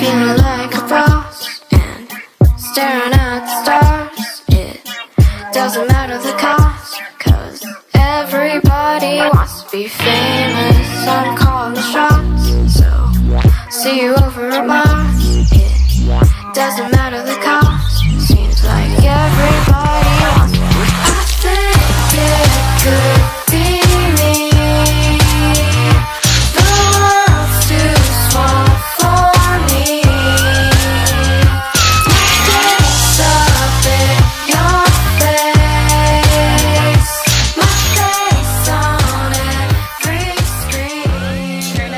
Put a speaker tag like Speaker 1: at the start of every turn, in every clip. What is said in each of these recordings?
Speaker 1: Feeling like a boss and staring at the stars. It doesn't matter the cost, cause everybody wants to be famous. I'm calling the shots, so see you over at Mars. It doesn't matter the cost, seems like everybody wants to be. I think it could be me. The world's too small for me. Gets up in your face, my face on every screen.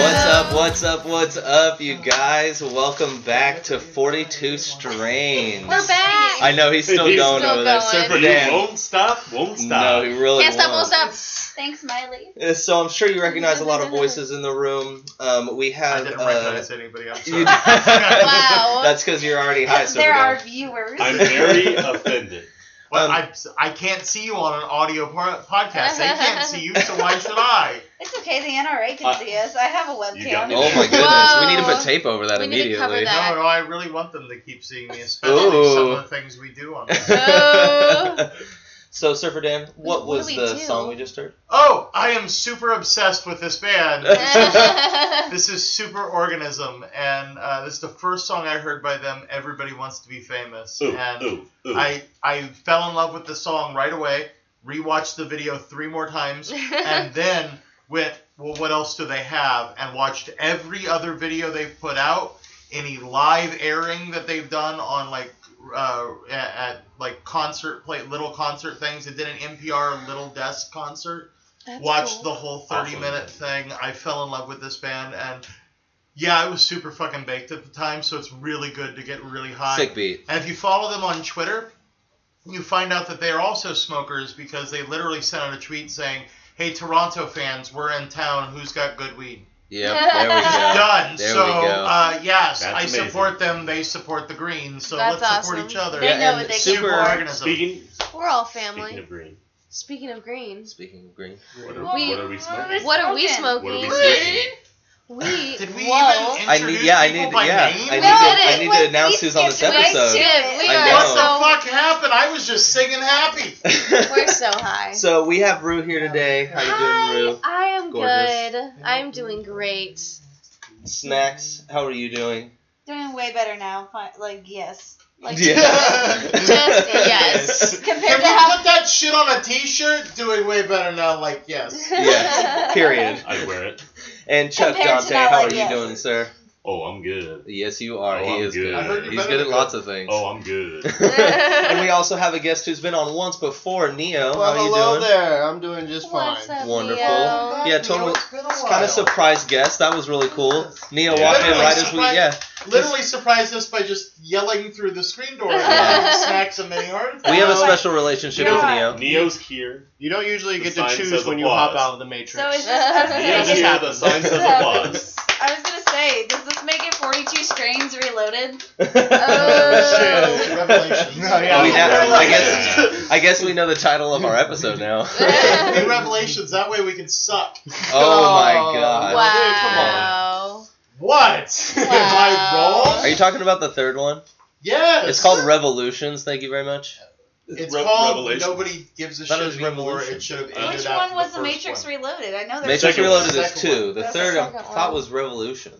Speaker 2: What's up, what's up, what's up, you guys? Welcome back to 42 Strains.
Speaker 3: We're back.
Speaker 2: I know he's still
Speaker 4: He's
Speaker 2: going
Speaker 3: still
Speaker 2: over there.
Speaker 3: going.
Speaker 2: Super
Speaker 4: He
Speaker 2: Dan.
Speaker 4: won't stop, won't
Speaker 2: No,
Speaker 4: stop.
Speaker 2: he really
Speaker 3: Can't stop,
Speaker 2: won't.
Speaker 3: won't stop. Thanks, Miley.
Speaker 2: Uh, So I'm sure you recognize a lot of voices in the room. Um, we
Speaker 5: I
Speaker 2: have.
Speaker 5: didn't
Speaker 2: uh,
Speaker 5: recognize anybody. I'm
Speaker 2: you-
Speaker 5: sorry.
Speaker 3: Wow.
Speaker 2: That's because you're already high, Super
Speaker 3: there are
Speaker 2: Dan.
Speaker 3: viewers.
Speaker 4: I'm very offended.
Speaker 5: Well,
Speaker 2: um,
Speaker 5: I, I can't see you on an audio por- podcast. They can't see you, so why should I?
Speaker 3: It's okay. The NRA can
Speaker 4: Uh,
Speaker 3: see us. I have a webcam.
Speaker 4: got me.
Speaker 2: Oh my goodness, we need to put
Speaker 3: Whoa.
Speaker 2: tape over that
Speaker 3: We need to cover
Speaker 2: immediately.
Speaker 3: that.
Speaker 5: No, no, I really want them to keep seeing me, especially some
Speaker 2: Ooh.
Speaker 5: of the things we do on this.
Speaker 3: Oh.
Speaker 2: so, Surfer Dan, what
Speaker 3: What
Speaker 2: was
Speaker 3: do we
Speaker 2: the
Speaker 3: do?
Speaker 2: song we just heard?
Speaker 5: Oh, I am super obsessed with this band. This is Super Organism, and uh, this is the first song I heard by them. Everybody wants to be famous,
Speaker 4: Ooh,
Speaker 5: and
Speaker 4: ooh, ooh.
Speaker 5: I I fell in love with the song right away. Rewatched the video three more times, and then went, well, what else do they have? And watched every other video they've put out, any live airing that they've done on like uh, at, at like concert play little concert things. They did an NPR Little Desk concert. watched the whole thirty
Speaker 4: Awesome.
Speaker 5: minute thing. I fell in love with this band and. Yeah, I was super fucking baked at the time, so it's really good to get really high.
Speaker 2: Sick beat.
Speaker 5: And if you follow them on Twitter, you find out that they are also smokers because they literally sent out a tweet saying, "Hey Toronto fans, we're in town. Who's got good weed?"
Speaker 2: Yep, there we go.
Speaker 5: Done.
Speaker 2: There
Speaker 5: so
Speaker 2: we go.
Speaker 5: Uh, yes,
Speaker 4: That's
Speaker 5: I
Speaker 4: amazing.
Speaker 5: support them. They support the Greens. So
Speaker 6: That's
Speaker 5: let's support
Speaker 6: awesome.
Speaker 5: each other.
Speaker 6: They
Speaker 2: Yeah,
Speaker 6: know
Speaker 2: and
Speaker 6: what they
Speaker 2: super-
Speaker 6: can afford.
Speaker 5: organism.
Speaker 4: Speaking,
Speaker 6: We're all
Speaker 4: speaking
Speaker 6: family.
Speaker 4: of green,
Speaker 6: Speaking of greens,
Speaker 2: Speaking of green.
Speaker 4: what are,
Speaker 6: We-
Speaker 4: what are we smoking?
Speaker 6: what are we
Speaker 4: What are
Speaker 6: smoking?
Speaker 4: we smoking?
Speaker 6: We
Speaker 5: Did we
Speaker 6: whoa.
Speaker 5: even
Speaker 2: I
Speaker 5: introduce
Speaker 2: need- yeah, I
Speaker 5: people
Speaker 2: need-
Speaker 5: by
Speaker 2: yeah,
Speaker 5: name?
Speaker 2: I need
Speaker 6: No,
Speaker 2: to-
Speaker 6: it
Speaker 2: I
Speaker 6: is.
Speaker 2: need to
Speaker 6: What-
Speaker 2: announce
Speaker 6: we
Speaker 2: who's on
Speaker 6: skipped
Speaker 2: this
Speaker 6: right
Speaker 2: episode.
Speaker 6: to it. We
Speaker 2: I
Speaker 6: are
Speaker 5: what
Speaker 2: know.
Speaker 6: so
Speaker 5: the fuck happened? I was just singing happy.
Speaker 6: we're so high.
Speaker 2: so we have Rue here today. How you doing,
Speaker 6: Hi,
Speaker 2: Rue?
Speaker 6: I am
Speaker 2: Gorgeous.
Speaker 6: good. I'm doing great.
Speaker 2: Snacks, how are you doing?
Speaker 3: Doing way better now. Fi- Like yes. Like
Speaker 6: Just yes.
Speaker 5: Can
Speaker 3: compared
Speaker 5: we
Speaker 3: to how.
Speaker 5: put that shit on a T-shirt? Doing way better now. Like yes.
Speaker 2: Yes. Period.
Speaker 4: I'd wear it.
Speaker 2: And Chuck
Speaker 3: Compared to
Speaker 2: Dante,
Speaker 3: not
Speaker 2: how
Speaker 3: like
Speaker 2: are you
Speaker 3: yes.
Speaker 2: doing, sir?
Speaker 4: Oh, I'm good.
Speaker 2: Yes, you are.
Speaker 4: Oh,
Speaker 2: he
Speaker 4: I'm
Speaker 2: is
Speaker 4: good.
Speaker 2: good.
Speaker 4: I heard you
Speaker 2: He's
Speaker 5: better
Speaker 2: good at
Speaker 5: than
Speaker 2: lots of things.
Speaker 4: Oh, I'm good.
Speaker 2: and we also have a guest who's been on once before, Neo.
Speaker 7: Well,
Speaker 2: how are you
Speaker 7: hello
Speaker 2: doing?
Speaker 7: there. I'm doing just
Speaker 6: What's
Speaker 7: fine.
Speaker 6: up,
Speaker 2: Wonderful.
Speaker 6: Leo?
Speaker 2: Yeah, totally.
Speaker 5: Oh, It's been a while.
Speaker 2: Kind of surprise guest. That was really cool. Neo
Speaker 4: Yeah.
Speaker 2: walked in
Speaker 5: Literally
Speaker 2: right as we.
Speaker 5: surprised.
Speaker 2: Yeah,
Speaker 5: literally surprised us by just yelling through the screen door
Speaker 2: Yeah.
Speaker 5: and snacks and mini heart
Speaker 2: we have a
Speaker 5: attacks.
Speaker 2: special relationship with Neo.
Speaker 4: Neo's here.
Speaker 7: You don't usually
Speaker 4: The
Speaker 7: get
Speaker 4: sign
Speaker 7: to choose
Speaker 4: says
Speaker 7: when you
Speaker 4: applause.
Speaker 7: hop out of the matrix.
Speaker 6: So
Speaker 4: Neo's
Speaker 6: is this
Speaker 4: here.
Speaker 7: just
Speaker 4: The
Speaker 7: happened.
Speaker 4: sign says applause.
Speaker 3: I was gonna say, does this make it 42 strains reloaded?
Speaker 2: Oh.
Speaker 5: Shit, revelation.
Speaker 7: No, yeah.
Speaker 2: We have- I guess-
Speaker 4: Yeah.
Speaker 2: I guess we know the title of our episode now.
Speaker 5: New revelations. That way we can suck.
Speaker 2: oh my
Speaker 7: Oh,
Speaker 2: god.
Speaker 6: wow.
Speaker 5: What? Am I
Speaker 6: Wow.
Speaker 5: wrong?
Speaker 2: Are you talking about the third one?
Speaker 5: yes.
Speaker 2: It's called Revolutions. Thank you very much.
Speaker 5: It's
Speaker 4: Re-
Speaker 5: called
Speaker 4: Revelation.
Speaker 5: Nobody gives a
Speaker 2: That
Speaker 5: shit
Speaker 2: was
Speaker 5: anymore.
Speaker 2: Revolution.
Speaker 5: It should have
Speaker 4: Which
Speaker 5: ended
Speaker 3: Which
Speaker 5: after
Speaker 3: one was the
Speaker 5: first
Speaker 3: Matrix
Speaker 5: one.
Speaker 3: Reloaded? I know there's
Speaker 2: Matrix
Speaker 4: second
Speaker 2: Reloaded
Speaker 5: one.
Speaker 2: is
Speaker 5: Second
Speaker 2: two. The
Speaker 6: That's
Speaker 2: third
Speaker 6: the
Speaker 2: I
Speaker 6: second
Speaker 2: thought
Speaker 6: one.
Speaker 2: was Revolution.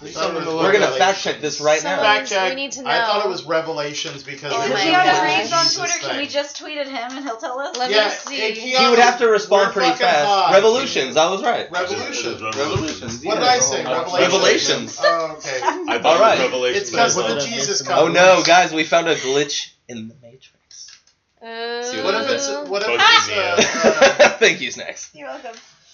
Speaker 5: I thought it was
Speaker 2: We're gonna fact check
Speaker 5: Revelations.
Speaker 2: this right now.
Speaker 5: Fact
Speaker 6: Someone's-
Speaker 5: check.
Speaker 6: We need to know.
Speaker 5: I thought it was Revelations because
Speaker 6: Oh
Speaker 5: it
Speaker 3: Is
Speaker 5: was
Speaker 6: my
Speaker 3: Keanu
Speaker 5: a
Speaker 6: God.
Speaker 3: Reeves on
Speaker 5: Jesus
Speaker 3: Twitter? Can
Speaker 5: thing.
Speaker 3: we just tweet at him and he'll tell us?
Speaker 6: Let
Speaker 5: Yeah,
Speaker 6: me see.
Speaker 5: and
Speaker 2: He would have to respond
Speaker 5: We're
Speaker 2: pretty
Speaker 5: fucking
Speaker 2: fast.
Speaker 5: high.
Speaker 2: Revolutions. I was right.
Speaker 5: Revolutions.
Speaker 2: Revolutions.
Speaker 5: What did
Speaker 2: yeah.
Speaker 5: I say?
Speaker 7: Oh,
Speaker 5: Revelations.
Speaker 2: Revelations.
Speaker 5: Oh, okay.
Speaker 4: I
Speaker 2: All
Speaker 4: thought
Speaker 2: right.
Speaker 4: right. Revelation.
Speaker 5: It's because of
Speaker 7: What
Speaker 5: the
Speaker 7: if
Speaker 5: Jesus
Speaker 7: it's-
Speaker 2: Oh
Speaker 5: conference.
Speaker 2: no, guys, we found a glitch in the Matrix.
Speaker 6: Uh,
Speaker 5: What if it's what
Speaker 4: Fuck
Speaker 5: if it's
Speaker 4: you,
Speaker 5: uh, uh,
Speaker 2: Thank you, Snacks.
Speaker 3: You're welcome.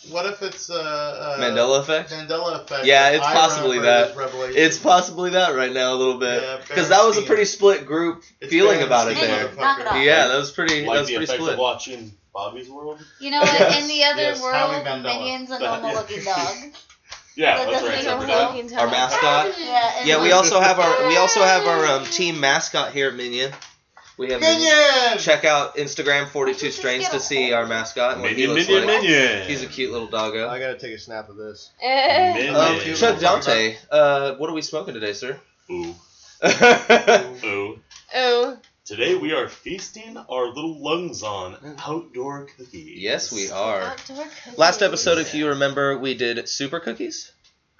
Speaker 5: what if it's uh, uh,
Speaker 2: Mandela effect.
Speaker 5: Mandela effect?
Speaker 2: Yeah, it's
Speaker 5: I
Speaker 2: possibly
Speaker 5: remember it
Speaker 2: that.
Speaker 5: as Revelation.
Speaker 2: It's possibly that right now a little bit.
Speaker 5: Yeah,
Speaker 2: Because that was a pretty split group.
Speaker 5: It's
Speaker 2: feeling about it
Speaker 5: Berenstein,
Speaker 2: there.
Speaker 5: motherfucker.
Speaker 3: Knock it off.
Speaker 2: Yeah, that was pretty. That
Speaker 4: like
Speaker 2: was
Speaker 4: the
Speaker 2: pretty
Speaker 4: effect
Speaker 2: split.
Speaker 4: of watching Bobby's World.
Speaker 3: You know what? In
Speaker 2: Yes,
Speaker 3: the other
Speaker 5: yes, Howie
Speaker 3: world,
Speaker 5: Mandela.
Speaker 3: Minion's a
Speaker 4: That-
Speaker 3: normal
Speaker 4: yeah.
Speaker 3: looking dog.
Speaker 4: Yeah,
Speaker 3: That
Speaker 4: that's
Speaker 3: doesn't
Speaker 4: right.
Speaker 3: make
Speaker 4: Super
Speaker 3: sense.
Speaker 4: Dog.
Speaker 2: Our mascot.
Speaker 3: Yeah, and
Speaker 2: Yeah, we
Speaker 3: like-
Speaker 2: also have our we also have our um, team mascot here at Minion. We have
Speaker 5: Minion!
Speaker 2: check out Instagram
Speaker 3: I
Speaker 2: 42
Speaker 3: should just
Speaker 2: Strains
Speaker 3: get
Speaker 2: to
Speaker 3: a
Speaker 2: see our mascot and what he
Speaker 4: Minion,
Speaker 2: looks
Speaker 4: minion,
Speaker 2: like.
Speaker 4: minion.
Speaker 2: He's a cute little doggo.
Speaker 7: I gotta take a snap of this.
Speaker 6: Eh.
Speaker 4: Minion.
Speaker 2: Um,
Speaker 7: cute
Speaker 2: so
Speaker 7: little doggo.
Speaker 2: Dante, uh, what are we smoking today, sir?
Speaker 4: Ooh, ooh.
Speaker 6: Oh.
Speaker 4: Today we are feasting our little lungs on outdoor cookies.
Speaker 2: yes, we are.
Speaker 6: Outdoor cookies.
Speaker 2: Last episode, if you remember, we did super cookies,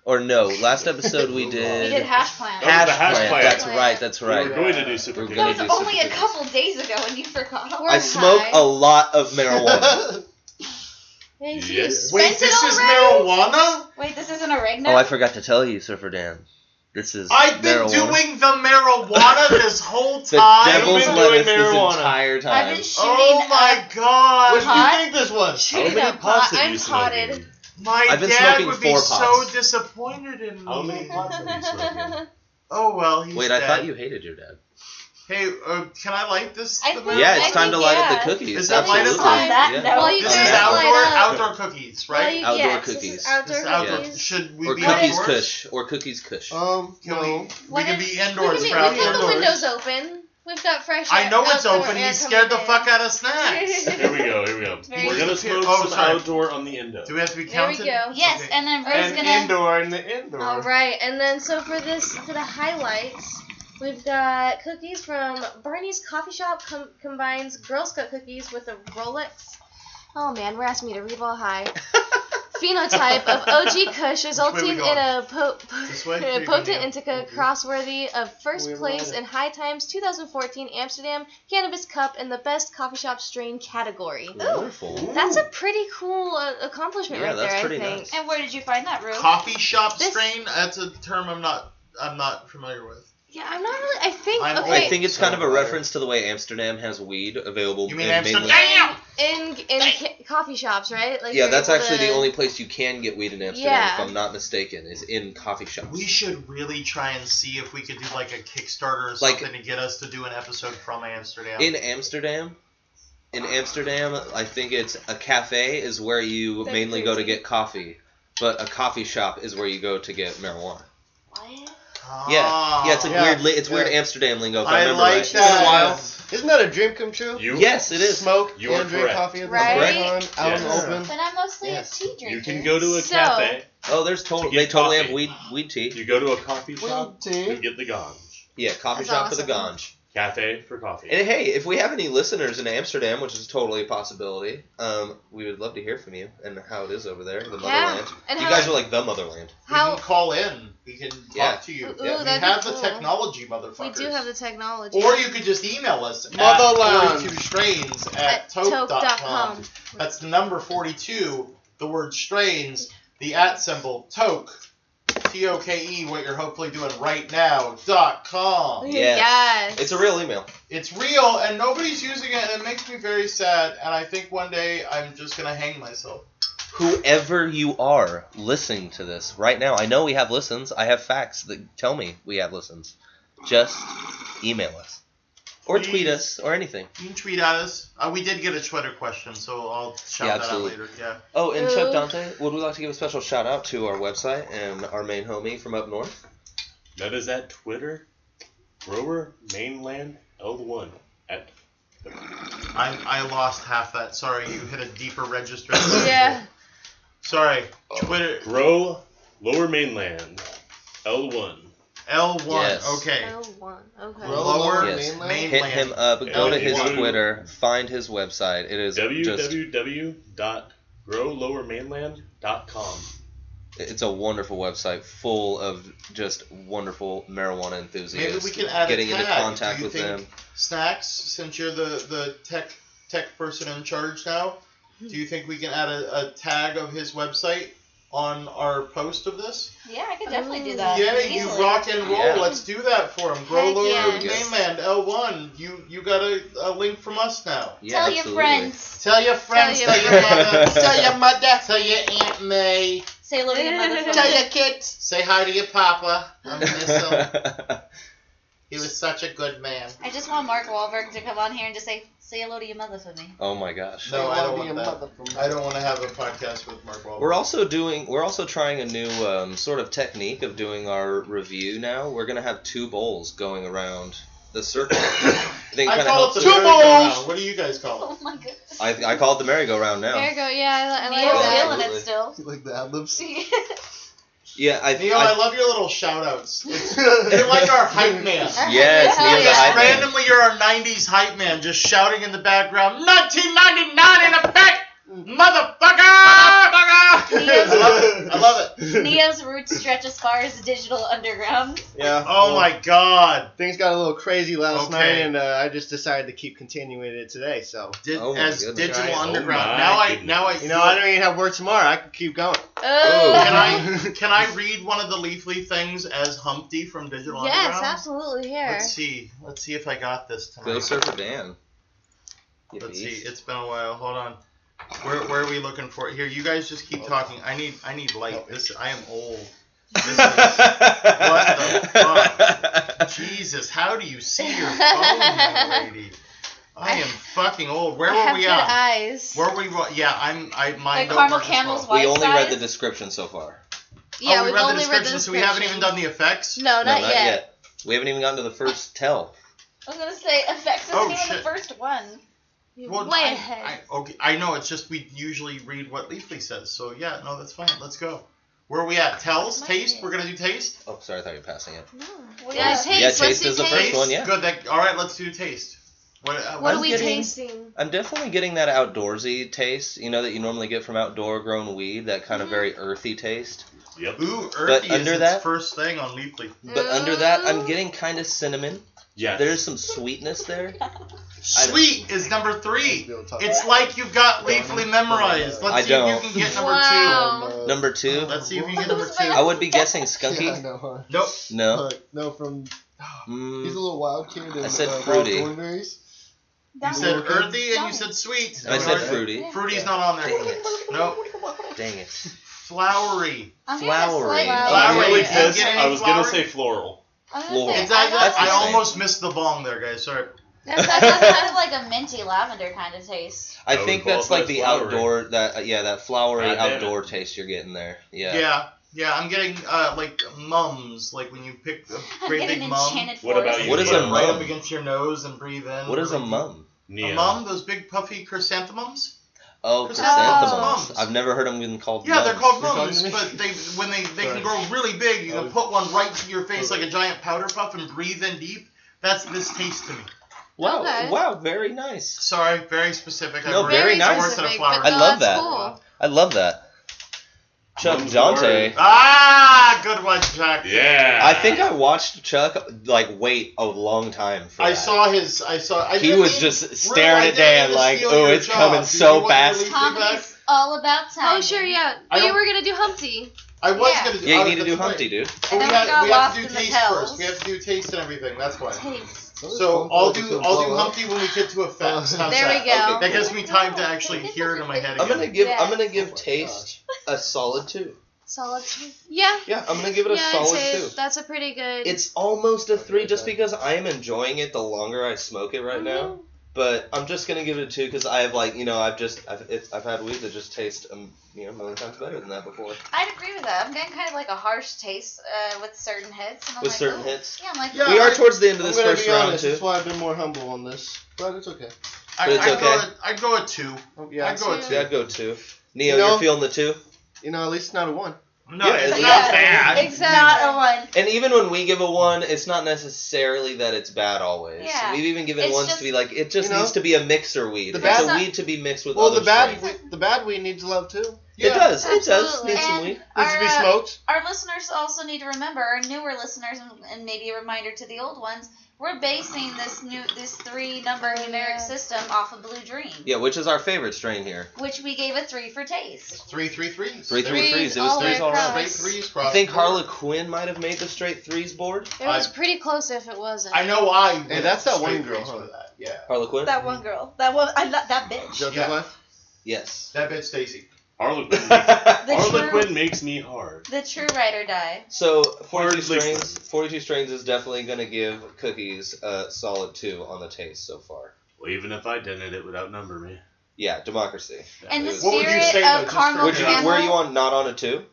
Speaker 2: or no? Last episode we
Speaker 3: We
Speaker 2: did,
Speaker 3: did hash plants.
Speaker 4: Hash-
Speaker 2: plant.
Speaker 4: plant.
Speaker 2: That's right. That's
Speaker 4: We were
Speaker 2: right.
Speaker 4: going to do super
Speaker 2: We're
Speaker 4: cookies.
Speaker 3: that was
Speaker 2: gonna do
Speaker 3: only
Speaker 2: super
Speaker 3: a couple days ago and you forgot.
Speaker 2: I smoke
Speaker 6: high.
Speaker 2: a lot of marijuana.
Speaker 6: Hey,
Speaker 4: Yes.
Speaker 6: so you
Speaker 5: Wait,
Speaker 6: spent
Speaker 5: this
Speaker 6: it
Speaker 5: is
Speaker 6: already?
Speaker 5: marijuana?
Speaker 3: Wait, this isn't oregano?
Speaker 2: oh, I forgot to tell you, Surfer Dan. This is
Speaker 5: I've been
Speaker 2: marijuana.
Speaker 5: doing the marijuana this whole
Speaker 2: the
Speaker 5: time.
Speaker 2: devil's
Speaker 7: been doing
Speaker 2: lettuce this entire
Speaker 7: marijuana.
Speaker 3: I've
Speaker 2: time.
Speaker 3: been shooting.
Speaker 5: oh my
Speaker 7: What do
Speaker 5: god.
Speaker 7: you
Speaker 3: Pot?
Speaker 7: think this was?
Speaker 4: How
Speaker 6: Shooting
Speaker 4: many
Speaker 6: up.
Speaker 4: pots have
Speaker 6: I'm
Speaker 4: you smoking?
Speaker 6: potted.
Speaker 5: My
Speaker 2: I've been
Speaker 5: dad
Speaker 2: smoking
Speaker 5: would be
Speaker 2: four
Speaker 5: so
Speaker 2: pots.
Speaker 5: disappointed in me.
Speaker 4: How many pots have you smoking?
Speaker 5: Oh well, he's
Speaker 2: Wait,
Speaker 5: dead.
Speaker 2: I thought you hated your dad.
Speaker 5: Hey, uh, can I light this?
Speaker 6: I
Speaker 5: for
Speaker 6: will.
Speaker 5: them?
Speaker 2: yeah, it's
Speaker 6: I
Speaker 2: time to
Speaker 6: think,
Speaker 2: light up
Speaker 6: yeah.
Speaker 2: the cookies.
Speaker 5: Is that light
Speaker 2: Absolutely.
Speaker 5: us up?
Speaker 3: On that
Speaker 2: yeah.
Speaker 6: note, Well, you
Speaker 5: This is
Speaker 6: guys
Speaker 5: outdoor
Speaker 6: light up.
Speaker 5: outdoor cookies,
Speaker 6: Well,
Speaker 5: right?
Speaker 6: you-
Speaker 2: Outdoor
Speaker 6: yes, This
Speaker 2: cookies.
Speaker 6: is outdoor
Speaker 5: This is
Speaker 2: outdoor-
Speaker 6: cookies.
Speaker 5: Should we
Speaker 2: or
Speaker 5: be
Speaker 2: cookies
Speaker 5: outdoors?
Speaker 2: kush or cookies kush.
Speaker 6: Oh.
Speaker 7: Um,
Speaker 5: Can
Speaker 7: no.
Speaker 5: we, we
Speaker 6: What
Speaker 5: can
Speaker 6: is-
Speaker 5: be indoors
Speaker 6: We've
Speaker 5: for
Speaker 6: got the
Speaker 5: outdoors.
Speaker 6: windows open. We've got fresh.
Speaker 5: I know it's
Speaker 6: outdoor
Speaker 5: open.
Speaker 6: air
Speaker 5: He scared the
Speaker 6: coming
Speaker 5: fuck
Speaker 6: in.
Speaker 5: out of snacks.
Speaker 4: Here we go. Here we go.
Speaker 3: very
Speaker 4: We're gonna smoke
Speaker 5: Oh,
Speaker 4: some
Speaker 5: sorry.
Speaker 4: outdoor on the endo.
Speaker 5: Do we have to be
Speaker 6: There we
Speaker 5: counted?
Speaker 6: go.
Speaker 3: oh, Yes,
Speaker 5: Okay.
Speaker 3: and then Ray's
Speaker 7: And
Speaker 3: gonna.
Speaker 7: indoor and the indoor.
Speaker 6: All right, and then so for this for the highlights, we've got cookies from Barney's Coffee Shop com- combines Girl Scout cookies with a Rolex. Oh man, we're asking me to re-roll high. Phenotype of OG Kush resulting in
Speaker 5: going?
Speaker 6: a, po-
Speaker 5: This way?
Speaker 6: in
Speaker 5: Here you
Speaker 6: a
Speaker 5: go, Mm-hmm.
Speaker 6: potent
Speaker 5: Neil.
Speaker 6: indica crossworthy of first
Speaker 7: We're
Speaker 6: place
Speaker 7: right.
Speaker 6: in High Times 2014 Amsterdam Cannabis Cup in the Best Coffee Shop Strain category.
Speaker 2: Wonderful.
Speaker 6: That's a pretty cool uh, accomplishment
Speaker 2: Yeah,
Speaker 6: right
Speaker 2: that's
Speaker 6: there.
Speaker 2: pretty
Speaker 6: I think.
Speaker 2: nice.
Speaker 3: And where did you find that, Rue?
Speaker 5: Coffee shop
Speaker 6: This-
Speaker 5: strain. That's a term I'm not. I'm not familiar with.
Speaker 6: Yeah, I'm not really. I think.
Speaker 5: I'm
Speaker 6: okay.
Speaker 2: I think it's kind of a
Speaker 7: So, uh,
Speaker 2: reference to the way Amsterdam has weed available.
Speaker 5: You mean
Speaker 2: in mainland-
Speaker 5: Amsterdam?
Speaker 6: in in ca- coffee shops, right? Like
Speaker 2: Yeah,
Speaker 6: you're
Speaker 2: that's
Speaker 6: able
Speaker 2: actually
Speaker 6: to-
Speaker 2: the only place you can get weed in Amsterdam,
Speaker 6: Yeah.
Speaker 2: if I'm not mistaken, is in coffee shops.
Speaker 5: We should really try and see if we could do like a Kickstarter or
Speaker 2: Like-
Speaker 5: something to get us to do an episode from Amsterdam.
Speaker 2: in Amsterdam, in Amsterdam, I think it's a cafe is where you
Speaker 6: That's
Speaker 2: mainly go to
Speaker 6: crazy.
Speaker 2: get coffee, but a coffee shop is where you go to get marijuana.
Speaker 6: What?
Speaker 2: Yeah, it's a
Speaker 7: Yeah,
Speaker 2: weird, li- it's weird
Speaker 7: yeah.
Speaker 2: Amsterdam lingo. If I,
Speaker 5: Ah, I
Speaker 2: remember
Speaker 5: like
Speaker 2: right. It's been a
Speaker 7: that.
Speaker 2: while.
Speaker 7: Isn't that a dream come true?
Speaker 4: You?
Speaker 2: Yes, it is.
Speaker 7: Smoke
Speaker 4: You are
Speaker 7: and drink
Speaker 4: correct.
Speaker 7: coffee at the
Speaker 6: Right?
Speaker 7: same time, out
Speaker 4: Yes.
Speaker 7: in the open.
Speaker 3: Then I'm mostly
Speaker 7: Yes.
Speaker 3: a tea drinker.
Speaker 4: You can go to a
Speaker 6: So-
Speaker 4: cafe.
Speaker 2: Oh, there's total.
Speaker 4: To get
Speaker 2: They totally have
Speaker 4: coffee.
Speaker 2: weed, weed tea.
Speaker 4: You go to a coffee shop.
Speaker 7: Well,
Speaker 4: You
Speaker 7: team.
Speaker 4: get the ganj.
Speaker 2: Yeah, coffee
Speaker 6: That's
Speaker 2: shop for the
Speaker 6: awesome.
Speaker 2: ganj.
Speaker 4: Cafe for coffee.
Speaker 2: And hey, if we have any listeners in Amsterdam, which is totally a possibility, um, we would love to hear from you and how it is over there, the
Speaker 6: Yeah.
Speaker 2: motherland.
Speaker 6: And
Speaker 2: you
Speaker 6: how,
Speaker 2: guys are like the motherland.
Speaker 5: We
Speaker 6: how
Speaker 5: can call in. We can talk
Speaker 2: Yeah.
Speaker 5: to you.
Speaker 6: Ooh,
Speaker 2: yeah,
Speaker 5: we
Speaker 6: that'd be
Speaker 5: have the
Speaker 6: cool.
Speaker 5: technology, motherfuckers.
Speaker 6: We do have the technology.
Speaker 5: Or you could just email us
Speaker 7: Motherland.
Speaker 5: at 42strains
Speaker 6: at
Speaker 5: at, toke.com. That's the number 42, the word strains, the at symbol toke, T O K E, what you're hopefully doing right now, dot com.
Speaker 2: Yes.
Speaker 6: Yes.
Speaker 2: It's a real email.
Speaker 5: It's real and nobody's using it and it makes me very sad and I think one day I'm just going to hang myself.
Speaker 2: Whoever you are listening to this right now, I know we have listens. I have facts that tell me we have listens. Just email us. Or tweet
Speaker 5: Please.
Speaker 2: us or anything.
Speaker 5: You can tweet at us. Uh, we did get a Twitter question, so I'll shout
Speaker 2: Yeah,
Speaker 5: that
Speaker 2: absolutely.
Speaker 5: out later. Yeah.
Speaker 2: Oh, and Chuck
Speaker 6: Ooh.
Speaker 2: Dante, would we like to give a special shout out to our website and our main homie from up north?
Speaker 4: That is at Twitter, Grower Mainland L1. At
Speaker 5: I, I lost half that. Sorry, you hit a deeper register.
Speaker 6: yeah.
Speaker 5: Sorry, Twitter
Speaker 4: Grow Lower Mainland L1.
Speaker 5: L1.
Speaker 2: Yes.
Speaker 5: Okay.
Speaker 6: Oh, one. Okay.
Speaker 7: Grow
Speaker 5: Lower
Speaker 2: Yes.
Speaker 5: mainland.
Speaker 2: Hit him up, go to his Twitter, find his website. It is just
Speaker 4: www.growlowermainland.com.
Speaker 2: It's a wonderful website full of just wonderful marijuana enthusiasts.
Speaker 5: Maybe we can add a
Speaker 2: getting into
Speaker 5: tag.
Speaker 2: contact
Speaker 5: Do you
Speaker 2: with
Speaker 5: think-
Speaker 2: them.
Speaker 5: Snacks, since you're the, the tech tech person in charge now, do you think we can add a, a tag of his website on our post of this?
Speaker 3: Yeah, I could definitely do that.
Speaker 5: yeah,
Speaker 3: easily.
Speaker 5: you rock and roll.
Speaker 2: Yeah.
Speaker 5: Let's do that for him. Grow
Speaker 6: Uh, Heck
Speaker 5: Lower
Speaker 6: yeah.
Speaker 2: Yes.
Speaker 5: Mainland L1. You you got a, a link from us now.
Speaker 2: Yeah,
Speaker 3: Tell your
Speaker 2: absolutely.
Speaker 3: friends.
Speaker 5: Tell your friends,
Speaker 6: your
Speaker 5: tell your, mother,
Speaker 2: friends.
Speaker 5: tell your mother, tell your aunt May,
Speaker 3: Say hello to your mother.
Speaker 5: tell your kids, say hi to your papa. I miss him. He was such a good man.
Speaker 3: I just want Mark Wahlberg to come on here and just say, say hello to your mother for me.
Speaker 2: oh my gosh.
Speaker 5: No, I don't want that. I
Speaker 7: that.
Speaker 5: don't want to have a podcast with Mark Wahlberg.
Speaker 2: We're also doing. We're also trying a new um, sort of technique of doing our review now. We're gonna have two bowls going around the circle think
Speaker 5: I
Speaker 2: kind of
Speaker 5: call it
Speaker 2: helps.
Speaker 5: the
Speaker 2: it.
Speaker 7: Two
Speaker 5: merry-go-round.
Speaker 7: balls.
Speaker 5: What do you guys call
Speaker 3: Oh
Speaker 5: it?
Speaker 3: my goodness.
Speaker 2: I, I call it the merry-go-round now.
Speaker 3: There you go. Yeah, I, I like
Speaker 6: Neo's
Speaker 3: that.
Speaker 2: feeling it
Speaker 3: still.
Speaker 7: You like the ad libs?
Speaker 2: Yeah, I,
Speaker 5: Neo,
Speaker 2: I-
Speaker 5: I love your little shout outs. You're like our hype man.
Speaker 2: Yes,
Speaker 3: Hell
Speaker 2: Neo's a
Speaker 3: yeah.
Speaker 2: hype man.
Speaker 5: Randomly, you're our 90s hype man just shouting in the background, 1999 in effect, motherfucker! I love it. I love it.
Speaker 3: Neo's roots stretch as far as digital underground.
Speaker 7: Yeah.
Speaker 5: Oh
Speaker 7: well,
Speaker 5: my god.
Speaker 7: Things got a little crazy last
Speaker 5: Okay.
Speaker 7: night, and uh, I just decided to keep continuing it today. So
Speaker 5: Did,
Speaker 2: Oh my
Speaker 5: as
Speaker 2: goodness.
Speaker 5: digital
Speaker 7: Right. Oh
Speaker 5: underground.
Speaker 4: my
Speaker 5: now I
Speaker 4: goodness.
Speaker 5: now I
Speaker 7: you know, I don't even have work tomorrow. I can keep going.
Speaker 5: can
Speaker 2: Oh.
Speaker 5: I can I read one of the Leafly things as Humpty from Digital
Speaker 6: Yes,
Speaker 5: Underground?
Speaker 6: absolutely. Here.
Speaker 5: Let's see. Let's see if I got this tonight.
Speaker 2: Go Surfer Dan.
Speaker 5: Let's
Speaker 2: Yippee.
Speaker 5: see. It's been a while. Hold on. Where, where are we looking for? Here, you guys just keep talking. I need I need light. This I am old. This is, the Jesus, how do you see your phone, young lady? I am fucking old. Where
Speaker 6: I have
Speaker 5: were we
Speaker 6: good
Speaker 5: at?
Speaker 6: eyes.
Speaker 5: Where we? wa- Yeah, I'm. I mine
Speaker 3: Like
Speaker 5: don't
Speaker 3: caramel
Speaker 5: work as well.
Speaker 3: camels
Speaker 2: We
Speaker 3: White
Speaker 2: only
Speaker 3: size?
Speaker 2: read the description so far.
Speaker 6: yeah,
Speaker 5: oh, we
Speaker 6: we've
Speaker 5: read the
Speaker 6: only
Speaker 5: description,
Speaker 6: read the
Speaker 5: so we haven't even done the effects.
Speaker 3: Oh,
Speaker 6: No,
Speaker 2: no,
Speaker 6: not, yet.
Speaker 2: We haven't even gotten to the first tell.
Speaker 3: I was gonna say effects is
Speaker 5: Oh,
Speaker 3: even the
Speaker 5: shit.
Speaker 3: first one.
Speaker 6: You're
Speaker 5: Well,
Speaker 6: way
Speaker 5: I,
Speaker 6: ahead.
Speaker 5: I, okay, I know. It's just we usually read what Leafly says. So yeah, no, that's fine. Let's go. Where are we at? Tells
Speaker 3: Might
Speaker 5: taste.
Speaker 3: be.
Speaker 5: We're gonna do taste.
Speaker 2: Oh, sorry, I thought you were passing it.
Speaker 6: no.
Speaker 3: What
Speaker 6: Yeah,
Speaker 3: is-
Speaker 6: taste.
Speaker 2: yeah,
Speaker 6: Let's
Speaker 2: taste
Speaker 6: do
Speaker 2: is the
Speaker 6: taste.
Speaker 2: first one. Yeah.
Speaker 5: Good. That, all right. Let's do taste. What? Uh,
Speaker 6: What
Speaker 5: I'm
Speaker 6: are we
Speaker 5: getting-
Speaker 6: tasting?
Speaker 2: I'm definitely getting that outdoorsy taste, you know, that you normally get from outdoor grown weed, that kind of very earthy taste.
Speaker 4: Yep.
Speaker 5: Ooh, earthy is
Speaker 2: under
Speaker 5: its
Speaker 2: that-
Speaker 5: first thing on Leafly.
Speaker 2: But under that, I'm
Speaker 6: Ooh.
Speaker 2: getting kind of cinnamon.
Speaker 4: Yes.
Speaker 2: There's some sweetness there.
Speaker 5: Sweet is number three. It's
Speaker 7: It's
Speaker 5: like you've got Leafly memorized. Let's
Speaker 2: I
Speaker 5: see
Speaker 2: don't.
Speaker 5: if you can get number
Speaker 6: Wow.
Speaker 2: Number two,
Speaker 5: two. Let's see if you can get number
Speaker 6: Who's
Speaker 5: two.
Speaker 2: I would be guessing
Speaker 7: uh, Yeah,
Speaker 2: skunky.
Speaker 7: no, huh?
Speaker 5: Nope.
Speaker 2: No.
Speaker 7: Uh, no, from he's a
Speaker 2: Mm,
Speaker 7: little wild kid. And,
Speaker 2: I said
Speaker 7: uh, wild
Speaker 2: fruity.
Speaker 7: Thornberries.
Speaker 5: You
Speaker 3: That
Speaker 5: said
Speaker 3: one.
Speaker 5: earthy and you said sweet.
Speaker 2: I said fruity.
Speaker 5: Fruity's not on
Speaker 2: Dang
Speaker 5: there.
Speaker 2: it.
Speaker 5: Nope.
Speaker 2: Dang it.
Speaker 5: Flowery.
Speaker 3: I'm gonna
Speaker 2: Flowery.
Speaker 3: say
Speaker 4: I
Speaker 5: Flowery.
Speaker 4: really
Speaker 5: Yeah.
Speaker 4: guess-
Speaker 5: Yeah.
Speaker 4: I was gonna
Speaker 5: Flower.
Speaker 4: say floral.
Speaker 3: I'm gonna
Speaker 2: Floral.
Speaker 3: say-
Speaker 5: It's, I,
Speaker 2: That's
Speaker 5: I
Speaker 2: the same.
Speaker 5: almost missed the bong there, guys. Sorry.
Speaker 3: That's, that does have like a minty lavender kind of taste.
Speaker 2: I
Speaker 4: I would
Speaker 2: think that's
Speaker 4: qualify
Speaker 2: like
Speaker 4: as
Speaker 2: the
Speaker 4: flowery.
Speaker 2: outdoor that uh, yeah that flowery
Speaker 4: God damn it.
Speaker 2: outdoor taste you're getting there.
Speaker 5: Yeah.
Speaker 2: Yeah.
Speaker 5: yeah. I'm getting uh, like mums, like when you pick a
Speaker 3: I'm
Speaker 5: great
Speaker 3: getting
Speaker 5: big mum,
Speaker 3: enchanted
Speaker 4: What about
Speaker 3: forest.
Speaker 4: you?
Speaker 2: What is
Speaker 5: put
Speaker 2: a
Speaker 5: it right
Speaker 2: mum?
Speaker 5: up against your nose and breathe in.
Speaker 2: What is a mum?
Speaker 4: Neo.
Speaker 5: A mum? Those big puffy chrysanthemums?
Speaker 2: Oh,
Speaker 5: Chrysanthemums.
Speaker 2: chrysanthemums.
Speaker 5: Mums.
Speaker 2: I've never heard them been called.
Speaker 5: Yeah, they're called
Speaker 7: You're talking
Speaker 5: mums,
Speaker 7: to me?
Speaker 5: but they when they, they can
Speaker 7: Sorry.
Speaker 5: grow really big, you
Speaker 7: I
Speaker 5: can
Speaker 7: was-
Speaker 5: put one right to your face like a giant powder puff and breathe in deep. That's this taste to me.
Speaker 2: Wow,
Speaker 6: Okay.
Speaker 2: wow, very nice.
Speaker 5: Sorry, very specific. I
Speaker 2: No,
Speaker 5: work-
Speaker 2: very
Speaker 5: I
Speaker 2: nice.
Speaker 5: worked at a
Speaker 6: specific,
Speaker 5: flower
Speaker 6: but
Speaker 2: I love
Speaker 6: that's
Speaker 2: that. I love that. Chuck
Speaker 4: Mum's
Speaker 2: Dante.
Speaker 4: word.
Speaker 5: Ah, good one, Jack.
Speaker 4: Yeah.
Speaker 2: I think I watched Chuck like wait a long time for
Speaker 5: I
Speaker 2: that.
Speaker 5: saw his. I saw. I
Speaker 2: He
Speaker 5: didn't
Speaker 2: was
Speaker 5: mean-
Speaker 2: just
Speaker 5: Real,
Speaker 2: staring
Speaker 5: I
Speaker 2: at
Speaker 5: didn't
Speaker 2: Dan
Speaker 5: mean to
Speaker 2: like,
Speaker 5: steal
Speaker 2: "Oh,
Speaker 5: your
Speaker 2: it's
Speaker 5: job.
Speaker 2: coming
Speaker 5: Do you
Speaker 2: so
Speaker 5: want to
Speaker 2: fast."
Speaker 5: really think back?
Speaker 3: Comedy's all about time.
Speaker 6: Oh sure, yeah.
Speaker 5: I
Speaker 6: We
Speaker 5: don't-
Speaker 6: were gonna do Humpty.
Speaker 5: I was
Speaker 3: Yeah.
Speaker 5: gonna. Do,
Speaker 2: Yeah,
Speaker 5: oh,
Speaker 2: you need to
Speaker 5: that's
Speaker 2: do
Speaker 5: right.
Speaker 2: Humpty, dude.
Speaker 3: And
Speaker 5: But we,
Speaker 3: then we
Speaker 5: have,
Speaker 3: got
Speaker 5: we have to
Speaker 3: lost
Speaker 5: do
Speaker 3: in the
Speaker 5: taste
Speaker 3: tells.
Speaker 5: first. We have to do taste and everything. That's why.
Speaker 3: Taste.
Speaker 5: So I'll do. I'll do Humpty when we get to effects. How's
Speaker 6: There
Speaker 5: that?
Speaker 6: we go.
Speaker 5: That gives me time to actually hear it in my head
Speaker 2: I'm
Speaker 5: again.
Speaker 2: gonna give. I'm
Speaker 3: Yes.
Speaker 2: gonna give
Speaker 7: Oh my
Speaker 2: taste a solid two.
Speaker 3: Solid taste.
Speaker 6: Yeah.
Speaker 2: Yeah, I'm gonna give it a
Speaker 6: yeah, I'd
Speaker 2: solid
Speaker 6: say
Speaker 2: two.
Speaker 6: that's a pretty good.
Speaker 2: It's almost a three, just
Speaker 7: Okay.
Speaker 2: because I am enjoying it the longer I smoke it right
Speaker 7: Mm-hmm.
Speaker 2: now. But I'm just gonna give it a two because I have like you know I've just I've it's, I've had weed that just taste um you know a million times better than that before
Speaker 7: Oh
Speaker 3: I'd agree with that. I'm getting kind of like a harsh taste uh, with certain hits. And I'm
Speaker 2: with
Speaker 3: like,
Speaker 2: certain
Speaker 3: ooh.
Speaker 2: hits.
Speaker 3: Yeah, I'm like,
Speaker 5: Yeah,
Speaker 2: we are
Speaker 5: I-
Speaker 2: towards the end of
Speaker 7: I'm
Speaker 2: this
Speaker 7: gonna
Speaker 2: first
Speaker 7: be
Speaker 2: round
Speaker 7: honest.
Speaker 2: too.
Speaker 7: That's why I've been more humble on this, but it's okay.
Speaker 5: I,
Speaker 2: But it's
Speaker 5: I'd go.
Speaker 2: okay.
Speaker 5: at- I'd go at two.
Speaker 7: Yeah,
Speaker 5: I'd Oh, go at
Speaker 2: Yeah,
Speaker 5: two.
Speaker 2: I'd go two. Neo,
Speaker 7: You know-
Speaker 2: you're feeling the two,
Speaker 7: you know, at least it's not a one.
Speaker 5: No,
Speaker 2: Yeah,
Speaker 5: it's
Speaker 2: it's
Speaker 5: not
Speaker 3: not
Speaker 5: bad.
Speaker 3: it's not a one.
Speaker 2: and even when we give a one, it's not necessarily that it's bad always.
Speaker 3: Yeah.
Speaker 2: We've even given
Speaker 3: It's
Speaker 2: ones
Speaker 3: just-
Speaker 2: to be like it just
Speaker 7: You know,
Speaker 2: needs to be a mixer weed.
Speaker 7: the
Speaker 2: It's a
Speaker 3: bad-
Speaker 2: weed to be mixed with
Speaker 7: well,
Speaker 2: other
Speaker 7: the bad,
Speaker 2: strains.
Speaker 7: we, the bad weed needs love too. Needs
Speaker 2: It does. It does
Speaker 6: Absolutely.
Speaker 2: need some
Speaker 3: And
Speaker 2: weed.
Speaker 3: our,
Speaker 7: to be
Speaker 3: uh,
Speaker 7: smoked.
Speaker 3: our listeners also need to remember, our newer listeners, and- and maybe a reminder to the old ones, we're basing this new this three number
Speaker 6: Oh,
Speaker 3: numeric
Speaker 6: yeah.
Speaker 3: system off of Blue Dream,
Speaker 2: Yeah, which is our favorite strain here.
Speaker 3: which we gave a three for taste.
Speaker 5: Three, three, threes.
Speaker 2: Three,
Speaker 5: They
Speaker 2: three,
Speaker 5: were
Speaker 2: threes. It
Speaker 6: all
Speaker 2: was
Speaker 6: the
Speaker 2: threes
Speaker 3: Oh
Speaker 6: way
Speaker 2: all around.
Speaker 6: across.
Speaker 5: Straight threes.
Speaker 2: I
Speaker 5: cross
Speaker 2: think
Speaker 5: four.
Speaker 2: Harley Quinn might have made the straight threes board.
Speaker 6: it was pretty close if it wasn't.
Speaker 5: I know I.
Speaker 7: Hey, that's that one girl, huh?
Speaker 5: for that. Yeah.
Speaker 2: Harley Quinn?
Speaker 3: one girl, that one, I love that bitch.
Speaker 7: Joker's
Speaker 5: Yeah.
Speaker 7: life.
Speaker 2: Yes.
Speaker 5: That bitch Stacy.
Speaker 4: Harlequin. makes-
Speaker 3: The true,
Speaker 4: Harlequin makes me hard.
Speaker 3: the true ride or die.
Speaker 2: so
Speaker 4: Hard
Speaker 2: 42 strains,
Speaker 4: listening.
Speaker 2: 42 strains is definitely going to give cookies a solid 2 on the taste so far.
Speaker 4: Well, even if I didn't, it would outnumber me.
Speaker 2: Yeah, democracy.
Speaker 3: And the
Speaker 2: What would you
Speaker 3: spirit
Speaker 5: say, though,
Speaker 3: of
Speaker 5: just
Speaker 3: caramel
Speaker 5: for-
Speaker 2: Would you
Speaker 3: camel.
Speaker 2: were you on not on a 2?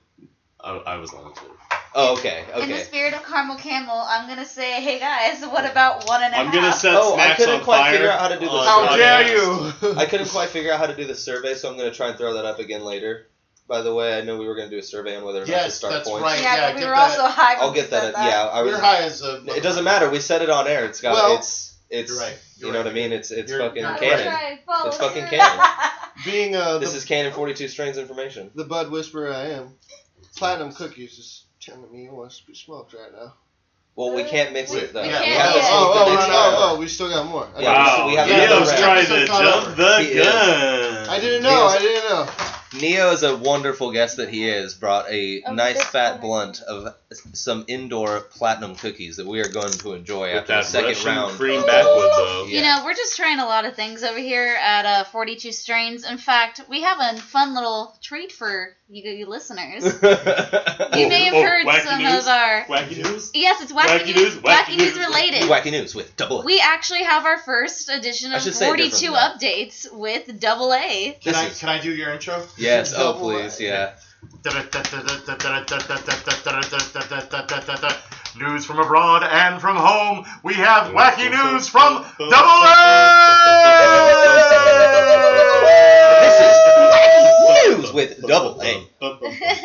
Speaker 4: I, I was on it too.
Speaker 2: Oh, okay,
Speaker 3: In the
Speaker 2: okay.
Speaker 3: spirit of Caramel Camel, I'm gonna say, hey guys, what about one and a half?
Speaker 4: I'm gonna set
Speaker 2: Oh, I
Speaker 4: snacks
Speaker 2: couldn't
Speaker 4: on
Speaker 2: quite
Speaker 4: fire.
Speaker 2: figure out how to do this.
Speaker 4: on
Speaker 2: How
Speaker 4: podcast.
Speaker 2: dare
Speaker 5: you?
Speaker 2: I couldn't quite figure out how to do the survey, so I'm going to try and throw that up again later. By the way, I know we were going to do a survey on whether or not to
Speaker 5: Yes,
Speaker 2: start
Speaker 5: that's
Speaker 2: points.
Speaker 5: right.
Speaker 3: Yeah,
Speaker 5: yeah,
Speaker 3: but we
Speaker 5: get
Speaker 3: were
Speaker 5: that.
Speaker 3: also high. when
Speaker 2: I'll
Speaker 3: we
Speaker 2: get
Speaker 3: said
Speaker 2: that. Yeah, I
Speaker 5: We're
Speaker 2: was.
Speaker 5: high as a.
Speaker 2: It doesn't matter. We said it on air. It's got.
Speaker 5: Well,
Speaker 2: it's. It's.
Speaker 5: You're right. You're
Speaker 2: you know
Speaker 5: right.
Speaker 2: what I mean? It's. It's
Speaker 5: You're-
Speaker 2: fucking
Speaker 5: you're
Speaker 3: I
Speaker 2: canon.
Speaker 3: tried, follow
Speaker 2: It's fucking
Speaker 3: through.
Speaker 2: canon.
Speaker 7: Being uh,
Speaker 2: This
Speaker 7: the,
Speaker 2: is canon 42 strains information.
Speaker 7: the bud whisperer I am, platinum cookies is telling me it wants to be smoked right now.
Speaker 2: Well, we can't mix
Speaker 5: We-
Speaker 2: it though.
Speaker 5: we
Speaker 2: We
Speaker 5: can't
Speaker 2: have to
Speaker 5: mix it.
Speaker 2: smoke
Speaker 7: oh,
Speaker 2: the
Speaker 7: oh,
Speaker 2: next
Speaker 7: oh, no,
Speaker 2: round.
Speaker 7: oh, we still got more. I
Speaker 2: Yeah, so
Speaker 4: Wow,
Speaker 2: we have
Speaker 5: another
Speaker 4: Neo's
Speaker 5: round.
Speaker 4: trying to
Speaker 5: Episode not over.
Speaker 4: jump the
Speaker 2: He is.
Speaker 4: gun.
Speaker 7: I didn't know. I didn't know.
Speaker 5: oh.
Speaker 2: Neo is a wonderful guest that he is. Brought a
Speaker 6: Oh,
Speaker 2: nice
Speaker 6: that's
Speaker 2: fat
Speaker 6: funny.
Speaker 2: blunt of some indoor platinum cookies that we are going to enjoy
Speaker 4: With
Speaker 2: after the
Speaker 4: that
Speaker 2: second
Speaker 4: Russian
Speaker 2: round. uh,
Speaker 4: cream backwood though.
Speaker 3: You
Speaker 2: Yeah.
Speaker 3: know, we're just trying a lot of things over here at uh, 42 Strains. In fact, we have a fun little treat for you, you listeners. you may have
Speaker 4: Oh, oh,
Speaker 3: heard
Speaker 4: wacky
Speaker 3: some
Speaker 4: news?
Speaker 3: of our.
Speaker 4: Wacky news.
Speaker 3: Yes, it's wacky,
Speaker 4: Wacky
Speaker 3: news,
Speaker 4: news, wacky
Speaker 3: wacky news
Speaker 4: news.
Speaker 3: related.
Speaker 2: Wacky news with double.
Speaker 3: We actually have our first edition
Speaker 2: I
Speaker 3: of
Speaker 2: should say it
Speaker 3: 42 updates with double A.
Speaker 5: Can
Speaker 2: This
Speaker 5: I
Speaker 2: is-
Speaker 5: can I do your intro?
Speaker 2: yes, oh
Speaker 7: Double-
Speaker 2: please, yeah.
Speaker 5: News from abroad and from home. We have wacky news from Double
Speaker 2: This is
Speaker 5: A.
Speaker 2: wacky news with double A.
Speaker 3: Mm.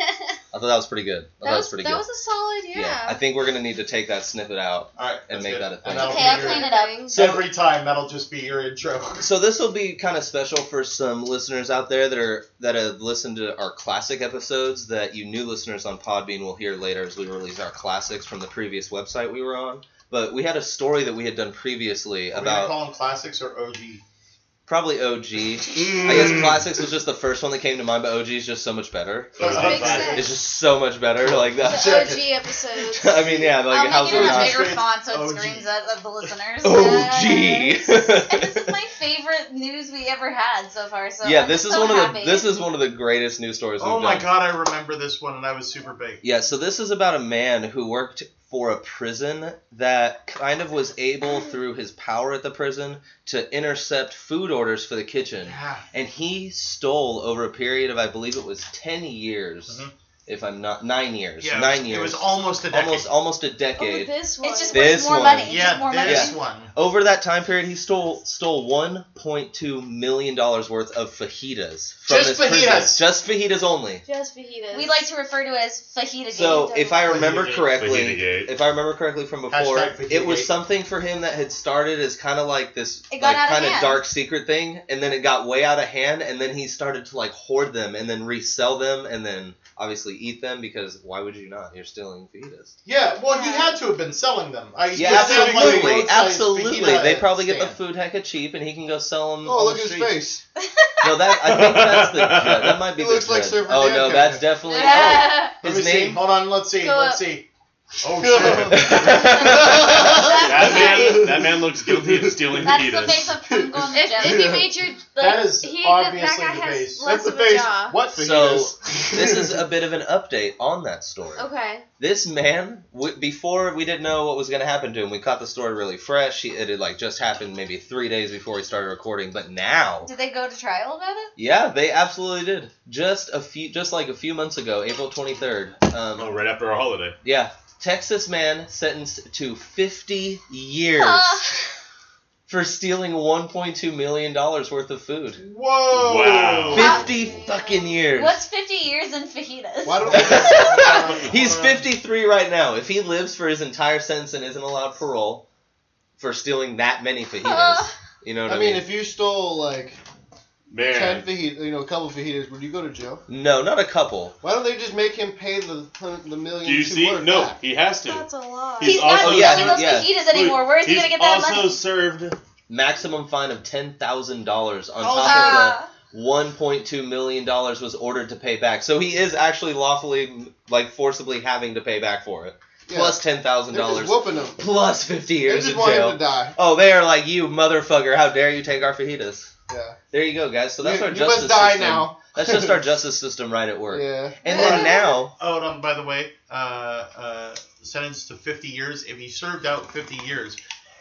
Speaker 2: I thought that was pretty good. I thought that was pretty
Speaker 6: that
Speaker 2: good.
Speaker 6: was a solid, yeah.
Speaker 2: I think we're gonna need to take that snippet out.
Speaker 5: All right,
Speaker 2: And
Speaker 5: that's
Speaker 2: make
Speaker 5: good.
Speaker 2: that a thing.
Speaker 5: And that'll
Speaker 3: Okay,
Speaker 5: be
Speaker 3: I'll
Speaker 5: your-
Speaker 3: clean it up.
Speaker 2: So-
Speaker 5: Every time that'll just be your intro.
Speaker 2: So this will be kind of special for some listeners out there that are that have listened to our classic episodes that you new listeners on Podbean will hear later as we release our classics from the previous website we were on. But we had a story that we had done previously
Speaker 5: Are we gonna
Speaker 2: about
Speaker 5: call them classics or OG?
Speaker 2: probably OG. I
Speaker 5: Hmm.
Speaker 2: guess classics was just the first one that came to mind, but OG is just so much better. It's just so much better. Like that.
Speaker 6: The OG episodes.
Speaker 2: I mean, yeah, like
Speaker 3: I'll
Speaker 2: how's
Speaker 3: make
Speaker 2: it
Speaker 3: it in a
Speaker 5: not?
Speaker 2: not?
Speaker 3: bigger
Speaker 5: It's
Speaker 3: font so it
Speaker 5: OG.
Speaker 3: screams at at the listeners. Yes. and this is
Speaker 2: OG.
Speaker 3: my favorite news we ever had so far. So
Speaker 2: yeah,
Speaker 3: I'm
Speaker 2: this
Speaker 3: just
Speaker 2: is
Speaker 3: so
Speaker 2: one of the
Speaker 3: happy.
Speaker 2: this is one of the greatest news stories.
Speaker 5: Oh
Speaker 2: we've
Speaker 5: my
Speaker 2: done.
Speaker 5: god, I remember this one and I was super big.
Speaker 2: Yeah, so this is about a man who worked for a prison that kind of was able through his power at the prison to intercept food orders for the kitchen.
Speaker 5: Yeah.
Speaker 2: and he stole over a period of I believe it was ten years,
Speaker 5: Mhm.
Speaker 2: if I'm not nine years,
Speaker 5: Yeah, it
Speaker 2: nine
Speaker 5: was-
Speaker 2: years,
Speaker 5: It was almost a decade.
Speaker 2: almost almost a
Speaker 6: Oh, but
Speaker 2: decade.
Speaker 6: this one.
Speaker 3: It's just
Speaker 2: This
Speaker 3: worth more
Speaker 2: one.
Speaker 3: money. It's just more
Speaker 5: yeah,
Speaker 3: money.
Speaker 5: this one.
Speaker 2: Over that time period, he stole stole one point two million dollars worth of fajitas from
Speaker 5: Just
Speaker 2: this prison.
Speaker 5: fajitas!
Speaker 2: just fajitas only.
Speaker 6: Just fajitas.
Speaker 3: We like to refer to it as fajita
Speaker 2: So
Speaker 3: game.
Speaker 2: if I remember
Speaker 5: Fajita gate.
Speaker 2: correctly,
Speaker 4: Fajita gate.
Speaker 2: if I remember correctly from before,
Speaker 5: Hashtag fajita
Speaker 2: it was
Speaker 5: gate.
Speaker 2: something for him that had started as kind of like this
Speaker 3: It
Speaker 2: like
Speaker 3: got out of
Speaker 2: kind of
Speaker 3: hand.
Speaker 2: dark secret thing, and then it got way out of hand, and then he started to like hoard them and then resell them and then obviously eat them because why would you not? You're stealing fetus.
Speaker 5: Yeah, well, he
Speaker 3: Yeah.
Speaker 5: had to have been selling them. I
Speaker 2: Yeah,
Speaker 5: it sounded like
Speaker 2: absolutely,
Speaker 5: roadside
Speaker 2: absolutely.
Speaker 5: fajita
Speaker 2: They probably get the
Speaker 5: stand.
Speaker 2: food hecka cheap, and he can go sell them.
Speaker 7: Oh,
Speaker 2: on
Speaker 7: look
Speaker 2: the
Speaker 7: at his
Speaker 2: street.
Speaker 7: face.
Speaker 2: No, that I think that's the judge. that might be
Speaker 7: He
Speaker 2: the
Speaker 7: looks like
Speaker 2: judge.
Speaker 7: Surfer
Speaker 2: Oh
Speaker 7: Dan
Speaker 2: no,
Speaker 7: coming
Speaker 2: that's
Speaker 7: in.
Speaker 2: definitely
Speaker 3: Yeah.
Speaker 2: oh,
Speaker 5: Let
Speaker 2: his
Speaker 5: me see.
Speaker 2: name.
Speaker 5: Hold on, let's see.
Speaker 6: Go
Speaker 5: let's
Speaker 6: up.
Speaker 5: see. Oh shit.
Speaker 4: That man, that man looks guilty of stealing
Speaker 3: That's the face
Speaker 4: fajitas.
Speaker 3: of him going to
Speaker 6: If, if
Speaker 3: jail.
Speaker 6: you made your like,
Speaker 5: that is
Speaker 6: um, he,
Speaker 5: obviously
Speaker 6: that guy
Speaker 5: the
Speaker 6: has
Speaker 5: face.
Speaker 6: less
Speaker 5: That's the
Speaker 6: of a
Speaker 5: face.
Speaker 6: jaw.
Speaker 5: What
Speaker 2: So,
Speaker 5: fajitas?
Speaker 2: This is a bit of an update on that story.
Speaker 6: Okay.
Speaker 2: This man, w- before we didn't know what was going to happen to him, we caught the story really fresh. He, it had like just happened maybe three days before we started recording, but now,
Speaker 3: Did they go to trial about it?
Speaker 2: yeah, they absolutely did. Just a few, just like a few months ago, April twenty third. Um,
Speaker 4: Oh, right after our holiday.
Speaker 2: Yeah, Texas man sentenced to 50 years
Speaker 3: Ah.
Speaker 2: for stealing 1.2 million dollars worth of food.
Speaker 5: Whoa.
Speaker 4: Wow.
Speaker 2: 50 fucking years.
Speaker 3: What's 50 years in fajitas?
Speaker 7: Why don't
Speaker 5: Hold on,
Speaker 2: He's
Speaker 5: hold on.
Speaker 2: 53 right now. If he lives for his entire sentence and isn't allowed parole for stealing that many fajitas,
Speaker 3: Oh.
Speaker 2: you know what
Speaker 7: I mean, if you stole like
Speaker 4: Man.
Speaker 7: ten fajitas, you know, a couple fajitas, would you go to jail?
Speaker 2: no, not a couple.
Speaker 7: Why don't they just make him pay the hun- the million?
Speaker 4: Do you
Speaker 7: to
Speaker 4: see?
Speaker 7: work
Speaker 4: No,
Speaker 7: back?
Speaker 4: he has to.
Speaker 6: That's a lot.
Speaker 3: He's,
Speaker 4: He's
Speaker 3: not
Speaker 4: also-
Speaker 3: selling
Speaker 2: yeah,
Speaker 3: those
Speaker 2: yeah.
Speaker 3: fajitas anymore. Where is he
Speaker 4: He's
Speaker 3: going to get that
Speaker 4: also
Speaker 3: money?
Speaker 4: served.
Speaker 2: Maximum fine of ten thousand dollars on
Speaker 5: Oh,
Speaker 2: top of
Speaker 3: Ah.
Speaker 2: the one point two million dollars was ordered to pay back. So he is actually lawfully, like, forcibly having to pay back for it.
Speaker 7: Yeah.
Speaker 2: Plus ten thousand
Speaker 7: They're
Speaker 2: dollars
Speaker 7: just whooping him.
Speaker 2: plus 50
Speaker 7: They
Speaker 2: years
Speaker 7: just
Speaker 2: in
Speaker 7: want him
Speaker 2: jail.
Speaker 7: to die.
Speaker 2: Oh, they are like, you motherfucker, how dare you take our fajitas.
Speaker 7: Yeah.
Speaker 2: There you go, guys. So that's
Speaker 7: you,
Speaker 2: our
Speaker 7: you
Speaker 2: justice
Speaker 7: must die
Speaker 2: system.
Speaker 7: now.
Speaker 2: That's just our justice system right at work.
Speaker 7: Yeah.
Speaker 2: And then now,
Speaker 5: Oh, and um, by the way, uh, uh, sentenced to 50 years. If he served out 50 years,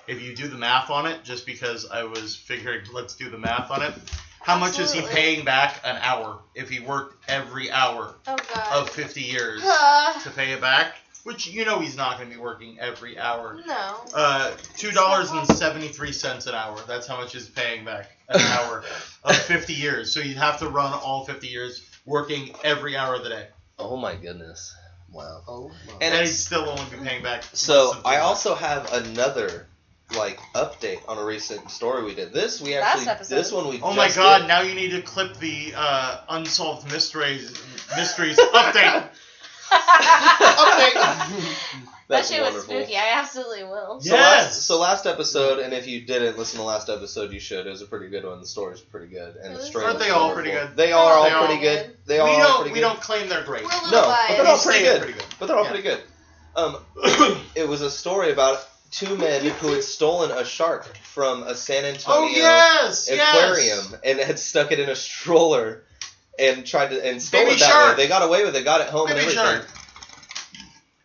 Speaker 5: if you do the math on it, just because I was figuring, let's do the math on it. How much is he
Speaker 6: Absolutely.
Speaker 5: paying back an hour if he worked every hour
Speaker 6: Oh god.
Speaker 5: of 50 years
Speaker 3: Ah.
Speaker 5: to pay it back? which you know he's not going to be working every hour.
Speaker 6: No.
Speaker 5: Uh, two dollars and seventy three cents an hour. That's how much he's paying back an hour of fifty years. So you'd have to run all fifty years working every hour of the day,
Speaker 2: Oh my goodness. Wow.
Speaker 7: Oh, my.
Speaker 2: And
Speaker 5: and he'd
Speaker 2: it's
Speaker 5: still only be paying back.
Speaker 2: So
Speaker 5: something
Speaker 2: I
Speaker 5: like-
Speaker 2: also have another like update on a recent story we did. This we
Speaker 3: Last
Speaker 2: actually
Speaker 3: episode.
Speaker 2: this one we
Speaker 5: Oh my
Speaker 2: just
Speaker 5: God!
Speaker 2: did.
Speaker 5: Now you need to clip the uh, unsolved mysteries mysteries update.
Speaker 7: Update.
Speaker 3: that
Speaker 2: That's
Speaker 3: shit was
Speaker 2: wonderful.
Speaker 3: spooky. I absolutely will.
Speaker 2: So last,
Speaker 5: Yes!
Speaker 2: uh, so last episode, and if you didn't listen to last episode, you should. It was a pretty good one. The story's pretty good, and the
Speaker 6: Really?
Speaker 2: story.
Speaker 5: Aren't
Speaker 2: was
Speaker 5: they all
Speaker 2: wonderful.
Speaker 5: pretty good?
Speaker 2: They are all
Speaker 5: They all
Speaker 2: pretty good. They
Speaker 5: We
Speaker 2: are all
Speaker 5: don't
Speaker 2: pretty good.
Speaker 5: we don't claim they're great.
Speaker 6: We're a little
Speaker 2: No, but
Speaker 6: biased.
Speaker 2: they're all
Speaker 5: They
Speaker 2: pretty
Speaker 5: stayed
Speaker 2: good.
Speaker 5: pretty good.
Speaker 2: But they're all
Speaker 5: Yeah.
Speaker 2: pretty good. Um, it was a story about two men who had stolen a shark from a San
Speaker 5: Oh
Speaker 2: Antonio
Speaker 5: yes,
Speaker 2: aquarium
Speaker 5: Yes.
Speaker 2: and had stuck it in a stroller and tried to and stole
Speaker 5: Baby
Speaker 2: it that
Speaker 5: shark.
Speaker 2: way. They got away with it, got it home and
Speaker 5: Baby
Speaker 2: everything.
Speaker 5: shark.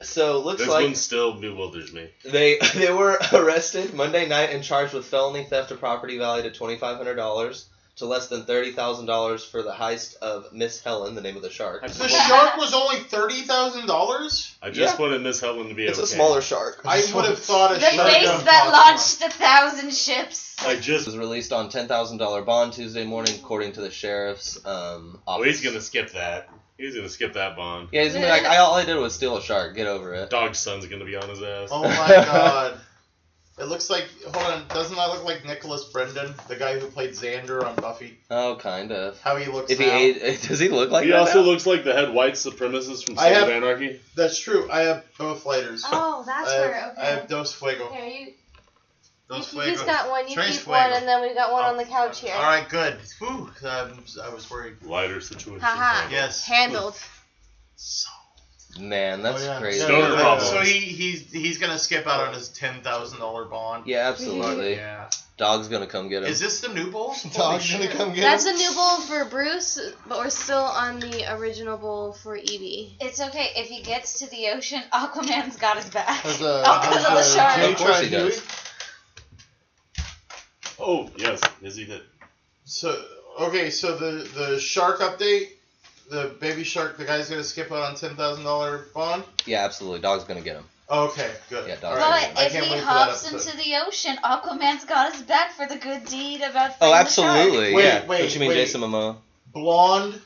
Speaker 2: So looks
Speaker 4: This
Speaker 2: like
Speaker 4: one still bewilders me.
Speaker 2: they they were arrested Monday night and charged with felony theft of property valued at twenty five hundred dollars to less than thirty thousand dollars for the heist of Miss Helen, the name of the shark.
Speaker 4: I
Speaker 5: The
Speaker 4: just, want,
Speaker 5: shark was only thirty thousand dollars.
Speaker 4: I just wanted Miss Helen to be
Speaker 2: It's
Speaker 4: okay.
Speaker 2: a smaller shark.
Speaker 5: I would have thought
Speaker 3: The
Speaker 5: a shark.
Speaker 3: face that launched a thousand ships.
Speaker 4: I
Speaker 2: It
Speaker 4: just.
Speaker 2: was released on ten thousand dollar bond Tuesday morning, according to the sheriff's um.
Speaker 4: Oh,
Speaker 2: Office.
Speaker 4: he's gonna skip that. He's gonna skip that bond.
Speaker 2: Yeah, he's gonna be like, I, all I did was steal a shark. Get over it.
Speaker 4: Dog son's gonna be on his ass.
Speaker 5: Oh my god. It looks like hold on, doesn't that look like Nicholas Brendan, the guy who played Xander on Buffy?
Speaker 2: Oh, kind of.
Speaker 5: How he looks
Speaker 2: If he
Speaker 5: now.
Speaker 2: ate, does he look like
Speaker 4: he
Speaker 2: that
Speaker 4: also
Speaker 2: now?
Speaker 4: looks like the head white supremacist from
Speaker 5: I
Speaker 4: Soul
Speaker 5: have-
Speaker 4: of Anarchy.
Speaker 5: That's true. I have both lighters.
Speaker 6: Oh, that's
Speaker 2: Uh,
Speaker 5: I, have,
Speaker 6: where.
Speaker 5: I
Speaker 6: Okay.
Speaker 5: have Dos Fuego.
Speaker 6: Here, you,
Speaker 5: Dos
Speaker 6: you- he's
Speaker 5: Fuego.
Speaker 6: got one. You
Speaker 5: Trace
Speaker 6: keep one,
Speaker 5: fuego.
Speaker 6: and then we've got one on
Speaker 2: Oh,
Speaker 6: the couch here.
Speaker 5: All right, good. Whew, um, I was worried.
Speaker 4: Lighter situation.
Speaker 3: Haha.
Speaker 5: Yes.
Speaker 3: Handled.
Speaker 5: So
Speaker 2: Man, that's
Speaker 5: oh, yeah.
Speaker 2: crazy.
Speaker 4: Stoner
Speaker 5: so,
Speaker 4: problems.
Speaker 5: so he he's he's gonna skip out on his ten thousand dollar bond.
Speaker 2: Yeah, absolutely.
Speaker 5: Yeah.
Speaker 2: Dog's gonna come get him.
Speaker 5: Is this the new bowl? Holy
Speaker 7: Dog's gonna
Speaker 5: shit.
Speaker 7: come get
Speaker 6: That's
Speaker 7: him.
Speaker 6: a new bowl for Bruce, but we're still on the original bowl for Evie.
Speaker 3: It's okay. If he gets to the ocean, Aquaman's got his back.
Speaker 7: There's
Speaker 5: uh,
Speaker 7: a-
Speaker 3: oh, because of the
Speaker 7: there's a
Speaker 3: shark.
Speaker 7: Jay
Speaker 2: Of course he
Speaker 7: Tri-Huey.
Speaker 2: does.
Speaker 4: Oh yes, is he did.
Speaker 5: So okay, so the the shark update, the baby shark, the guy's gonna skip out on ten thousand dollar bond.
Speaker 2: Yeah, absolutely. Dog's gonna get him.
Speaker 5: Okay, good.
Speaker 2: Yeah, dog.
Speaker 3: But
Speaker 5: All right. I
Speaker 3: if
Speaker 5: can't
Speaker 3: he
Speaker 5: wait for that
Speaker 3: hops
Speaker 5: episode.
Speaker 3: into the ocean, Aquaman's got his back for the good deed about
Speaker 2: Oh,
Speaker 3: freeing
Speaker 2: absolutely.
Speaker 5: Wait,
Speaker 2: yeah.
Speaker 5: wait,
Speaker 2: what you mean,
Speaker 5: wait.
Speaker 2: Jason Momoa?
Speaker 5: blonde,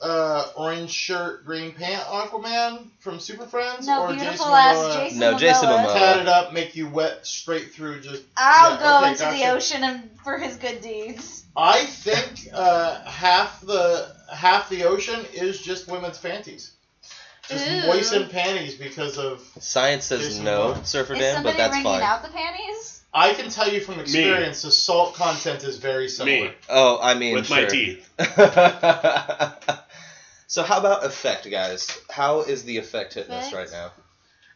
Speaker 5: uh, orange shirt, green pant, Aquaman from Super Friends,
Speaker 3: The shark.
Speaker 5: or
Speaker 3: No, beautiful
Speaker 5: Jason
Speaker 3: ass
Speaker 5: Momoa
Speaker 3: Jason
Speaker 2: No,
Speaker 3: Momoa.
Speaker 2: Jason Momoa.
Speaker 5: tatted up, make you wet straight through. Just
Speaker 3: I'll
Speaker 5: Yeah,
Speaker 3: go
Speaker 5: okay,
Speaker 3: into the
Speaker 5: gotcha.
Speaker 3: ocean and for his good deeds.
Speaker 5: I think uh, half the half the ocean is just women's panties. Just
Speaker 6: Ooh.
Speaker 5: moistened panties because of.
Speaker 2: Science says
Speaker 5: Jason
Speaker 2: no,
Speaker 5: Momoa.
Speaker 2: Surfer
Speaker 3: Is
Speaker 2: Dan, but
Speaker 3: somebody
Speaker 2: that's
Speaker 3: wringing
Speaker 2: fine.
Speaker 3: out the panties?
Speaker 5: I can tell you from experience, the salt content is very similar.
Speaker 4: Me
Speaker 2: Oh, I mean,
Speaker 4: with
Speaker 2: sure.
Speaker 4: my teeth.
Speaker 2: so how about effect, guys? How is the effect hitting us right
Speaker 6: Effect?
Speaker 2: now?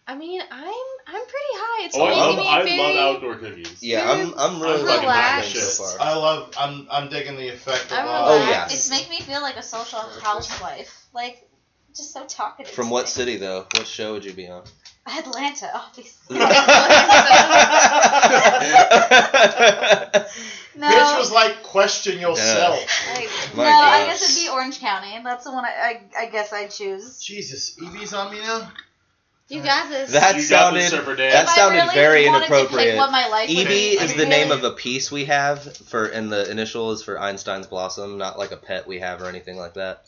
Speaker 6: I mean, I'm I'm pretty high. It's
Speaker 4: Oh, I
Speaker 6: making
Speaker 4: love
Speaker 6: me
Speaker 4: I
Speaker 6: very.
Speaker 4: love outdoor cookies.
Speaker 2: Yeah, I'm I'm really
Speaker 4: fucking
Speaker 2: liking
Speaker 4: relaxed.
Speaker 2: this so far.
Speaker 5: I love. I'm. I'm digging the effect.
Speaker 6: I'm
Speaker 5: a lot.
Speaker 2: Oh,
Speaker 6: relaxed.
Speaker 2: yeah.
Speaker 3: It's making me feel like a social housewife. Like, just so talkative.
Speaker 2: From
Speaker 3: to
Speaker 2: what
Speaker 3: me.
Speaker 2: city though? What show would you be on?
Speaker 3: Atlanta, obviously. no.
Speaker 5: Bitch was like, question yourself.
Speaker 3: I,
Speaker 2: My
Speaker 3: no, I
Speaker 2: gosh.
Speaker 3: guess it'd be Orange County. That's the one I, I, I guess I'd choose.
Speaker 5: Jesus, Evie's on me now.
Speaker 6: You got this.
Speaker 2: That
Speaker 4: you
Speaker 2: sounded-
Speaker 4: got the surfer Dan.
Speaker 2: That
Speaker 3: If I
Speaker 2: sounded
Speaker 3: really
Speaker 2: very
Speaker 3: wanted to pick
Speaker 2: inappropriate.
Speaker 3: what my life would
Speaker 2: Evie
Speaker 3: be,
Speaker 2: is
Speaker 3: I
Speaker 2: the name
Speaker 3: really-
Speaker 2: of a piece we have for, and the initial is for Einstein's Blossom, not like a pet we have or anything like that.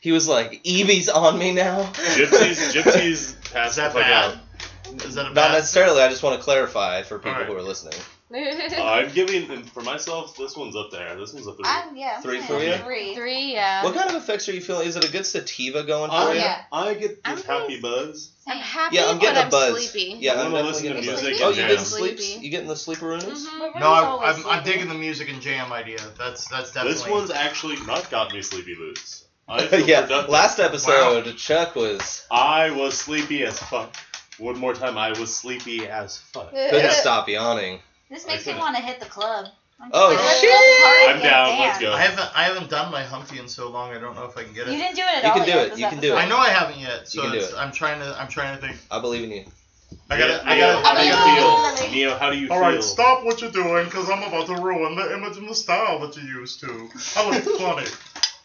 Speaker 2: He was like, Evie's on me now.
Speaker 4: gypsies. Gypsies pass
Speaker 5: Is that
Speaker 4: the fuck
Speaker 5: bad? Is that a
Speaker 2: Not
Speaker 5: bad?
Speaker 2: necessarily. I just want to clarify for people
Speaker 5: Alright.
Speaker 2: who are listening.
Speaker 4: out. I'm giving and for myself. This one's up there. This one's up there.
Speaker 3: I'm, yeah. I'm
Speaker 2: Three
Speaker 3: saying
Speaker 2: for you?
Speaker 3: Three.
Speaker 6: Three, yeah.
Speaker 2: What kind of effects are you feeling? Is it a good sativa going for
Speaker 5: Oh,
Speaker 4: I,
Speaker 2: you?
Speaker 3: yeah.
Speaker 4: I get
Speaker 6: I'm
Speaker 4: this happy buzz.
Speaker 6: I'm happy,
Speaker 2: Yeah, I'm getting
Speaker 6: but
Speaker 2: a buzz.
Speaker 6: I'm sleepy.
Speaker 2: Yeah,
Speaker 4: I
Speaker 2: I'm
Speaker 4: wanna
Speaker 2: definitely
Speaker 4: listen to
Speaker 2: getting a buzz.
Speaker 4: music
Speaker 2: Oh,
Speaker 4: and
Speaker 2: you
Speaker 4: jam.
Speaker 2: get sleeps?
Speaker 6: Sleepy.
Speaker 2: You getting the sleeperoonies?
Speaker 6: Mhm.
Speaker 5: No, I, I'm, I'm digging the music and jam idea. That's that's definitely.
Speaker 4: This one's actually not got me sleepy boots. I feel
Speaker 2: yeah.
Speaker 4: productive.
Speaker 2: Last episode, Chuck was.
Speaker 4: I was sleepy as fuck. One more time, I was sleepy as fuck.
Speaker 2: Couldn't stop yawning.
Speaker 3: This makes me
Speaker 4: Okay.
Speaker 3: want to hit the club. I'm
Speaker 2: Oh,
Speaker 3: just like, let's
Speaker 6: shit.
Speaker 3: go party
Speaker 4: I'm
Speaker 3: and
Speaker 4: down. Let's
Speaker 3: dance.
Speaker 4: go.
Speaker 5: I haven't I haven't done my Humpty in so long. I don't know if I can get
Speaker 3: You
Speaker 5: it.
Speaker 3: didn't do it at
Speaker 2: You
Speaker 3: all.
Speaker 2: can do
Speaker 3: yet
Speaker 2: it.
Speaker 3: this
Speaker 2: You can do
Speaker 3: episode.
Speaker 5: I know I haven't yet,
Speaker 2: You
Speaker 5: so
Speaker 2: can do
Speaker 5: it's,
Speaker 2: it.
Speaker 5: I'm trying to I'm trying to think.
Speaker 2: I believe in you.
Speaker 5: I gotta I
Speaker 4: Neo,
Speaker 5: gotta.
Speaker 4: how do
Speaker 5: I
Speaker 4: you
Speaker 5: gotta
Speaker 3: gotta-
Speaker 4: feel? Neo, how do you
Speaker 5: all
Speaker 4: feel?
Speaker 5: right, stop what you're doing, because I'm about to ruin the image and the style that you used to. I look funny.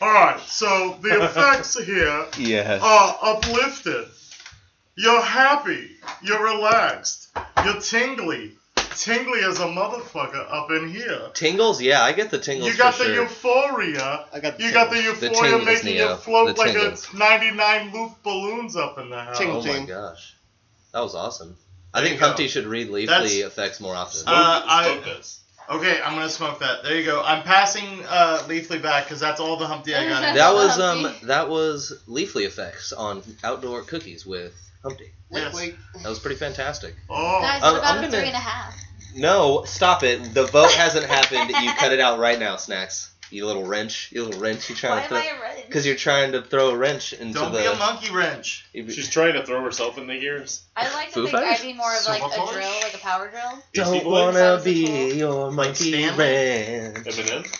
Speaker 5: All right, so the effects here
Speaker 2: Yes.
Speaker 5: are uplifted. You're happy. You're relaxed. You're tingly. Tingly as a motherfucker up in here.
Speaker 2: Tingles? Yeah, I get the tingles
Speaker 5: You got
Speaker 2: for
Speaker 5: the
Speaker 2: sure.
Speaker 5: euphoria.
Speaker 7: I got the
Speaker 5: You got the
Speaker 7: tingles.
Speaker 5: euphoria
Speaker 2: tingles,
Speaker 5: making
Speaker 2: Neo.
Speaker 5: you float
Speaker 2: The
Speaker 5: like a
Speaker 2: tingles.
Speaker 5: 99 loop balloons up in the house.
Speaker 7: Tingle.
Speaker 2: oh my
Speaker 7: thing.
Speaker 2: gosh, that was awesome. I
Speaker 5: There
Speaker 2: think
Speaker 5: you go.
Speaker 2: Humpty should read Leafly
Speaker 5: That's-
Speaker 2: effects more often.
Speaker 5: Uh, I-
Speaker 4: Smoke this.
Speaker 5: Okay, I'm gonna smoke that. There you go. I'm passing uh, Leafly back because that's all the Humpty I got. in.
Speaker 2: that was um
Speaker 3: Humpty.
Speaker 2: that was Leafly effects on outdoor cookies with Humpty.
Speaker 7: Wait,
Speaker 5: Yes.
Speaker 7: wait.
Speaker 2: That was pretty fantastic.
Speaker 5: Oh.
Speaker 3: Guys,
Speaker 2: I'm-
Speaker 3: what about
Speaker 2: I'm
Speaker 3: a
Speaker 2: gonna-
Speaker 3: three and a half?
Speaker 2: No, stop it. The vote hasn't happened. You cut it out right now, Snacks. You little wrench. You little wrench. You
Speaker 3: Why
Speaker 2: trying
Speaker 3: am I
Speaker 2: to
Speaker 3: a red?
Speaker 2: because you're trying to throw a wrench into
Speaker 5: Don't
Speaker 2: the.
Speaker 5: be a monkey wrench.
Speaker 2: if you-
Speaker 4: She's trying to throw herself in the gears.
Speaker 3: I like to
Speaker 2: Foo
Speaker 3: think
Speaker 2: Fighters?
Speaker 3: I'd be more of like a
Speaker 5: Sabotage?
Speaker 3: drill, like a power drill.
Speaker 4: Beastie
Speaker 2: don't
Speaker 4: Boys?
Speaker 2: wanna
Speaker 3: Sounds
Speaker 2: be
Speaker 3: cool.
Speaker 2: your monkey
Speaker 5: Stanley?
Speaker 2: wrench.
Speaker 4: Eminem.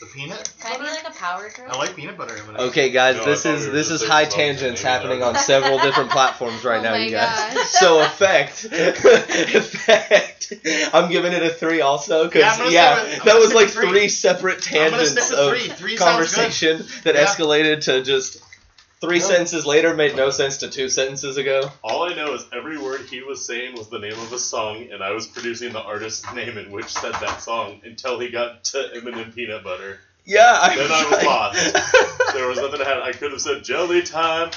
Speaker 5: The peanut.
Speaker 3: Can I be like a power drill?
Speaker 5: I like peanut butter. M&Ms.
Speaker 2: Okay, guys,
Speaker 4: No, I
Speaker 2: this
Speaker 4: thought we
Speaker 2: is
Speaker 4: were
Speaker 2: this
Speaker 4: just
Speaker 2: is
Speaker 4: doing
Speaker 2: high
Speaker 4: something,
Speaker 2: tangents
Speaker 4: maybe
Speaker 2: happening
Speaker 4: not.
Speaker 2: on several different platforms right
Speaker 3: Oh
Speaker 2: now,
Speaker 3: my
Speaker 2: you guys.
Speaker 3: gosh.
Speaker 2: So effect, effect. I'm giving it a three also
Speaker 5: Yeah, I'm
Speaker 2: because
Speaker 5: gonna
Speaker 2: yeah,
Speaker 5: say- I'm
Speaker 2: that
Speaker 5: gonna
Speaker 2: was
Speaker 5: say
Speaker 2: like
Speaker 5: three.
Speaker 2: three separate
Speaker 5: I'm gonna stick
Speaker 2: tangents
Speaker 5: with
Speaker 2: of
Speaker 5: three. Three sounds good.
Speaker 2: conversation that
Speaker 5: Yeah.
Speaker 2: escalated to just three
Speaker 7: No.
Speaker 2: sentences later made
Speaker 5: Uh-huh.
Speaker 2: no sense to two sentences ago.
Speaker 4: All I know is every word he was saying was the name of a song, and I was producing the artist's name in which said that song until he got to Eminem Peanut Butter.
Speaker 2: Yeah, I
Speaker 4: Then I was lost. There was nothing I had. I could have said Jelly Time,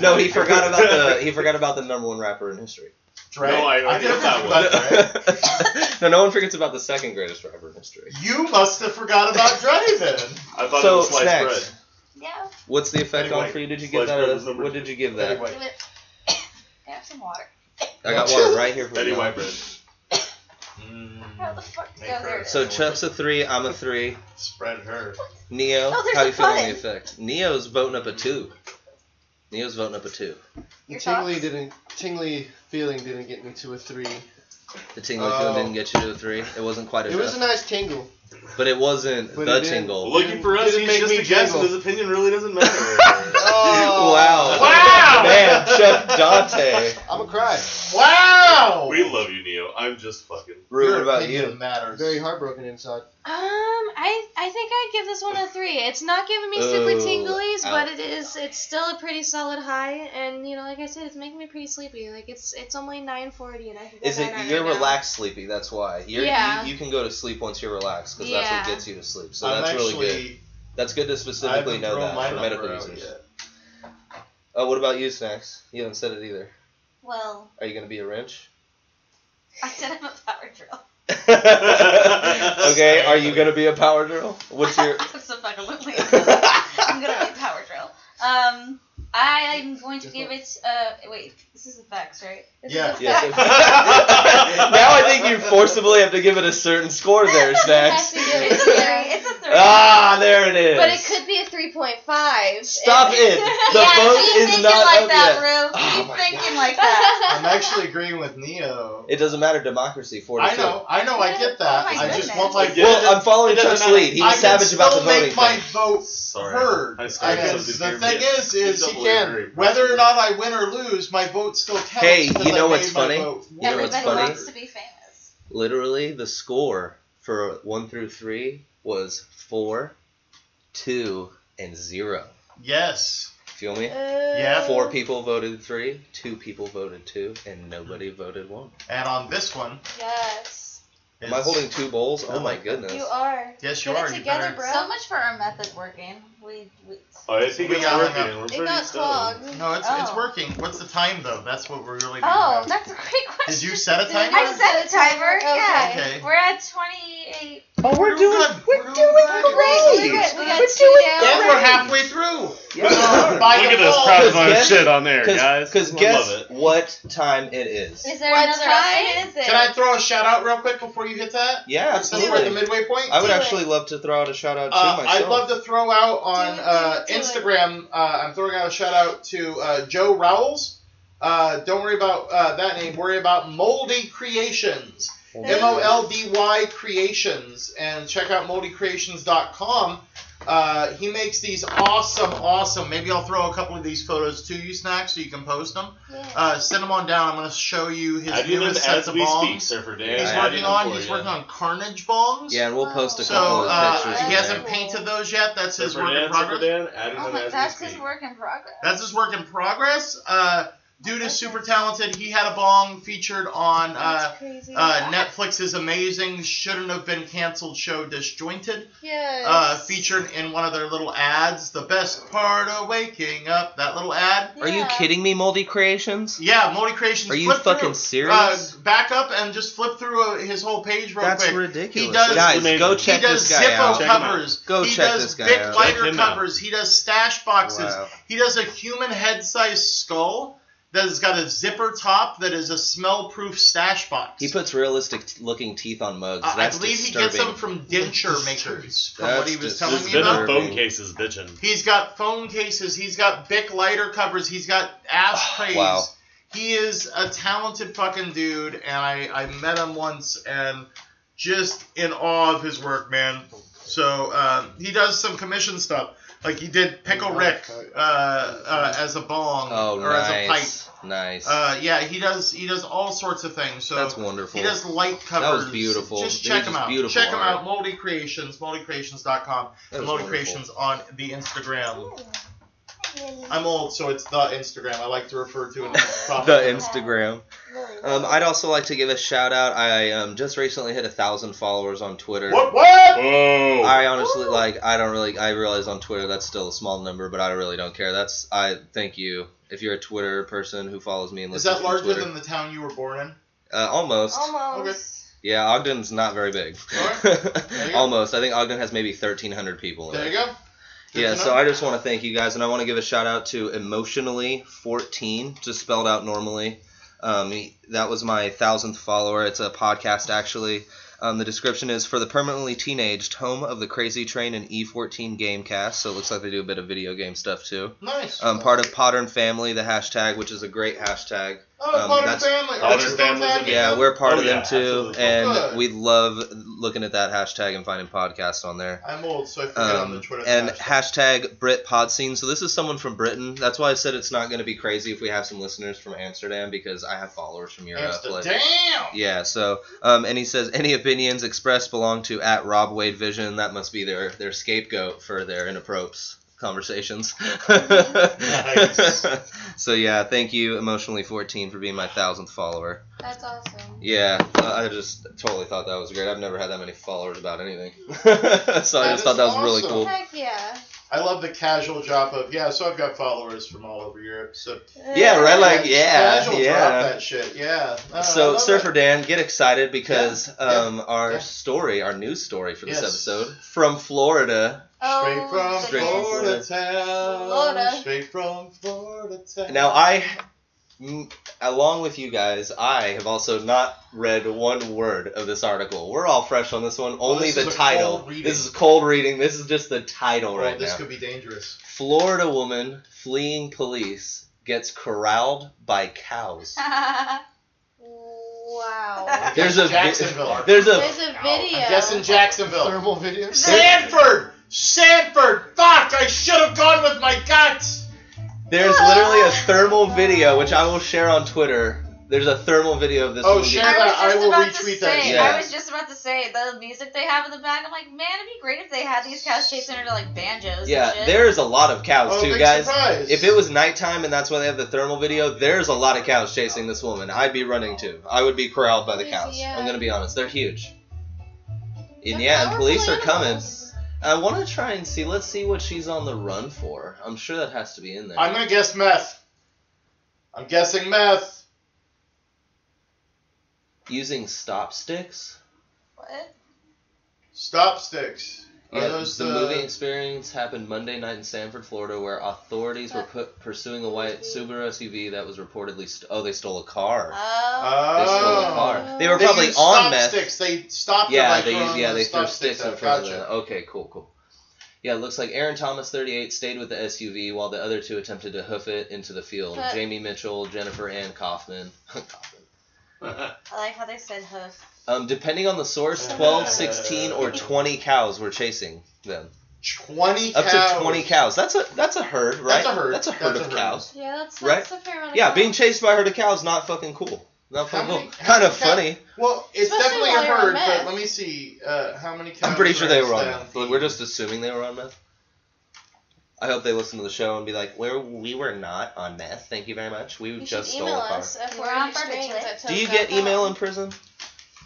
Speaker 2: no, he forgot about the he forgot about the number one rapper in history.
Speaker 5: Dre.
Speaker 4: No, I- I
Speaker 5: didn't
Speaker 4: get that
Speaker 5: forget
Speaker 4: one.
Speaker 5: about Dre.
Speaker 2: no, no one forgets about the second greatest rapper in history.
Speaker 5: You must have forgot about Dre then.
Speaker 4: I thought it
Speaker 2: so
Speaker 4: was sliced
Speaker 2: snacks.
Speaker 4: bread.
Speaker 3: Yeah,
Speaker 2: What's the effect
Speaker 4: Anyway,
Speaker 2: on for you? Did you give
Speaker 4: sliced
Speaker 2: that?
Speaker 4: bread
Speaker 2: A,
Speaker 4: was number
Speaker 2: what
Speaker 4: two.
Speaker 2: did you give that?
Speaker 5: Anyway.
Speaker 3: give it. Have some water.
Speaker 2: I got one right here for
Speaker 4: Betty
Speaker 2: you.
Speaker 4: White bread.
Speaker 3: How
Speaker 5: Mm,
Speaker 3: the fuck
Speaker 5: Make
Speaker 3: go
Speaker 5: her-
Speaker 3: there?
Speaker 2: So Chuck's a three. I'm a three.
Speaker 5: Spread her.
Speaker 2: Neo,
Speaker 3: Oh, there's
Speaker 2: how
Speaker 3: a
Speaker 2: you feeling on the
Speaker 3: button.
Speaker 2: effect? Neo's voting up a two. Neo's voting up a two.
Speaker 7: The
Speaker 3: Your
Speaker 7: tingly
Speaker 3: thoughts?
Speaker 7: didn't tingly feeling didn't get me to a three.
Speaker 2: The tingle
Speaker 7: Oh.
Speaker 2: feeling didn't get you to a three. It wasn't quite
Speaker 7: It
Speaker 2: enough,
Speaker 7: was a nice tingle.
Speaker 2: but it wasn't
Speaker 7: But
Speaker 2: the
Speaker 7: it didn't-
Speaker 2: tingle.
Speaker 4: Looking for us,
Speaker 7: Didn't
Speaker 4: he's
Speaker 7: make
Speaker 4: just
Speaker 7: me
Speaker 4: a guest, and
Speaker 7: jingle.
Speaker 4: his opinion really doesn't matter.
Speaker 7: Oh
Speaker 2: Wow.
Speaker 5: Wow!
Speaker 2: Man, Chuck Dante.
Speaker 7: I'm gonna cry.
Speaker 5: Wow!
Speaker 4: we love you, Neo. I'm just fucking.
Speaker 2: Rue,
Speaker 5: Your
Speaker 2: what about
Speaker 5: opinion
Speaker 2: you?
Speaker 5: Matters.
Speaker 7: Very heartbroken inside.
Speaker 6: Um, I I think I'd give this one a three. It's not giving me super
Speaker 2: Ooh,
Speaker 6: tinglies, but
Speaker 2: ouch.
Speaker 6: it is it's still a pretty solid high. And you know, like I said, it's making me pretty sleepy. Like it's it's only nine forty, and I can go
Speaker 2: Is it
Speaker 6: down
Speaker 2: you're
Speaker 6: right now.
Speaker 2: relaxed, sleepy? That's why. You're,
Speaker 6: Yeah.
Speaker 2: you, you can go to sleep once you're relaxed because
Speaker 6: Yeah.
Speaker 2: that's what gets you to sleep. So
Speaker 5: I'm
Speaker 2: that's
Speaker 5: actually,
Speaker 2: really good. That's good to
Speaker 5: I
Speaker 2: specifically
Speaker 5: haven't
Speaker 2: know
Speaker 5: thrown my
Speaker 2: that for
Speaker 5: number
Speaker 2: medical
Speaker 5: out
Speaker 2: reasons.
Speaker 5: yet.
Speaker 2: Oh, what about you, Snacks? You haven't said it either.
Speaker 3: Well,
Speaker 2: Are you gonna be a wrench?
Speaker 3: I said I'm a power drill.
Speaker 2: okay, are you gonna be a power drill? What's your
Speaker 3: Absolutely. I'm gonna be a power drill. Um, I am going to
Speaker 7: Guess
Speaker 3: give it. Uh, wait, this is effects, right? This is
Speaker 5: Yeah.
Speaker 3: effects.
Speaker 2: Yes. now I think you forcibly have to give it a certain score there, Snacks.
Speaker 6: That's
Speaker 3: It's a three. It's a three.
Speaker 2: ah, there it is.
Speaker 6: But it could be a three point five.
Speaker 2: Stop it. The
Speaker 3: yeah,
Speaker 2: vote
Speaker 3: keep
Speaker 2: is
Speaker 3: thinking
Speaker 2: not
Speaker 3: like
Speaker 2: up
Speaker 3: that,
Speaker 2: yet.
Speaker 3: Rue.
Speaker 2: Oh
Speaker 3: Keep
Speaker 2: my
Speaker 3: thinking
Speaker 2: God.
Speaker 3: like that.
Speaker 5: I'm actually agreeing with Neo.
Speaker 2: It doesn't matter. Democracy, forty-two.
Speaker 5: I know, I know, I get that.
Speaker 3: Oh my
Speaker 5: I just
Speaker 3: goodness.
Speaker 5: want my
Speaker 4: Well,
Speaker 5: vote-
Speaker 2: Well, I'm following
Speaker 4: It doesn't
Speaker 2: Chuck's
Speaker 4: matter.
Speaker 2: lead. He was
Speaker 5: I
Speaker 2: savage
Speaker 5: can
Speaker 2: about the
Speaker 5: still
Speaker 2: voting
Speaker 5: make my
Speaker 2: thing.
Speaker 5: vote
Speaker 4: Sorry.
Speaker 5: Oh, heard.
Speaker 4: I started
Speaker 5: Because
Speaker 4: something
Speaker 5: the
Speaker 4: here,
Speaker 5: thing
Speaker 4: yeah.
Speaker 5: is, is
Speaker 4: Double
Speaker 7: can.
Speaker 4: agree.
Speaker 5: whether or not I win or lose, my vote still counts.
Speaker 2: Hey,
Speaker 5: 'cause
Speaker 2: you know
Speaker 5: I
Speaker 2: what's
Speaker 5: made my
Speaker 2: funny?
Speaker 5: vote
Speaker 2: You know
Speaker 5: work.
Speaker 2: what's
Speaker 3: Everybody
Speaker 2: funny?
Speaker 3: wants to be famous.
Speaker 2: Literally, the score for one through three was four, two, and zero.
Speaker 5: Yes.
Speaker 2: Feel me?
Speaker 5: Yeah.
Speaker 2: Four people voted three, two people voted two, and nobody voted one.
Speaker 5: And on this one,
Speaker 6: Yes,
Speaker 2: Am I
Speaker 5: is-
Speaker 2: holding two bowls? Oh my
Speaker 6: you
Speaker 2: goodness.
Speaker 6: are.
Speaker 5: Yes, you
Speaker 6: Get
Speaker 5: are.
Speaker 6: it
Speaker 5: you
Speaker 6: together,
Speaker 5: better-
Speaker 6: bro.
Speaker 3: So much for our method working. We, we
Speaker 4: Oh, I think
Speaker 5: We
Speaker 4: it's
Speaker 5: got hung
Speaker 4: working.
Speaker 5: up.
Speaker 4: We're
Speaker 6: It
Speaker 4: pretty
Speaker 6: got
Speaker 4: stoned.
Speaker 6: clogged.
Speaker 5: No, it's it's
Speaker 3: Oh.
Speaker 5: working. What's the time though? That's what we're really.
Speaker 3: Oh,
Speaker 5: doing.
Speaker 3: that's a great question.
Speaker 5: Did you set a timer?
Speaker 3: I set a timer. Yeah.
Speaker 5: Okay.
Speaker 3: We're at 28.
Speaker 2: Oh,
Speaker 5: We're doing good. We're doing
Speaker 3: We
Speaker 2: great.
Speaker 3: got, we got two
Speaker 5: And
Speaker 3: down.
Speaker 5: we're halfly through.
Speaker 2: Yeah.
Speaker 5: By
Speaker 4: Look at this
Speaker 5: default.
Speaker 4: crowd
Speaker 2: Cause guess-
Speaker 4: shit on there, guys.
Speaker 2: Because
Speaker 4: I
Speaker 2: guess
Speaker 4: love it.
Speaker 2: what time it is?
Speaker 3: Is there
Speaker 6: What
Speaker 3: another
Speaker 6: time
Speaker 3: option?
Speaker 6: is it?
Speaker 5: Can I throw a shout out real quick before you hit that?
Speaker 2: Yeah,
Speaker 5: Since we're at the
Speaker 2: absolutely.
Speaker 5: midway point.
Speaker 2: I would
Speaker 6: Do it.
Speaker 2: actually love to throw out a shout out to
Speaker 5: Uh,
Speaker 2: myself.
Speaker 5: I'd love to throw out
Speaker 6: Do
Speaker 5: on
Speaker 6: it, do
Speaker 5: uh,
Speaker 6: it, do it.
Speaker 5: Instagram. Uh, I'm throwing out a shout out to uh, Joe Rowles. Uh, don't worry about uh, that name. Worry about Moldy Creations. M O L D Y Creations. And check out moldycreations.com. Uh, he makes these awesome, awesome. Maybe I'll throw a couple of these photos to you, Snack, so you can post them. Uh, send them on down. I'm going to show you his
Speaker 4: I do
Speaker 5: newest
Speaker 4: this
Speaker 5: sets
Speaker 4: as
Speaker 5: of
Speaker 4: we speak,
Speaker 5: bongs.
Speaker 4: Surfer Dan.
Speaker 5: He's
Speaker 2: I
Speaker 5: working on. He's working on Carnage bongs.
Speaker 2: Yeah, and we'll post a
Speaker 5: So
Speaker 2: couple
Speaker 5: uh,
Speaker 2: of pictures. in
Speaker 5: he
Speaker 2: there.
Speaker 5: hasn't painted those yet. That's his
Speaker 4: Surfer
Speaker 5: work in
Speaker 4: Dan, Surfer
Speaker 5: progress.
Speaker 4: Dan, added
Speaker 3: Oh
Speaker 4: him
Speaker 3: my,
Speaker 4: as we
Speaker 3: that's
Speaker 4: speak.
Speaker 3: his work in progress.
Speaker 5: That's his work in progress. Uh, Dude is super talented. He had a bong featured on uh,
Speaker 6: That's crazy.
Speaker 5: uh, Netflix's amazing shouldn't have been canceled show Disjointed,
Speaker 6: yes.
Speaker 5: uh, featured in one of their little ads. The best part of waking up. That little ad.
Speaker 2: Are you
Speaker 6: Yeah.
Speaker 2: kidding me, Moldy Creations?
Speaker 5: Yeah, Moldy Creations.
Speaker 2: Are you
Speaker 5: flip through.
Speaker 2: fucking
Speaker 5: Uh,
Speaker 2: serious?
Speaker 5: back up and just flip through uh, his whole page real
Speaker 2: That's
Speaker 5: quick.
Speaker 2: ridiculous.
Speaker 5: He does-
Speaker 2: Guys,
Speaker 4: He
Speaker 2: go
Speaker 4: does
Speaker 2: check
Speaker 5: he does
Speaker 2: this guy
Speaker 5: Zippo
Speaker 2: out.
Speaker 4: Check him out.
Speaker 5: covers.
Speaker 2: Go
Speaker 5: he
Speaker 2: check
Speaker 5: does
Speaker 2: this guy
Speaker 5: Bic
Speaker 2: out.
Speaker 5: lighter
Speaker 4: Check him out.
Speaker 5: covers. He does stash boxes.
Speaker 2: Wow.
Speaker 5: He does a human head sized skull that has got a zipper top that is a smell proof stash box.
Speaker 2: He puts realistic t- looking teeth on mugs.
Speaker 5: Uh, I
Speaker 2: That's
Speaker 5: believe
Speaker 2: disturbing.
Speaker 5: he gets them from denture makers, from what
Speaker 2: That's
Speaker 5: he was telling
Speaker 4: This
Speaker 5: me
Speaker 2: disturbing.
Speaker 5: about.
Speaker 4: venom phone case is bitching.
Speaker 5: He's got phone cases. He's got Bic lighter covers. He's got ashtrays.
Speaker 2: Wow.
Speaker 5: He is a talented fucking dude, and I, I met him once and just in awe of his work, man. So um, he does some commission stuff. Like he did Pickle Rick uh, uh, as a bong
Speaker 2: oh,
Speaker 5: or as
Speaker 2: nice. Nice.
Speaker 5: a pipe. Uh, yeah, he does he does all sorts of things. So
Speaker 2: That's wonderful.
Speaker 5: he does light covers.
Speaker 2: was beautiful.
Speaker 5: Just
Speaker 2: They
Speaker 5: check
Speaker 2: were
Speaker 5: him
Speaker 2: just
Speaker 5: out.
Speaker 2: beautiful
Speaker 5: Check him
Speaker 2: art.
Speaker 5: out. Moldy Creations, moldycreations.com,
Speaker 2: That
Speaker 5: and
Speaker 2: was
Speaker 5: Moldy
Speaker 2: wonderful.
Speaker 5: Creations on the Instagram. I'm old, so it's the Instagram. I like to refer to it as
Speaker 2: the
Speaker 5: proper.
Speaker 2: Instagram. Um, I'd also like to give a shout out. I um, just recently hit a thousand followers on Twitter.
Speaker 5: What? What?
Speaker 4: Whoa!
Speaker 2: I honestly like. I don't really. I realize on Twitter that's still a small number, but I really don't care. That's. I thank you. If you're a Twitter person who follows me and
Speaker 5: Is
Speaker 2: listens
Speaker 5: that
Speaker 2: to
Speaker 5: larger
Speaker 2: Twitter,
Speaker 5: than the town you were born in?
Speaker 2: uh, almost.
Speaker 6: Almost.
Speaker 2: Yeah, Ogden's not very big.
Speaker 5: you go.
Speaker 2: almost. I think Ogden has maybe 1,300 people. In
Speaker 5: There
Speaker 2: it.
Speaker 5: you go. Good
Speaker 2: yeah,
Speaker 5: to
Speaker 2: so
Speaker 5: know.
Speaker 2: I just want to thank you guys, and I want to give a shout out to Emotionally14, just spelled out normally. Um, he- that was my thousandth follower. It's a podcast, actually. Um, the description is for the permanently teenaged, home of the Crazy Train and E14 Gamecast. So it looks like they do a bit of video game stuff too.
Speaker 5: nice.
Speaker 2: Um, part of Podern Family, the hashtag, which is a great hashtag.
Speaker 5: oh,
Speaker 2: um,
Speaker 5: Modern
Speaker 2: that's-
Speaker 5: Family.
Speaker 4: Modern
Speaker 5: Archer's
Speaker 4: Family's
Speaker 5: Family.
Speaker 4: a-
Speaker 2: Yeah, we're part
Speaker 4: Oh,
Speaker 2: of
Speaker 4: yeah,
Speaker 2: them too,
Speaker 4: absolutely.
Speaker 2: and
Speaker 5: Good.
Speaker 2: we love looking at that hashtag and finding podcasts on there.
Speaker 5: I'm old, so I forget on the
Speaker 2: Um,
Speaker 5: Twitter.
Speaker 2: and
Speaker 5: hashtag.
Speaker 2: hashtag Brit Pod Scene. So this is someone from Britain. That's why I said it's not going to be crazy if we have some listeners from Amsterdam because I have followers from Europe.
Speaker 5: Amsterdam.
Speaker 2: like- yeah. So, um, and he says any opinions expressed belong to at Rob Wade Vision. That must be their their scapegoat for their inappropriate conversations.
Speaker 4: Nice.
Speaker 2: so yeah, thank you, emotionally fourteen, for being my thousandth follower.
Speaker 6: That's awesome.
Speaker 2: Yeah, I I just totally thought that was great. I've never had that many followers about anything, so I
Speaker 5: is
Speaker 2: just thought that was really
Speaker 5: awesome.
Speaker 2: cool.
Speaker 6: Heck yeah.
Speaker 5: I love the casual drop of yeah. So I've got followers from all over Europe. So
Speaker 2: Yeah, right. Like,
Speaker 5: Just
Speaker 2: yeah,
Speaker 5: casual
Speaker 2: yeah.
Speaker 5: drop that shit. Yeah. Uh, I
Speaker 2: so
Speaker 5: love
Speaker 2: surfer
Speaker 5: it.
Speaker 2: dan get excited because
Speaker 5: yeah,
Speaker 2: um, our
Speaker 5: yeah.
Speaker 2: story our news story for this
Speaker 5: Yes.
Speaker 2: episode from florida
Speaker 6: Oh,
Speaker 5: Straight from
Speaker 2: Straight from
Speaker 5: Florida
Speaker 2: Florida.
Speaker 5: town.
Speaker 6: Florida.
Speaker 5: Straight from Florida town.
Speaker 2: now i m- along with you guys i have also not read one word of this article we're all fresh on this one only
Speaker 5: Oh, this
Speaker 2: the
Speaker 5: is a
Speaker 2: title
Speaker 5: cold reading.
Speaker 2: this is cold reading this is just the title
Speaker 5: Oh,
Speaker 2: right
Speaker 5: this
Speaker 2: now
Speaker 5: could be dangerous.
Speaker 2: florida woman fleeing police gets corralled by cows
Speaker 6: Wow.
Speaker 2: There's a-
Speaker 5: Jacksonville.
Speaker 2: there's a
Speaker 6: There's a video.
Speaker 5: I'm guessing
Speaker 2: Oh.
Speaker 5: Jacksonville.
Speaker 7: Thermal videos.
Speaker 5: Sanford! Sanford! Fuck! I should have gone with my guts!
Speaker 2: there's literally a thermal video which i will share on twitter there's a thermal video of this
Speaker 5: Oh,
Speaker 2: woman
Speaker 5: share
Speaker 2: getting-
Speaker 5: that. I
Speaker 3: I was just
Speaker 5: will
Speaker 3: about to
Speaker 5: retweet
Speaker 3: say,
Speaker 5: that.
Speaker 2: Yeah.
Speaker 3: I was just about to say the music they have in the back. I'm like, man, it'd be great if they had these cows chasing her to like banjos.
Speaker 2: Yeah,
Speaker 3: and shit.
Speaker 2: there is a lot of cows
Speaker 5: Oh,
Speaker 2: too,
Speaker 5: big
Speaker 2: guys.
Speaker 5: surprise.
Speaker 2: If it was nighttime and that's why they have the thermal video, there's a lot of cows chasing this woman. I'd be running too. I would be corralled by the cows. I'm gonna be honest, they're huge. And yeah, and police are coming. I want to try and see. Let's see what she's on the run for. I'm sure that has to be in there.
Speaker 5: I'm gonna guess meth. I'm guessing meth.
Speaker 2: using stop sticks.
Speaker 3: What?
Speaker 5: Stop sticks. Are
Speaker 2: Yeah,
Speaker 5: those
Speaker 2: the
Speaker 5: the-
Speaker 2: movie experience happened Monday night in Sanford, Florida, where authorities were put, pursuing a white Subaru SUV that was reportedly st- oh they stole a car.
Speaker 3: Oh.
Speaker 2: They stole a
Speaker 5: Oh.
Speaker 2: car. They were
Speaker 5: They
Speaker 2: probably
Speaker 5: used
Speaker 2: on
Speaker 5: stop
Speaker 2: meth.
Speaker 5: sticks. They stopped. it
Speaker 2: Yeah,
Speaker 5: by
Speaker 2: they
Speaker 5: throwing
Speaker 2: use, yeah
Speaker 5: those
Speaker 2: they threw
Speaker 5: stop
Speaker 2: sticks in
Speaker 5: out.
Speaker 2: front of
Speaker 5: Gotcha.
Speaker 2: the. Okay, cool, cool. Yeah, it looks like Aaron Thomas, 38, stayed with the SUV while the other two attempted to hoof it into the field.
Speaker 3: But-
Speaker 2: Jamie Mitchell, Jennifer Ann Kaufman. Kaufman.
Speaker 3: I like how they said hoof.
Speaker 2: Um, depending on the source, 12, 16, or 20 cows were chasing them.
Speaker 5: Twenty.
Speaker 2: Up
Speaker 5: cows.
Speaker 2: to 20 cows. That's a that's a herd, right?
Speaker 5: That's a herd.
Speaker 2: That's a herd
Speaker 5: That's a
Speaker 2: of
Speaker 5: herd.
Speaker 2: cows.
Speaker 6: Yeah, that's,
Speaker 2: Right?
Speaker 6: that's a fair amount of
Speaker 2: Yeah,
Speaker 6: time.
Speaker 2: being chased by a herd of cows not fucking cool. Not fucking
Speaker 5: How many-
Speaker 2: cool.
Speaker 5: how
Speaker 2: Kind
Speaker 5: many
Speaker 2: of
Speaker 5: cows-
Speaker 2: funny.
Speaker 5: Well, it's
Speaker 6: Especially
Speaker 5: definitely a
Speaker 6: while you're on
Speaker 5: herd,
Speaker 6: meth.
Speaker 5: but let me see uh, how many cows.
Speaker 2: I'm pretty sure they were on
Speaker 5: actually
Speaker 2: meth. We're just assuming they were on meth. I hope they listen to the show and be like, "Where we were not on meth. Thank you very much. We
Speaker 8: You
Speaker 2: just
Speaker 8: should
Speaker 2: stole
Speaker 8: email
Speaker 2: a car."
Speaker 8: us at
Speaker 6: We're on
Speaker 8: 40 strings
Speaker 6: Birthday.
Speaker 8: at
Speaker 2: Do you get
Speaker 8: toast.com.
Speaker 2: email in prison?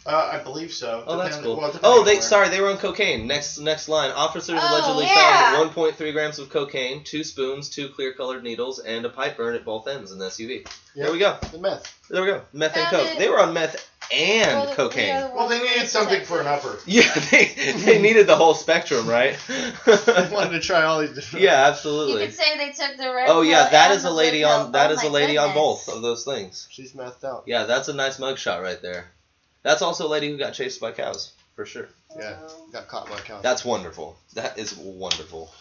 Speaker 5: Uh, I believe so.
Speaker 2: Oh, that's
Speaker 5: Depend-
Speaker 2: cool.
Speaker 5: well, depending
Speaker 2: oh, they
Speaker 5: on where.
Speaker 2: sorry, they were on cocaine. Next next line. Officers
Speaker 8: Oh,
Speaker 2: allegedly
Speaker 8: yeah.
Speaker 2: found 1.3 grams of cocaine, two spoons, two clear colored needles, and a pipe burn at both ends in the SUV. There we go.
Speaker 7: The meth.
Speaker 2: There we go. Meth and
Speaker 8: Found
Speaker 2: coke.
Speaker 8: it.
Speaker 2: They were on meth
Speaker 8: Well,
Speaker 2: and
Speaker 8: the-
Speaker 2: cocaine.
Speaker 8: yeah, the
Speaker 5: Well, they
Speaker 8: world's
Speaker 5: needed
Speaker 8: greatest
Speaker 5: something
Speaker 8: sex.
Speaker 5: for an upper.
Speaker 2: Yeah, they, they needed the whole spectrum, right?
Speaker 7: I wanted to try all these different.
Speaker 2: yeah,
Speaker 3: You
Speaker 2: absolutely.
Speaker 3: could say they took the red.
Speaker 2: Oh yeah,
Speaker 3: pill
Speaker 2: that
Speaker 3: and
Speaker 2: is
Speaker 3: the
Speaker 2: a
Speaker 3: blue
Speaker 2: lady
Speaker 3: pill.
Speaker 2: on that
Speaker 3: Oh
Speaker 2: is
Speaker 3: my
Speaker 2: a lady on
Speaker 3: goodness.
Speaker 2: both of those things.
Speaker 7: She's methed out.
Speaker 2: Yeah, that's a nice mugshot right there. That's also a lady who got chased by cows, for sure.
Speaker 7: Yeah. Got caught by a cow.
Speaker 2: That's wonderful. That is wonderful.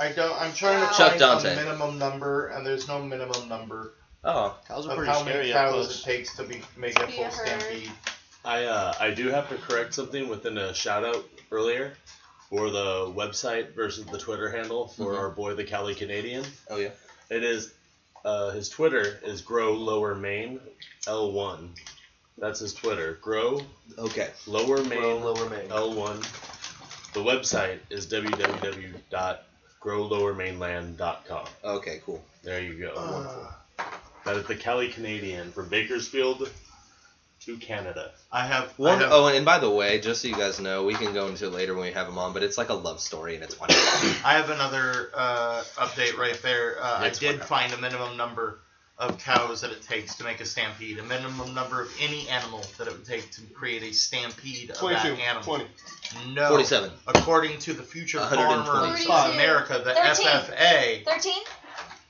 Speaker 5: I don't. I'm trying to
Speaker 8: Wow.
Speaker 2: Chuck
Speaker 5: find
Speaker 2: Dante.
Speaker 5: a minimum number, and there's no minimum number
Speaker 2: Oh,
Speaker 7: Cows are
Speaker 5: of
Speaker 7: pretty
Speaker 5: how many
Speaker 7: scary up
Speaker 5: cows it
Speaker 7: close.
Speaker 5: takes to be make a
Speaker 8: Be
Speaker 5: full
Speaker 8: a herd.
Speaker 5: stampede.
Speaker 4: I uh, I do have to correct something within a shout out earlier for the website versus the Twitter handle for
Speaker 2: Mhm.
Speaker 4: our boy the Cali Canadian.
Speaker 2: oh yeah.
Speaker 4: It is uh, his Twitter is grow lower main L one. That's his Twitter. Grow
Speaker 2: Okay.
Speaker 4: lower main
Speaker 2: Grow lower main.
Speaker 4: L1. The website is www.growlowermainland.com.
Speaker 2: Okay, cool.
Speaker 4: There you go.
Speaker 5: Uh,
Speaker 4: that is the Cali Canadian from Bakersfield to Canada.
Speaker 5: I have. I
Speaker 2: One,
Speaker 5: have-
Speaker 2: oh, and by the way, just so you guys know, we can go into it later when we have him on, but it's like a love story and it's wonderful.
Speaker 5: I have another uh, update right there. Uh, I
Speaker 4: Next
Speaker 5: did
Speaker 4: one.
Speaker 5: find a minimum number of cows that it takes to make a stampede. A minimum number of any animal that it would take to create a stampede of that
Speaker 7: 22.
Speaker 5: animal.
Speaker 7: 20.
Speaker 5: No.
Speaker 2: 47.
Speaker 5: According to the Future
Speaker 2: 120.
Speaker 5: Farmers
Speaker 8: 32.
Speaker 5: of America, the
Speaker 8: 13.
Speaker 5: FFA,
Speaker 8: 13?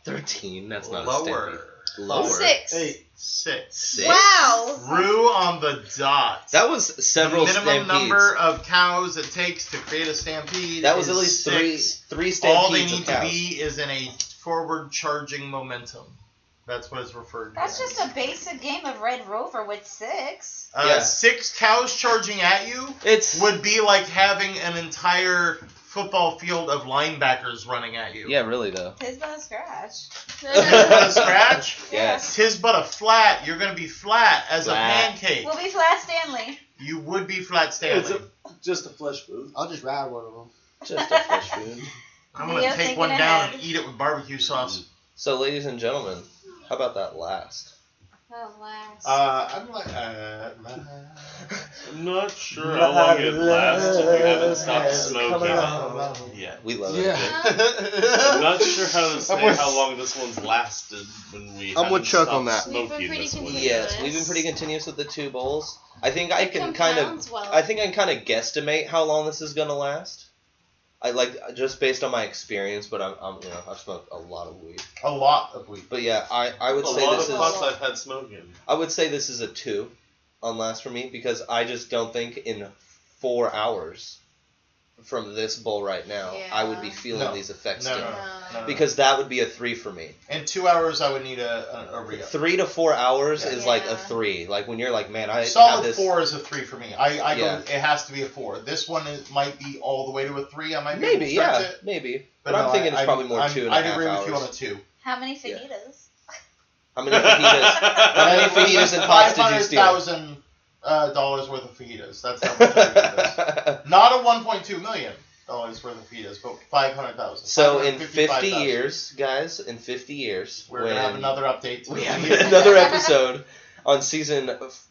Speaker 2: 13. That's not a
Speaker 5: lower
Speaker 2: stampede. Lower.
Speaker 8: Six.
Speaker 7: Eight.
Speaker 5: six.
Speaker 2: Six?
Speaker 8: Wow.
Speaker 5: Rue on the dot.
Speaker 2: That was several
Speaker 5: the minimum
Speaker 2: stampedes.
Speaker 5: number of cows it takes to create a stampede.
Speaker 2: that was
Speaker 5: is
Speaker 2: at least three
Speaker 5: six.
Speaker 2: three stampedes
Speaker 5: All they
Speaker 2: of
Speaker 5: need to
Speaker 2: cows.
Speaker 5: be is in a forward charging momentum. That's what it's referred to.
Speaker 3: That's
Speaker 5: as.
Speaker 3: just a basic game of Red Rover with six.
Speaker 5: Uh,
Speaker 2: Yeah.
Speaker 5: Six cows charging at you
Speaker 2: It's
Speaker 5: would be like having an entire football field of linebackers running at you.
Speaker 2: yeah, really though.
Speaker 3: His by scratch.
Speaker 5: But a scratch,
Speaker 2: Yes.
Speaker 5: tis but a flat. You're gonna be flat as a
Speaker 2: Flat.
Speaker 5: pancake.
Speaker 3: We'll be flat Stanley.
Speaker 5: You would be flat
Speaker 4: It's
Speaker 5: Stanley.
Speaker 4: a- Just a flesh food.
Speaker 7: I'll just ride one of them.
Speaker 2: Just a fresh food.
Speaker 5: I'm gonna
Speaker 3: Leo
Speaker 5: take
Speaker 3: thinking
Speaker 5: one down and
Speaker 3: ahead.
Speaker 5: eat it with barbecue sauce.
Speaker 2: So, ladies and gentlemen, how about that last?
Speaker 3: Oh, last.
Speaker 5: Uh, I'm like, uh,
Speaker 4: I'm not sure how long it lasts if you haven't stopped smoking yet.
Speaker 2: We love it.
Speaker 7: Yeah.
Speaker 4: I'm not sure how to say
Speaker 7: with-
Speaker 4: how long this one's lasted when we.
Speaker 7: I'm
Speaker 4: haven't
Speaker 7: with Chuck on
Speaker 4: stopped
Speaker 7: that.
Speaker 8: We've been
Speaker 4: smoking
Speaker 8: pretty
Speaker 4: this one.
Speaker 8: consistent.
Speaker 2: Yes, we've been pretty continuous with the two bowls. I think I can kind of
Speaker 8: Compounds well.
Speaker 2: I think I can kind of guesstimate how long this is gonna last. I like just based on my experience, but I'm, I'm you know I've smoked a lot of weed.
Speaker 5: a lot of weed.
Speaker 2: But yeah, I, I would
Speaker 4: A
Speaker 2: say
Speaker 4: lot
Speaker 2: this
Speaker 4: of
Speaker 2: is
Speaker 4: pots I've had smoking.
Speaker 2: I would say this is a two on last for me because I just don't think in four hours from this bowl right now I would be
Speaker 8: Yeah.
Speaker 2: feeling
Speaker 5: No.
Speaker 2: these effects
Speaker 5: No,
Speaker 2: still.
Speaker 5: no, no, no.
Speaker 2: because that would be a three for me.
Speaker 5: in two hours I would need a a, a re-up.
Speaker 2: Three to four hours
Speaker 5: Yeah.
Speaker 2: is like a
Speaker 8: Yeah.
Speaker 2: three. Like when you're like, man, I have
Speaker 5: Solid
Speaker 2: this.
Speaker 5: four is a three for me. I, I
Speaker 2: Yeah.
Speaker 5: go, it has to be a four. This one is, might be all the way to a three. I might be able to
Speaker 2: Maybe,
Speaker 5: stretch
Speaker 2: yeah,
Speaker 5: it,
Speaker 2: maybe. But, I'm
Speaker 5: no,
Speaker 2: thinking it's
Speaker 5: I-
Speaker 2: probably more
Speaker 5: I'm-
Speaker 2: two and a
Speaker 5: I'd
Speaker 2: half
Speaker 5: agree
Speaker 2: hours.
Speaker 5: with you on a two.
Speaker 3: How many
Speaker 2: yeah.
Speaker 3: fajitas?
Speaker 2: How many fajitas? How many fajitas and pots did you steal?
Speaker 5: Five hundred thousand uh, dollars worth of fajitas. That's how much I did this. Not a one point two million dollars worth of fajitas, but five hundred thousand.
Speaker 2: so in 50 years, guys, in 50 years,
Speaker 5: we're gonna have
Speaker 2: when
Speaker 5: another update. To
Speaker 2: we
Speaker 5: the E
Speaker 2: have
Speaker 5: fajitas.
Speaker 2: another episode on season f-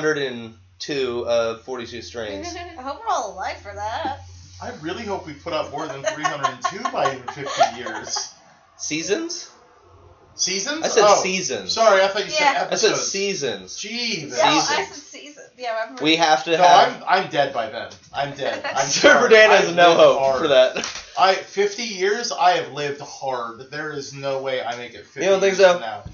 Speaker 2: 302 of 42 Strains.
Speaker 3: I hope we're all alive for that.
Speaker 5: I really hope we put up more than three hundred and two by in fifty years.
Speaker 2: Seasons?
Speaker 5: Seasons?
Speaker 2: I said
Speaker 5: oh,
Speaker 2: seasons.
Speaker 5: Sorry, I thought you said
Speaker 3: Yeah.
Speaker 2: I said
Speaker 5: episodes.
Speaker 2: seasons.
Speaker 5: Jesus.
Speaker 3: No, I
Speaker 2: Seasons.
Speaker 3: said season. Yeah, I remember.
Speaker 2: We have to
Speaker 5: No,
Speaker 2: have.
Speaker 5: I'm, I'm dead by then. I'm dead. I'm
Speaker 2: Surfer
Speaker 5: sorry.
Speaker 2: Dan
Speaker 5: I
Speaker 2: has no
Speaker 5: lived
Speaker 2: hope
Speaker 5: hard.
Speaker 2: for that.
Speaker 5: I 50 years. I have lived hard. There is no way I make it 50
Speaker 2: You don't think
Speaker 5: years
Speaker 2: so?
Speaker 5: from now.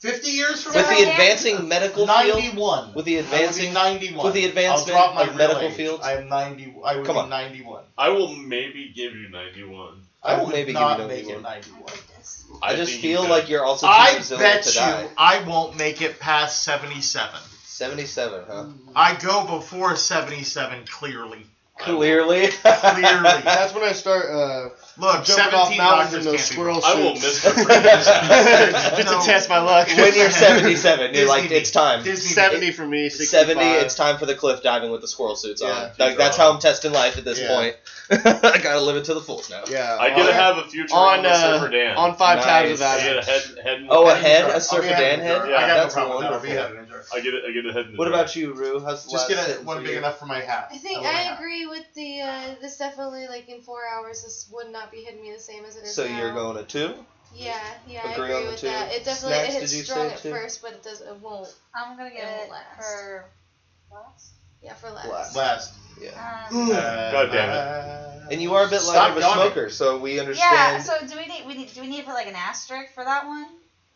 Speaker 5: 50 years from
Speaker 2: With
Speaker 5: now.
Speaker 2: the advancing medical field,
Speaker 5: 91.
Speaker 2: with the
Speaker 5: I would be
Speaker 2: advancing-
Speaker 5: 91.
Speaker 2: with the
Speaker 5: I'll
Speaker 2: advancement
Speaker 5: drop my
Speaker 2: of
Speaker 5: real
Speaker 2: medical
Speaker 5: age.
Speaker 2: fields?
Speaker 5: I am 90. I would
Speaker 2: Come
Speaker 5: be
Speaker 2: on.
Speaker 5: 91.
Speaker 4: I will maybe give you 91.
Speaker 2: I
Speaker 5: I
Speaker 2: will
Speaker 5: would
Speaker 2: maybe give you
Speaker 5: not
Speaker 2: 91.
Speaker 5: make it 91.
Speaker 3: Goodness.
Speaker 2: I just
Speaker 4: think you
Speaker 2: feel
Speaker 4: could.
Speaker 2: like you're also too
Speaker 5: I
Speaker 2: resilient
Speaker 5: bet
Speaker 2: to
Speaker 5: you
Speaker 2: die.
Speaker 5: I won't make it past 77.
Speaker 2: 77, huh?
Speaker 5: I go before 77 clearly.
Speaker 2: Clearly.
Speaker 5: Clearly.
Speaker 7: That's when I start uh,
Speaker 5: Look,
Speaker 7: Jumping off
Speaker 5: seventeen
Speaker 7: mountains in
Speaker 5: doctors
Speaker 7: those
Speaker 5: can't be
Speaker 7: squirrel
Speaker 5: wrong.
Speaker 4: I will
Speaker 7: suits.
Speaker 4: misrepresent
Speaker 7: Just
Speaker 5: No.
Speaker 7: to test my luck.
Speaker 2: When you're 77, you're like,
Speaker 5: Disney.
Speaker 2: it's time.
Speaker 5: Disney
Speaker 7: 70 for me, 65.
Speaker 2: 70, it's time for the cliff diving with the squirrel suits
Speaker 7: Yeah.
Speaker 2: on. Like, that's how I'm testing life at this
Speaker 7: Yeah.
Speaker 2: point. I gotta live it to the fullest now.
Speaker 7: Yeah.
Speaker 4: I get
Speaker 7: on,
Speaker 4: to have a future
Speaker 7: on,
Speaker 4: on, the
Speaker 7: uh,
Speaker 4: Surfer Dan.
Speaker 7: on five
Speaker 2: Nice.
Speaker 7: times
Speaker 4: I
Speaker 7: without
Speaker 4: get a
Speaker 7: it.
Speaker 4: head, head in-
Speaker 2: Oh, a
Speaker 4: in
Speaker 2: head?
Speaker 4: jar.
Speaker 2: A surfer
Speaker 7: yeah,
Speaker 2: Dan
Speaker 5: Yeah,
Speaker 2: head?
Speaker 4: Yeah,
Speaker 5: I got
Speaker 2: that's
Speaker 5: no problem. That'll
Speaker 2: wonderful.
Speaker 5: be head in a jar.
Speaker 4: I get a, I get a head in the
Speaker 2: What
Speaker 4: jar.
Speaker 2: about you, Rue? How's the
Speaker 5: Just
Speaker 2: last
Speaker 5: get a,
Speaker 2: sitting
Speaker 5: one
Speaker 2: for
Speaker 5: big
Speaker 2: you?
Speaker 5: enough for my hat.
Speaker 6: I think
Speaker 5: That's all
Speaker 6: I
Speaker 5: got.
Speaker 6: agree with the uh, this definitely like in four hours this would not be hitting me the same as it is
Speaker 2: So
Speaker 6: now.
Speaker 2: you're going to two?
Speaker 6: Yeah, yeah,
Speaker 2: Agree
Speaker 6: I agree
Speaker 2: on the
Speaker 6: with
Speaker 2: two.
Speaker 6: that. It definitely
Speaker 2: Snacks,
Speaker 6: it
Speaker 2: did you
Speaker 6: hits strong
Speaker 2: say
Speaker 6: at
Speaker 2: two?
Speaker 6: first, but it does it won't.
Speaker 3: I'm gonna get
Speaker 6: It
Speaker 3: it
Speaker 6: won't last.
Speaker 3: for last.
Speaker 6: Yeah, for less.
Speaker 2: Last.
Speaker 5: Last.
Speaker 2: Yeah.
Speaker 3: Um,
Speaker 7: Uh,
Speaker 4: God
Speaker 5: damn
Speaker 2: And you are a bit
Speaker 5: Stop
Speaker 2: light of a
Speaker 5: yawning.
Speaker 2: smoker, so we
Speaker 3: yeah.
Speaker 2: understand.
Speaker 3: So do we need we need do we need to put like an asterisk for that one?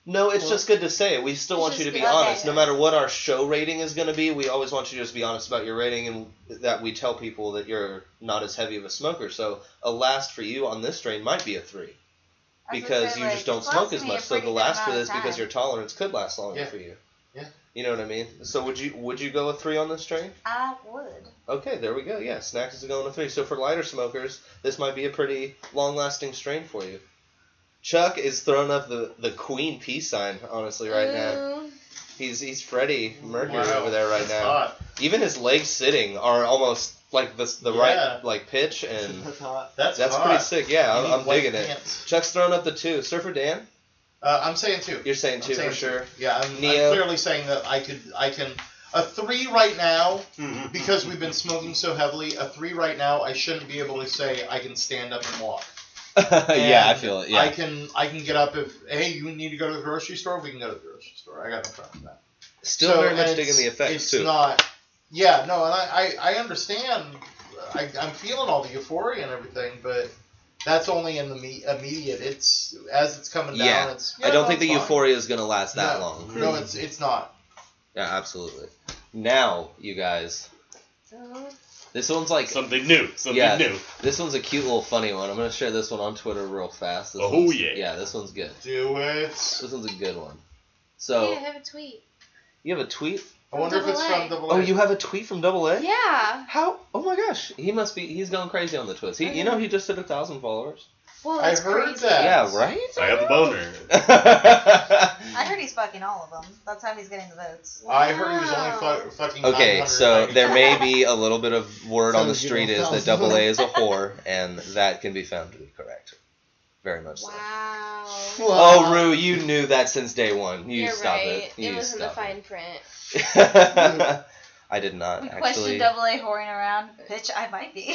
Speaker 2: no, it's just good to say it. We still
Speaker 6: It's
Speaker 2: want you to
Speaker 6: just
Speaker 2: be
Speaker 6: good.
Speaker 2: honest. No
Speaker 6: Okay.
Speaker 2: matter what our show rating is going to be, we always want you to just be honest about your rating and that we tell people that you're not as heavy of a smoker. So a last for you on this strain might be a three.
Speaker 3: I was gonna
Speaker 2: because
Speaker 3: say,
Speaker 2: you
Speaker 3: like,
Speaker 2: just don't
Speaker 3: it's
Speaker 2: smoke as
Speaker 3: lasting me a
Speaker 2: much. So
Speaker 3: pretty
Speaker 2: the
Speaker 3: good
Speaker 2: last for
Speaker 3: amount of
Speaker 2: this because
Speaker 3: time.
Speaker 2: your tolerance could last longer
Speaker 5: Yeah.
Speaker 2: for you.
Speaker 5: Yeah.
Speaker 2: You know what I mean? So would you would you go a three on this strain?
Speaker 3: I would.
Speaker 2: Okay, there we go. Yeah, snacks is going to three. So for lighter smokers, this might be a pretty long lasting strain for you. Chuck is throwing up the, the queen peace sign, honestly, right now.
Speaker 6: Ooh,
Speaker 2: He's he's Freddie Mercury
Speaker 5: Wow,
Speaker 2: over there right
Speaker 5: that's
Speaker 2: now.
Speaker 5: hot.
Speaker 2: Even his legs sitting are almost like the the
Speaker 5: Yeah.
Speaker 2: right like pitch and
Speaker 5: That's,
Speaker 2: that's
Speaker 5: hot.
Speaker 2: pretty sick. Yeah,
Speaker 5: You need
Speaker 2: I'm, I'm
Speaker 5: white
Speaker 2: digging it.
Speaker 5: pants.
Speaker 2: Chuck's throwing up the two. Surfer Dan,
Speaker 5: Uh, I'm saying two.
Speaker 2: you're saying
Speaker 5: I'm
Speaker 2: two
Speaker 5: saying
Speaker 2: for
Speaker 5: two.
Speaker 2: sure.
Speaker 5: Yeah, I'm, I'm
Speaker 2: Neo.
Speaker 5: clearly saying that I could, I can, a three right now
Speaker 4: Mhm.
Speaker 5: because we've been smoking so heavily. A three right now, I shouldn't be able to say I can stand up and walk.
Speaker 2: Uh, yeah, I
Speaker 5: And
Speaker 2: feel it. Yeah.
Speaker 5: I can, I can get up if hey, you need to go to the grocery store. We can go to the grocery store. I got no problem with that.
Speaker 2: Still
Speaker 5: So,
Speaker 2: very
Speaker 5: and
Speaker 2: much
Speaker 5: it's-
Speaker 2: digging the
Speaker 5: It's
Speaker 2: effects too.
Speaker 5: not. Yeah, no, and I, I, I understand. I, I'm feeling all the euphoria and everything, but that's only in the me- immediate. It's as it's coming down.
Speaker 2: Yeah.
Speaker 5: It's.
Speaker 2: I
Speaker 5: yeah,
Speaker 2: don't
Speaker 5: no,
Speaker 2: think the
Speaker 5: it's fine.
Speaker 2: euphoria is gonna last that
Speaker 5: No.
Speaker 2: long.
Speaker 5: No, it's it's not.
Speaker 2: Yeah, absolutely. Now, you guys,
Speaker 6: ooh.
Speaker 2: this one's like
Speaker 4: Something new. Something
Speaker 2: Yeah.
Speaker 4: new.
Speaker 2: this one's a cute little funny one. I'm gonna share this one on Twitter real fast. This
Speaker 4: Oh,
Speaker 2: one's-
Speaker 4: yeah.
Speaker 2: Yeah, this one's good.
Speaker 5: Do it.
Speaker 2: This one's a good one.
Speaker 6: Yeah, I
Speaker 2: So
Speaker 6: have a tweet.
Speaker 2: you have a tweet?
Speaker 5: I wonder if it's
Speaker 6: Double
Speaker 5: from
Speaker 6: A.
Speaker 5: Double A.
Speaker 2: Oh, you have a tweet from Double A?
Speaker 6: Yeah.
Speaker 2: How? Oh my gosh, he must be. He's going crazy on the twits. He, you know, he just hit a thousand followers.
Speaker 6: Well,
Speaker 5: I
Speaker 6: that's
Speaker 5: heard
Speaker 6: crazy.
Speaker 5: that. Yes.
Speaker 2: Yeah, right.
Speaker 4: I got the boner.
Speaker 3: I heard he's fucking all of them. That's how he's getting the votes.
Speaker 5: I heard he was only
Speaker 6: Wow.
Speaker 5: fu- fucking.
Speaker 2: Okay, so
Speaker 5: 990.
Speaker 2: there may be a little bit of word on the
Speaker 7: Sounds
Speaker 2: street is that
Speaker 7: thousand.
Speaker 2: Double A is a whore, and that can be found to be correct. Very much so.
Speaker 6: Wow.
Speaker 7: Wow.
Speaker 2: Oh, Rue, you knew that since day one. You
Speaker 6: You're
Speaker 2: stop
Speaker 6: right.
Speaker 2: it. You
Speaker 6: was in the
Speaker 2: stop
Speaker 6: fine print.
Speaker 2: it. I did not
Speaker 3: We
Speaker 2: actually.
Speaker 3: question double A whoring around. Bitch, I might be.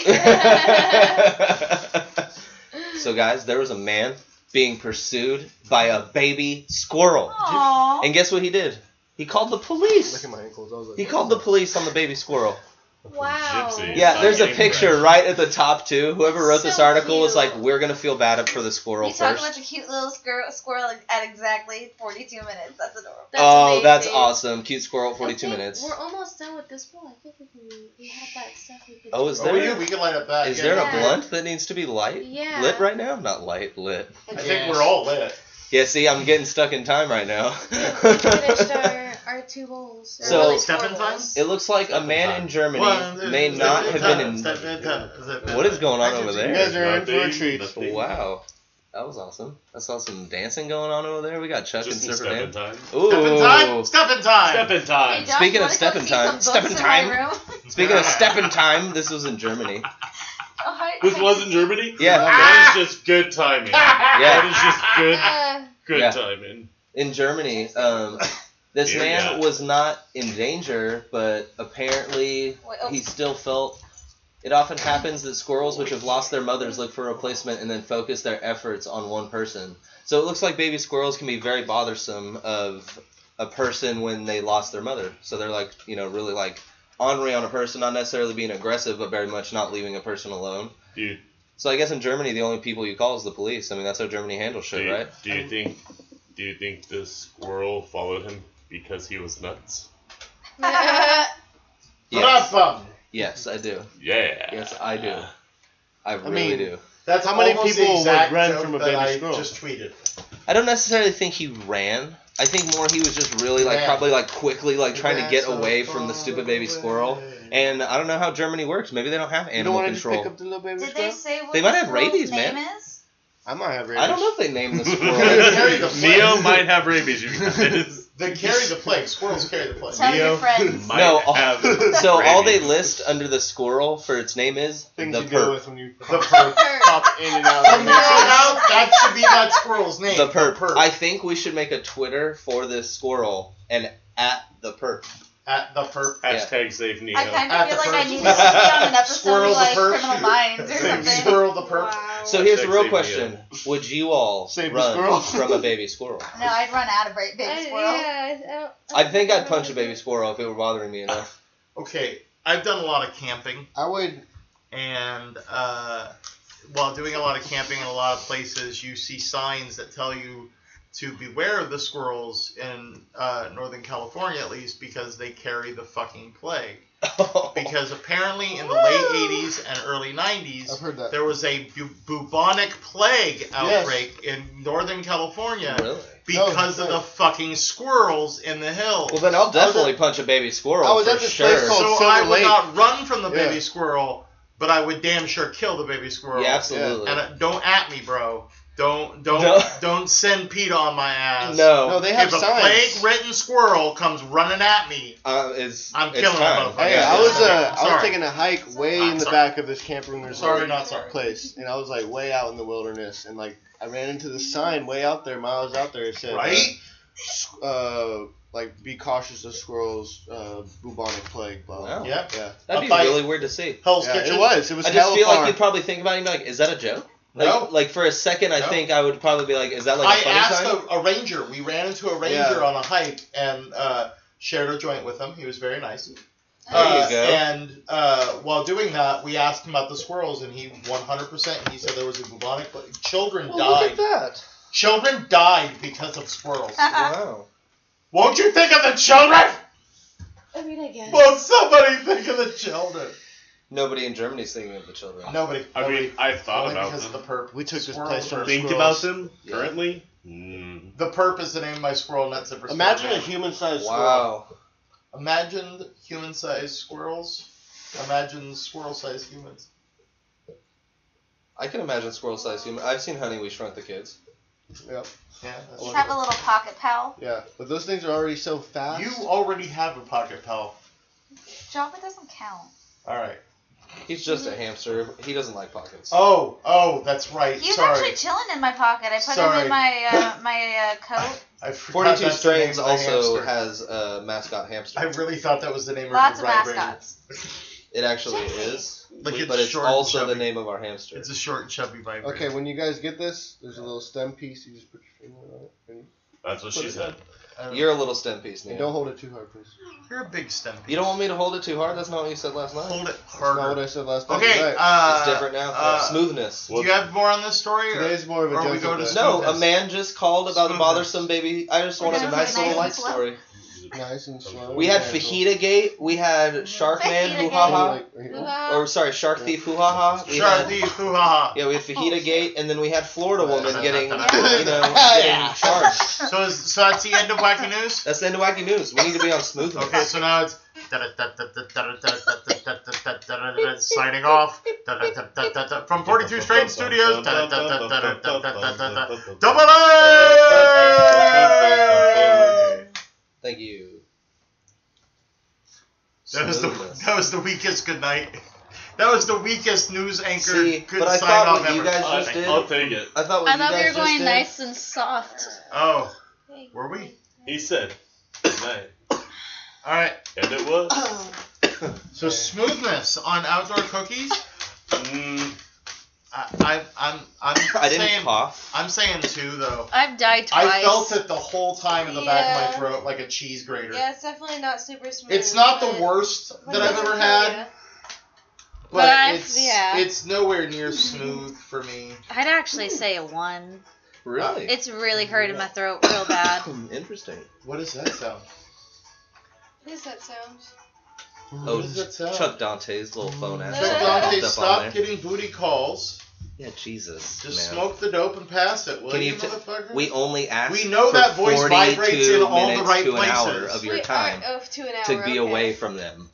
Speaker 2: so, guys, there was a man being pursued by a baby squirrel,
Speaker 3: Aww.
Speaker 2: and guess what he did? He called the police.
Speaker 7: Look at my ankles. I was like,
Speaker 2: He called the police on the baby squirrel.
Speaker 6: Wow.
Speaker 4: Gypsy.
Speaker 2: Yeah, there's a
Speaker 4: Fucking
Speaker 2: picture
Speaker 4: impressed.
Speaker 2: right at the top too. Whoever wrote this
Speaker 6: So
Speaker 2: article was like,
Speaker 6: cute.
Speaker 2: "We're gonna feel bad for the squirrel
Speaker 3: We talked about
Speaker 2: first.
Speaker 3: the cute little squirrel, squirrel at exactly 42 minutes. That's adorable.
Speaker 6: That's
Speaker 2: oh, that's
Speaker 6: amazing.
Speaker 2: awesome! Cute squirrel,
Speaker 6: I
Speaker 2: 42
Speaker 6: think
Speaker 2: minutes.
Speaker 6: We're almost done with this bowl. I think we can. We have that stuff. We could
Speaker 2: Oh, is
Speaker 5: Oh,
Speaker 2: there-
Speaker 5: we do. We can light up
Speaker 7: Uh,
Speaker 5: that.
Speaker 2: Is
Speaker 5: yeah,
Speaker 2: there
Speaker 5: yeah.
Speaker 2: a blunt that needs to be light?
Speaker 6: Yeah.
Speaker 2: Lit right now? Not light, lit.
Speaker 5: I think we're all lit.
Speaker 2: Yeah, see, I'm getting stuck in time right now.
Speaker 6: We finished our, our two bowls. Or
Speaker 2: So-
Speaker 6: really
Speaker 5: Step
Speaker 6: four
Speaker 5: in
Speaker 6: bowls.
Speaker 2: it looks like a
Speaker 4: Stuck in
Speaker 2: man
Speaker 4: time.
Speaker 2: in Germany
Speaker 5: One,
Speaker 2: may
Speaker 5: two,
Speaker 2: not
Speaker 5: three,
Speaker 2: have been
Speaker 5: ten,
Speaker 2: in.
Speaker 5: ten, ten, ten, ten.
Speaker 2: What is going on
Speaker 5: I
Speaker 2: over
Speaker 5: can
Speaker 7: You
Speaker 2: there?
Speaker 7: guys are in for a
Speaker 4: Nothing,
Speaker 7: treat.
Speaker 4: nothing.
Speaker 2: Wow, that was awesome. I saw some dancing going on over there. We got Chuck
Speaker 4: Just
Speaker 2: and
Speaker 4: in
Speaker 2: Surfer
Speaker 4: step
Speaker 2: Dan.
Speaker 4: in time.
Speaker 2: Ooh.
Speaker 5: Step in time. Step in time.
Speaker 4: Step in
Speaker 3: Hey,
Speaker 4: time.
Speaker 3: Josh,
Speaker 2: Speaking
Speaker 3: you
Speaker 2: of
Speaker 3: wanna go
Speaker 2: stepping
Speaker 3: see
Speaker 2: time-
Speaker 3: some
Speaker 2: stepping
Speaker 3: books in
Speaker 2: time.
Speaker 3: my room?
Speaker 2: Speaking of step in time, this was in Germany.
Speaker 3: Oh, hi-
Speaker 4: This
Speaker 3: hi.
Speaker 4: was in Germany.
Speaker 2: Yeah.
Speaker 4: That
Speaker 3: Ah!
Speaker 4: is just good timing. That
Speaker 2: Yeah,
Speaker 4: is just good,
Speaker 6: Uh,
Speaker 4: good
Speaker 2: Yeah.
Speaker 4: timing.
Speaker 2: in Germany, um, this
Speaker 4: Dear
Speaker 2: man
Speaker 4: God.
Speaker 2: was not in danger, but apparently
Speaker 3: Wait, oh.
Speaker 2: he still felt. It often happens that squirrels which have lost their mothers look for a replacement and then focus their efforts on one person. So it looks like baby squirrels can be very bothersome of a person when they lost their mother. So they're like, you know, really like ornery on a person, not necessarily being aggressive, but very much not leaving a person alone.
Speaker 4: Dude,
Speaker 2: So I guess in Germany, the only people you call is the police. I mean, that's how Germany handles
Speaker 4: do
Speaker 2: shit,
Speaker 4: you,
Speaker 2: right?
Speaker 4: do you think, do you think this squirrel followed him because he was nuts?
Speaker 2: Yes,
Speaker 5: Bravo.
Speaker 2: yes, I do.
Speaker 4: Yeah.
Speaker 2: Yes, I do. I really
Speaker 7: mean-
Speaker 2: do.
Speaker 5: That's
Speaker 7: How many
Speaker 5: almost the
Speaker 7: people would
Speaker 5: exact
Speaker 7: run
Speaker 5: joke
Speaker 7: from a
Speaker 5: that
Speaker 7: baby
Speaker 5: I
Speaker 7: squirrel?
Speaker 5: Just tweeted.
Speaker 2: I don't necessarily think he ran. I think more he was just really like
Speaker 5: Ran.
Speaker 2: probably like quickly like trying to get away from the stupid baby squirrel. And I don't know how Germany works. Maybe they don't have
Speaker 7: You don't
Speaker 2: animal
Speaker 7: want to just pick
Speaker 2: control.
Speaker 7: up the little baby
Speaker 3: Did they
Speaker 7: squirrel?
Speaker 3: say what
Speaker 2: They might
Speaker 3: the
Speaker 2: have
Speaker 3: squirrel's
Speaker 2: rabies,
Speaker 3: name
Speaker 2: man.
Speaker 3: is?
Speaker 7: I might have rabies.
Speaker 2: I don't know if they named the
Speaker 5: Carry
Speaker 2: squirrel.
Speaker 5: the
Speaker 8: Neo
Speaker 5: flag.
Speaker 8: might have rabies. You guys.
Speaker 5: They carry the plague. Squirrels carry the plague.
Speaker 3: Tell
Speaker 8: Neo
Speaker 3: your friends.
Speaker 8: might
Speaker 2: No, all-
Speaker 8: have
Speaker 2: so all they
Speaker 8: rabies.
Speaker 2: list under the squirrel for its name is
Speaker 7: Things
Speaker 2: the
Speaker 7: you deal
Speaker 2: perp.
Speaker 7: with when you
Speaker 5: The
Speaker 7: pop,
Speaker 5: perp.
Speaker 7: pop in and out.
Speaker 5: From here on out, that should be that squirrel's name.
Speaker 2: The perp. I think we should make a Twitter for this squirrel and at the perp.
Speaker 5: At the perp.
Speaker 4: Hashtag save Neo.
Speaker 3: I kind
Speaker 5: At
Speaker 3: of
Speaker 5: the
Speaker 3: feel like I
Speaker 5: first-
Speaker 3: need to be on an episode
Speaker 5: Squirrel
Speaker 3: of
Speaker 5: the
Speaker 3: like
Speaker 5: first.
Speaker 3: Criminal Minds or something.
Speaker 5: Squirrel the perp.
Speaker 6: Wow.
Speaker 2: So here's the real
Speaker 4: Save
Speaker 2: question: Would you all
Speaker 7: Oh, Save the squirrel.
Speaker 2: run from a baby squirrel?
Speaker 3: No, I'd run out of break
Speaker 6: I-
Speaker 3: baby squirrel.
Speaker 6: yeah, I don't-
Speaker 2: I think I'd punch a baby squirrel if it were bothering me enough.
Speaker 5: Okay, I've done a lot of camping,
Speaker 7: I would.
Speaker 5: and uh, while doing a lot of camping in a lot of places, you see signs that tell you to beware of the squirrels in uh, Northern California, at least, because they carry the fucking plague. Because apparently, in the late 80s and early 90s,
Speaker 7: I've heard that.
Speaker 5: There was a bu- bubonic plague outbreak in Northern California
Speaker 2: really?
Speaker 5: because
Speaker 7: No,
Speaker 5: of the fucking squirrels in the hills.
Speaker 2: Well, then I'll definitely punch a baby squirrel.
Speaker 7: I was
Speaker 2: for
Speaker 7: at this
Speaker 2: sure.
Speaker 7: place called-
Speaker 5: so
Speaker 7: Silver
Speaker 5: I would
Speaker 7: Lake.
Speaker 5: not run from the
Speaker 7: Yeah.
Speaker 5: baby squirrel, but I would damn sure kill the baby squirrel.
Speaker 2: Yeah, absolutely.
Speaker 5: And uh, don't at me, bro. Don't don't
Speaker 2: No.
Speaker 5: don't send PETA on my ass.
Speaker 2: no,
Speaker 7: No, they have
Speaker 5: If a
Speaker 7: signs.
Speaker 5: plague-ridden squirrel comes running at me,
Speaker 2: uh, it's,
Speaker 5: I'm
Speaker 2: it's
Speaker 5: killing
Speaker 2: time.
Speaker 5: them.
Speaker 7: Hey,
Speaker 5: Yeah.
Speaker 7: I was uh,
Speaker 5: I'm
Speaker 7: I
Speaker 5: sorry.
Speaker 7: was taking a hike way
Speaker 5: I'm
Speaker 7: in the
Speaker 5: sorry.
Speaker 7: back of this camping resort
Speaker 5: sorry, not sorry.
Speaker 7: place, and I was like way out in the wilderness, and like I ran into the sign way out there, miles out there. It said, uh,
Speaker 5: Right?
Speaker 7: s- Uh, like be cautious of squirrels, uh, bubonic plague, blah. blah.
Speaker 2: Wow.
Speaker 5: Yep.
Speaker 7: Yeah,
Speaker 2: That'd
Speaker 5: A
Speaker 2: be
Speaker 5: bite.
Speaker 2: really weird to see.
Speaker 5: Hell's
Speaker 7: yeah
Speaker 5: Kitchen.
Speaker 7: it was. It was
Speaker 2: I just
Speaker 7: hella
Speaker 2: feel
Speaker 7: far.
Speaker 2: like you'd probably think about it and be like, "Is that a joke?" Like,
Speaker 5: No.
Speaker 2: like for a second, I
Speaker 5: No.
Speaker 2: think I would probably be like, "Is that like a
Speaker 5: I
Speaker 2: funny
Speaker 5: asked
Speaker 2: sign?"
Speaker 5: a, a ranger. We ran into a ranger
Speaker 7: Yeah.
Speaker 5: on a hike and uh, shared a joint with him. He was very nice.
Speaker 2: There you
Speaker 5: Uh,
Speaker 2: go.
Speaker 5: And uh, while doing that, we asked him about the squirrels, and he 100% he said there was a bubonic plague. Children
Speaker 7: Well, look
Speaker 5: died.
Speaker 7: at that.
Speaker 5: Children died because of squirrels.
Speaker 2: wow.
Speaker 5: Won't you think of the children?
Speaker 6: I mean, I guess.
Speaker 5: Won't somebody think of the children?
Speaker 2: Nobody in Germany's thinking of the children.
Speaker 5: Nobody.
Speaker 4: I
Speaker 5: nobody.
Speaker 4: mean, I thought
Speaker 5: Only
Speaker 4: about
Speaker 5: because
Speaker 4: them.
Speaker 5: of the perp.
Speaker 7: We took this
Speaker 5: Squirrels
Speaker 7: place from
Speaker 5: are-
Speaker 7: the
Speaker 4: Think about
Speaker 7: squirrels.
Speaker 4: them
Speaker 2: Yeah.
Speaker 4: currently. Mm.
Speaker 5: The perp is the name of my squirrel, and that's it for squirrel
Speaker 7: Imagine a
Speaker 5: man.
Speaker 7: human-sized squirrel.
Speaker 2: Wow.
Speaker 5: Imagine human-sized squirrels. Imagine squirrel-sized humans.
Speaker 2: I can imagine squirrel-sized human. I've seen Honey, We Shrunk the Kids.
Speaker 7: Yep.
Speaker 5: Yeah. That's
Speaker 7: I
Speaker 3: Have a little pocket pal.
Speaker 7: Yeah, but those things are already so fast.
Speaker 5: you already have a pocket pal.
Speaker 3: Java doesn't count.
Speaker 5: All right.
Speaker 2: He's just a hamster. He doesn't like pockets.
Speaker 5: Oh, oh, that's right.
Speaker 3: He was
Speaker 5: Sorry.
Speaker 3: actually chilling in my pocket. I put him
Speaker 5: Sorry.
Speaker 3: in my uh, my uh, coat.
Speaker 5: I forgot
Speaker 2: Forty-two
Speaker 5: that's the name
Speaker 2: Strains
Speaker 5: of the
Speaker 2: also
Speaker 5: hamster.
Speaker 2: has a mascot hamster.
Speaker 5: I really thought that was the name
Speaker 3: Lots
Speaker 5: of
Speaker 3: of
Speaker 5: your right brain.
Speaker 3: mascots.
Speaker 2: It actually is,
Speaker 5: Like it's
Speaker 2: but it's
Speaker 5: short and
Speaker 2: also the
Speaker 5: chubby.
Speaker 2: name of our hamster.
Speaker 5: It's a short and chubby vibrator.
Speaker 7: Okay, when you guys get this, there's a little stem piece. You just put your finger on it. Ready?
Speaker 4: That's what
Speaker 7: Put
Speaker 4: she
Speaker 7: it
Speaker 4: said.
Speaker 5: Uh,
Speaker 2: You're a little stem piece,
Speaker 7: And
Speaker 2: Neil.
Speaker 7: don't hold it too hard, please.
Speaker 5: you're a big stem.
Speaker 2: You don't want me to hold it too hard. That's not what you said last night.
Speaker 5: hold it
Speaker 7: That's not what
Speaker 5: harder.
Speaker 7: I said last time.
Speaker 5: Okay.
Speaker 7: Right.
Speaker 5: Uh,
Speaker 2: it's different now.
Speaker 5: uh,
Speaker 2: Smoothness.
Speaker 5: Do you have more on this story? Or?
Speaker 7: Today's more of a
Speaker 5: or we
Speaker 7: gentle
Speaker 5: go to
Speaker 7: day.
Speaker 2: No, a
Speaker 5: smoothness.
Speaker 2: man just called about a
Speaker 5: Smoothness.
Speaker 2: bothersome baby. I just
Speaker 3: We're
Speaker 2: wanted a
Speaker 3: doing
Speaker 2: nice
Speaker 3: nice
Speaker 2: little
Speaker 3: and
Speaker 2: light
Speaker 3: slow.
Speaker 2: story.
Speaker 7: Nice and slow.
Speaker 2: We had
Speaker 7: and gentle.
Speaker 2: Fajita uh-huh. Gate. We had Sharkman
Speaker 3: Fajita
Speaker 2: Hoo
Speaker 3: Gate.
Speaker 2: Ha Ha.
Speaker 7: Oh, Like, right here.
Speaker 5: Oh.
Speaker 6: Hoo-ha.
Speaker 2: Or sorry, Shark
Speaker 7: Yeah.
Speaker 2: Thief Hoo Ha Ha. We
Speaker 5: Sure,
Speaker 2: had-
Speaker 5: the hoo-ha.
Speaker 2: Yeah, we had Fajita Gate, and then we had Florida Woman getting, you know,
Speaker 7: Yeah.
Speaker 2: getting charged.
Speaker 5: So, is, so that's the end of Wacky News.
Speaker 2: That's the end of wacky news. We need to be on smoothness.
Speaker 5: Okay, so now it's signing off from 42 Strange Studios. Double A!
Speaker 2: Thank you.
Speaker 5: That was the
Speaker 2: Smoothness.
Speaker 5: that was the weakest good night. That was the weakest news anchor
Speaker 2: See,
Speaker 5: good
Speaker 2: but I
Speaker 5: sign
Speaker 2: thought
Speaker 5: off
Speaker 2: what you
Speaker 5: ever.
Speaker 2: guys just
Speaker 4: I,
Speaker 2: did-
Speaker 4: I'll take it.
Speaker 2: I thought what
Speaker 3: I
Speaker 2: you
Speaker 3: thought we
Speaker 2: guys
Speaker 3: were
Speaker 2: just
Speaker 3: going
Speaker 2: did-
Speaker 3: nice and soft.
Speaker 5: oh, were we?
Speaker 4: He said, good night.
Speaker 5: All right.
Speaker 4: And it was.
Speaker 5: So smoothness on outdoor cookies.
Speaker 4: Mm,
Speaker 5: I, I I'm I'm
Speaker 2: I didn't
Speaker 5: saying
Speaker 2: cough.
Speaker 5: I'm saying two though.
Speaker 3: I've died twice.
Speaker 5: I felt it the whole time in the back of
Speaker 6: Yeah.
Speaker 5: my throat like a cheese grater.
Speaker 6: Yeah, it's definitely not super smooth.
Speaker 5: It's not the
Speaker 6: but-
Speaker 5: worst
Speaker 6: but
Speaker 5: that
Speaker 6: it
Speaker 5: I've
Speaker 6: doesn't
Speaker 5: ever
Speaker 6: kill
Speaker 5: had,
Speaker 6: you.
Speaker 5: but,
Speaker 3: But I've-
Speaker 5: it's
Speaker 3: yeah.
Speaker 5: it's nowhere near smooth for me.
Speaker 3: I'd actually say a one.
Speaker 2: Really?
Speaker 3: It's really hurting my throat real bad.
Speaker 2: Interesting.
Speaker 5: What does that sound?
Speaker 6: What is that sound?
Speaker 2: Oh,
Speaker 5: What does that sound?
Speaker 2: Chuck Dante's little phone ass.
Speaker 5: Chuck
Speaker 2: popped
Speaker 5: Dante,
Speaker 2: up on
Speaker 5: stop
Speaker 2: there.
Speaker 5: getting booty calls.
Speaker 2: Yeah, Jesus.
Speaker 5: Just
Speaker 2: man.
Speaker 5: smoke the dope and pass it, will
Speaker 2: Can
Speaker 5: you,
Speaker 2: you t-
Speaker 5: motherfucker?
Speaker 2: We only asked.
Speaker 5: We know
Speaker 2: for
Speaker 5: that voice
Speaker 2: 42
Speaker 5: vibrates in all the
Speaker 2: minutes
Speaker 5: right
Speaker 2: to an hour
Speaker 5: places.
Speaker 2: of your
Speaker 6: Wait,
Speaker 2: time
Speaker 6: alright, oh, to an hour,
Speaker 2: to be
Speaker 6: okay.
Speaker 2: away from them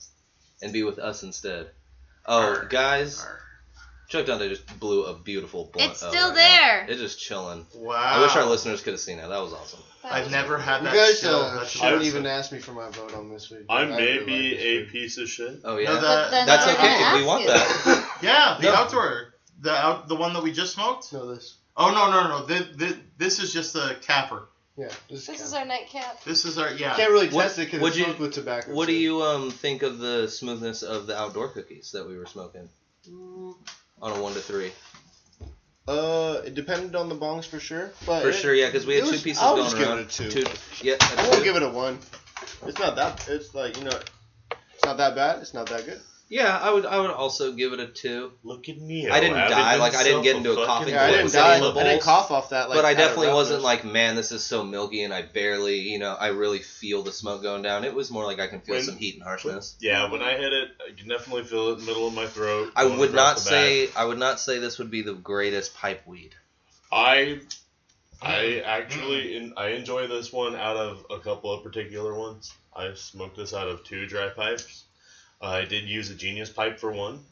Speaker 2: and be with us instead. Oh,
Speaker 5: Arr.
Speaker 2: guys, Chuck Dante just blew a beautiful blunt.
Speaker 3: It's
Speaker 2: up
Speaker 3: still
Speaker 2: oh, right
Speaker 3: there.
Speaker 2: Now. It's just chilling.
Speaker 5: Wow.
Speaker 2: I wish our listeners could have seen that. That was awesome.
Speaker 5: I've never had
Speaker 7: You
Speaker 5: that.
Speaker 7: guys
Speaker 5: chill.
Speaker 7: uh,
Speaker 5: That
Speaker 7: shouldn't
Speaker 5: chill.
Speaker 7: even ask me for my vote on this week.
Speaker 4: I may
Speaker 7: really
Speaker 4: be
Speaker 7: like this
Speaker 4: a
Speaker 7: week.
Speaker 4: piece of shit.
Speaker 2: Oh yeah.
Speaker 5: No, that-
Speaker 3: But then
Speaker 2: That's
Speaker 3: I'm
Speaker 2: okay.
Speaker 3: gonna
Speaker 2: If we
Speaker 3: ask
Speaker 2: want
Speaker 3: you.
Speaker 2: that.
Speaker 5: Yeah, the
Speaker 2: No.
Speaker 5: outdoor, the out, the one that we just smoked.
Speaker 7: No, this.
Speaker 5: Oh no no no! This, this, this is just a capper.
Speaker 7: Yeah, this,
Speaker 6: This is
Speaker 7: counts.
Speaker 6: our nightcap.
Speaker 5: This is our yeah.
Speaker 7: Can't really
Speaker 2: What-
Speaker 7: test it because
Speaker 2: what'd
Speaker 7: it's
Speaker 2: you-
Speaker 7: smoked with tobacco.
Speaker 2: What
Speaker 7: so-
Speaker 2: do you um think of the smoothness of the outdoor cookies that we were smoking? On a one to three,
Speaker 7: Uh, it depended on the bongs for sure, but
Speaker 2: for
Speaker 7: Uh, it-
Speaker 2: sure. Yeah, because we
Speaker 7: it
Speaker 2: had two
Speaker 7: was-
Speaker 2: pieces
Speaker 7: I'll
Speaker 2: going
Speaker 7: just give
Speaker 2: around.
Speaker 7: it a two.
Speaker 2: Yeah.
Speaker 7: I won't give it a one. It's not that. It's like you know, it's not that bad. It's not that good.
Speaker 2: Yeah, I would. I would also give it a two.
Speaker 4: Look at me.
Speaker 2: I didn't
Speaker 4: allowing
Speaker 2: die, like, I didn't get into a
Speaker 4: myself
Speaker 2: coughing
Speaker 4: fucking
Speaker 7: Yeah, I
Speaker 2: fit.
Speaker 7: didn't
Speaker 2: Was
Speaker 7: die.
Speaker 2: any of the
Speaker 7: I didn't
Speaker 2: bowls?
Speaker 7: cough off that. Like,
Speaker 2: but I
Speaker 7: had a
Speaker 2: definitely
Speaker 7: roughness.
Speaker 2: wasn't like, man, this is so milky, and I barely, you know, I really feel the smoke going down. It was more like I can feel
Speaker 4: When-
Speaker 2: some heat and harshness.
Speaker 4: Yeah, when I hit it, I can definitely feel it in the middle of my throat.
Speaker 2: I
Speaker 4: going
Speaker 2: would
Speaker 4: across
Speaker 2: not
Speaker 4: the
Speaker 2: say.
Speaker 4: back.
Speaker 2: I would not say this would be the greatest pipe weed.
Speaker 4: I I actually in, I enjoy this one out of a couple of particular ones. I smoked this out of two dry pipes. I did use a genius pipe for one.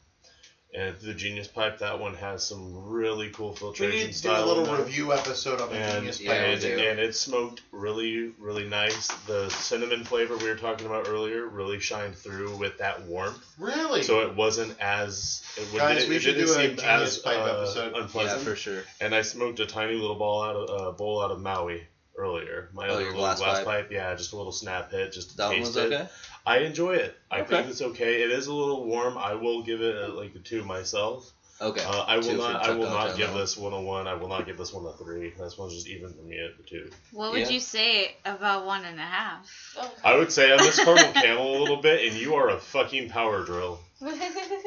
Speaker 4: And the genius pipe, that one has some really cool
Speaker 5: We
Speaker 4: filtration
Speaker 5: need to do
Speaker 4: style.
Speaker 5: a little
Speaker 4: in there.
Speaker 5: review episode of the
Speaker 4: And,
Speaker 5: Genius
Speaker 2: yeah,
Speaker 5: Player
Speaker 4: and,
Speaker 2: too.
Speaker 4: and it smoked really, really nice. The cinnamon flavor we were talking about earlier really shined through with that warmth.
Speaker 5: Really?
Speaker 4: So it wasn't as it, would-
Speaker 5: Guys,
Speaker 4: it,
Speaker 5: we
Speaker 4: it
Speaker 5: should
Speaker 4: didn't
Speaker 5: do a
Speaker 4: seem
Speaker 5: Genius
Speaker 4: as
Speaker 5: Pipe
Speaker 4: uh,
Speaker 5: episode.
Speaker 2: Yeah,
Speaker 4: unpleasant.
Speaker 2: for sure.
Speaker 4: And I smoked a tiny little ball out of uh, bowl out of Maui earlier. My
Speaker 2: Oh,
Speaker 4: other
Speaker 2: your
Speaker 4: little
Speaker 2: glass
Speaker 4: glass,
Speaker 2: pipe.
Speaker 4: pipe. yeah, just a little snap hit, just to
Speaker 2: That one
Speaker 4: taste
Speaker 2: was
Speaker 4: it.
Speaker 2: okay.
Speaker 4: I enjoy it. I
Speaker 2: Okay.
Speaker 4: think it's okay. It is a little warm. I will give it a, like a two myself.
Speaker 2: Okay.
Speaker 7: Um,
Speaker 4: Uh, I
Speaker 2: Two
Speaker 4: will
Speaker 2: for
Speaker 4: not. I
Speaker 2: Chuck
Speaker 4: will
Speaker 2: Dante
Speaker 4: not
Speaker 2: on
Speaker 4: give
Speaker 2: that one.
Speaker 4: this one a one. I will not give this one a three. This one's just even for me at the two.
Speaker 3: What would
Speaker 2: Yeah.
Speaker 3: you say about one and a half?
Speaker 4: I would say I miss Caramel Camel a little bit, and you are a fucking power drill.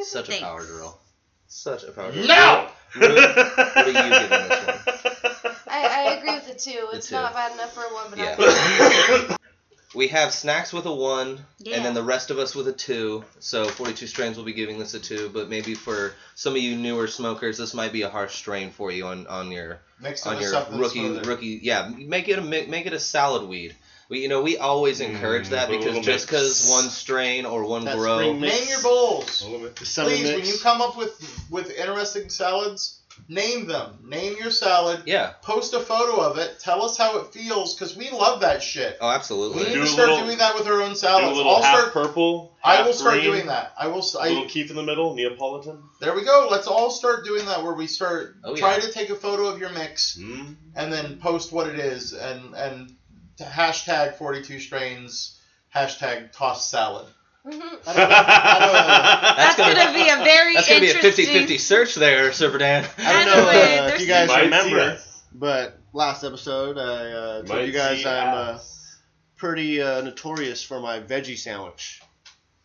Speaker 2: Such a
Speaker 3: Thanks.
Speaker 2: power drill. Mm-hmm. Such a power drill.
Speaker 4: No.
Speaker 2: Really? are you giving
Speaker 4: this one?
Speaker 6: I, I agree with the two.
Speaker 2: The
Speaker 6: It's
Speaker 2: two.
Speaker 6: not bad enough for a one, but
Speaker 2: Yeah.
Speaker 6: not bad.
Speaker 2: We have snacks with a one,
Speaker 3: Yeah.
Speaker 2: and then the rest of us with a two. So 42 strains will be giving this a two, but maybe for some of you newer smokers, this might be a harsh strain for you on on your
Speaker 5: Mix it
Speaker 2: on
Speaker 5: with
Speaker 2: your
Speaker 5: something
Speaker 2: rookie
Speaker 5: smoother.
Speaker 2: rookie yeah make it a mi- make it a salad weed we, you know we always encourage
Speaker 4: Mm,
Speaker 2: that
Speaker 4: put a
Speaker 2: because
Speaker 4: little
Speaker 2: just
Speaker 4: mix.
Speaker 2: because one strain or one
Speaker 7: That
Speaker 2: grow
Speaker 7: spring
Speaker 5: Name your bowls.
Speaker 7: The summer
Speaker 5: Please, when
Speaker 7: mix.
Speaker 5: you come up with with interesting salads, name them. Name your salad.
Speaker 2: yeah
Speaker 5: Post a photo of it. Tell us how it feels, because we love that shit.
Speaker 2: oh
Speaker 5: We
Speaker 2: absolutely
Speaker 5: need
Speaker 4: Do
Speaker 5: to
Speaker 4: a
Speaker 5: start
Speaker 4: little-
Speaker 5: doing that with our own
Speaker 4: Do a
Speaker 5: salads.
Speaker 4: little
Speaker 5: I'll
Speaker 4: half
Speaker 5: start.
Speaker 4: purple.
Speaker 5: I
Speaker 4: half
Speaker 5: will start
Speaker 4: green,
Speaker 5: doing that. I will. s-
Speaker 4: A
Speaker 5: I-
Speaker 4: little Keith in the middle, Neapolitan.
Speaker 5: There we go. Let's all start doing that where we start
Speaker 2: Oh,
Speaker 5: try
Speaker 2: yeah.
Speaker 5: to take a photo of your mix
Speaker 4: Mm.
Speaker 5: and then post what it is and and to hashtag 42 strains hashtag toss salad.
Speaker 6: Mhm.
Speaker 7: I don't know. I
Speaker 3: that's
Speaker 2: gonna-
Speaker 3: gonna be a very
Speaker 2: that's gonna be a
Speaker 3: interesting.
Speaker 2: 50-50 search there server dan
Speaker 7: I don't know
Speaker 3: Anyway,
Speaker 7: uh, if
Speaker 3: there's
Speaker 7: you guys
Speaker 4: Might
Speaker 7: remember,
Speaker 4: see
Speaker 7: but last episode I uh,
Speaker 4: us.
Speaker 7: told
Speaker 4: Might
Speaker 7: you guys
Speaker 4: see
Speaker 5: um,
Speaker 7: I'm uh,
Speaker 4: us.
Speaker 7: pretty uh, notorious for my veggie sandwich.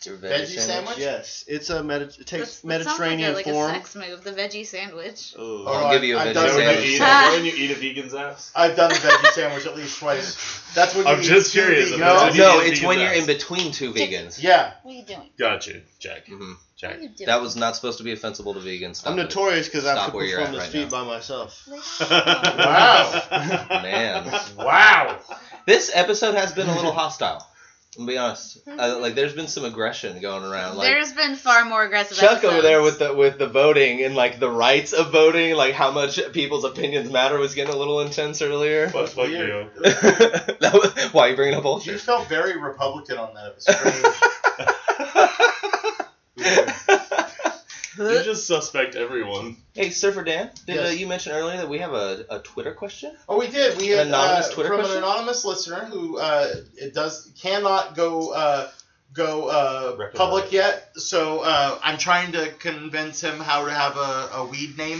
Speaker 2: Your
Speaker 5: Veggie sandwich?
Speaker 7: Yes, it's a medi- it takes
Speaker 3: That's- that sounds
Speaker 7: Mediterranean
Speaker 3: like a,
Speaker 7: form.
Speaker 3: Like a sex move, the veggie sandwich.
Speaker 7: Oh.
Speaker 2: I'll give you a
Speaker 5: I've
Speaker 2: veggie
Speaker 5: done
Speaker 4: Is that when
Speaker 2: sandwich.
Speaker 4: you, eat, is
Speaker 3: Ah.
Speaker 4: that when you eat a vegan's ass?
Speaker 5: I've done the veggie sandwich at least twice. That's when you
Speaker 4: I'm
Speaker 5: eat
Speaker 4: just
Speaker 5: two
Speaker 4: curious if
Speaker 5: vegans.
Speaker 2: no,
Speaker 4: Veggie
Speaker 2: no
Speaker 4: is
Speaker 2: it's
Speaker 4: vegan
Speaker 2: when you're
Speaker 4: best.
Speaker 2: in between two vegans
Speaker 5: Yeah.
Speaker 3: What are you doing?
Speaker 4: Got you, Jack.
Speaker 2: hmm
Speaker 3: What
Speaker 4: Jack.
Speaker 3: are you doing?
Speaker 2: that was not supposed to be offensible to vegans Stop
Speaker 7: I'm
Speaker 2: it.
Speaker 7: notorious because I
Speaker 2: Stop
Speaker 7: could
Speaker 2: where you're
Speaker 7: perform
Speaker 2: at
Speaker 7: this
Speaker 2: right
Speaker 7: feat by myself.
Speaker 5: Wow.
Speaker 2: man
Speaker 5: Wow.
Speaker 2: this episode has been a little hostile i'll be honest uh, like there's been some aggression going around like
Speaker 3: There's been far more aggressive.
Speaker 2: Chuck
Speaker 3: episodes.
Speaker 2: over there with the with the voting and like the rights of voting, like how much people's opinions matter was getting a little intense earlier.
Speaker 4: But fuck you.
Speaker 5: Weird.
Speaker 2: that was, why are you bringing up all
Speaker 5: You
Speaker 2: shit?
Speaker 5: felt very Republican on that. It was strange.
Speaker 4: You just suspect everyone.
Speaker 2: hey, Surfer Dan, did uh,
Speaker 5: Yes.
Speaker 2: you mention earlier that we have a, a Twitter question?
Speaker 5: Oh, we did. We
Speaker 2: An
Speaker 5: had
Speaker 2: anonymous
Speaker 5: uh,
Speaker 2: Twitter
Speaker 5: from
Speaker 2: question?
Speaker 5: an anonymous listener who uh, it does cannot go uh, go uh,
Speaker 4: Recognized.
Speaker 5: public yet. So uh, I'm trying to convince him how to have a, a weed name.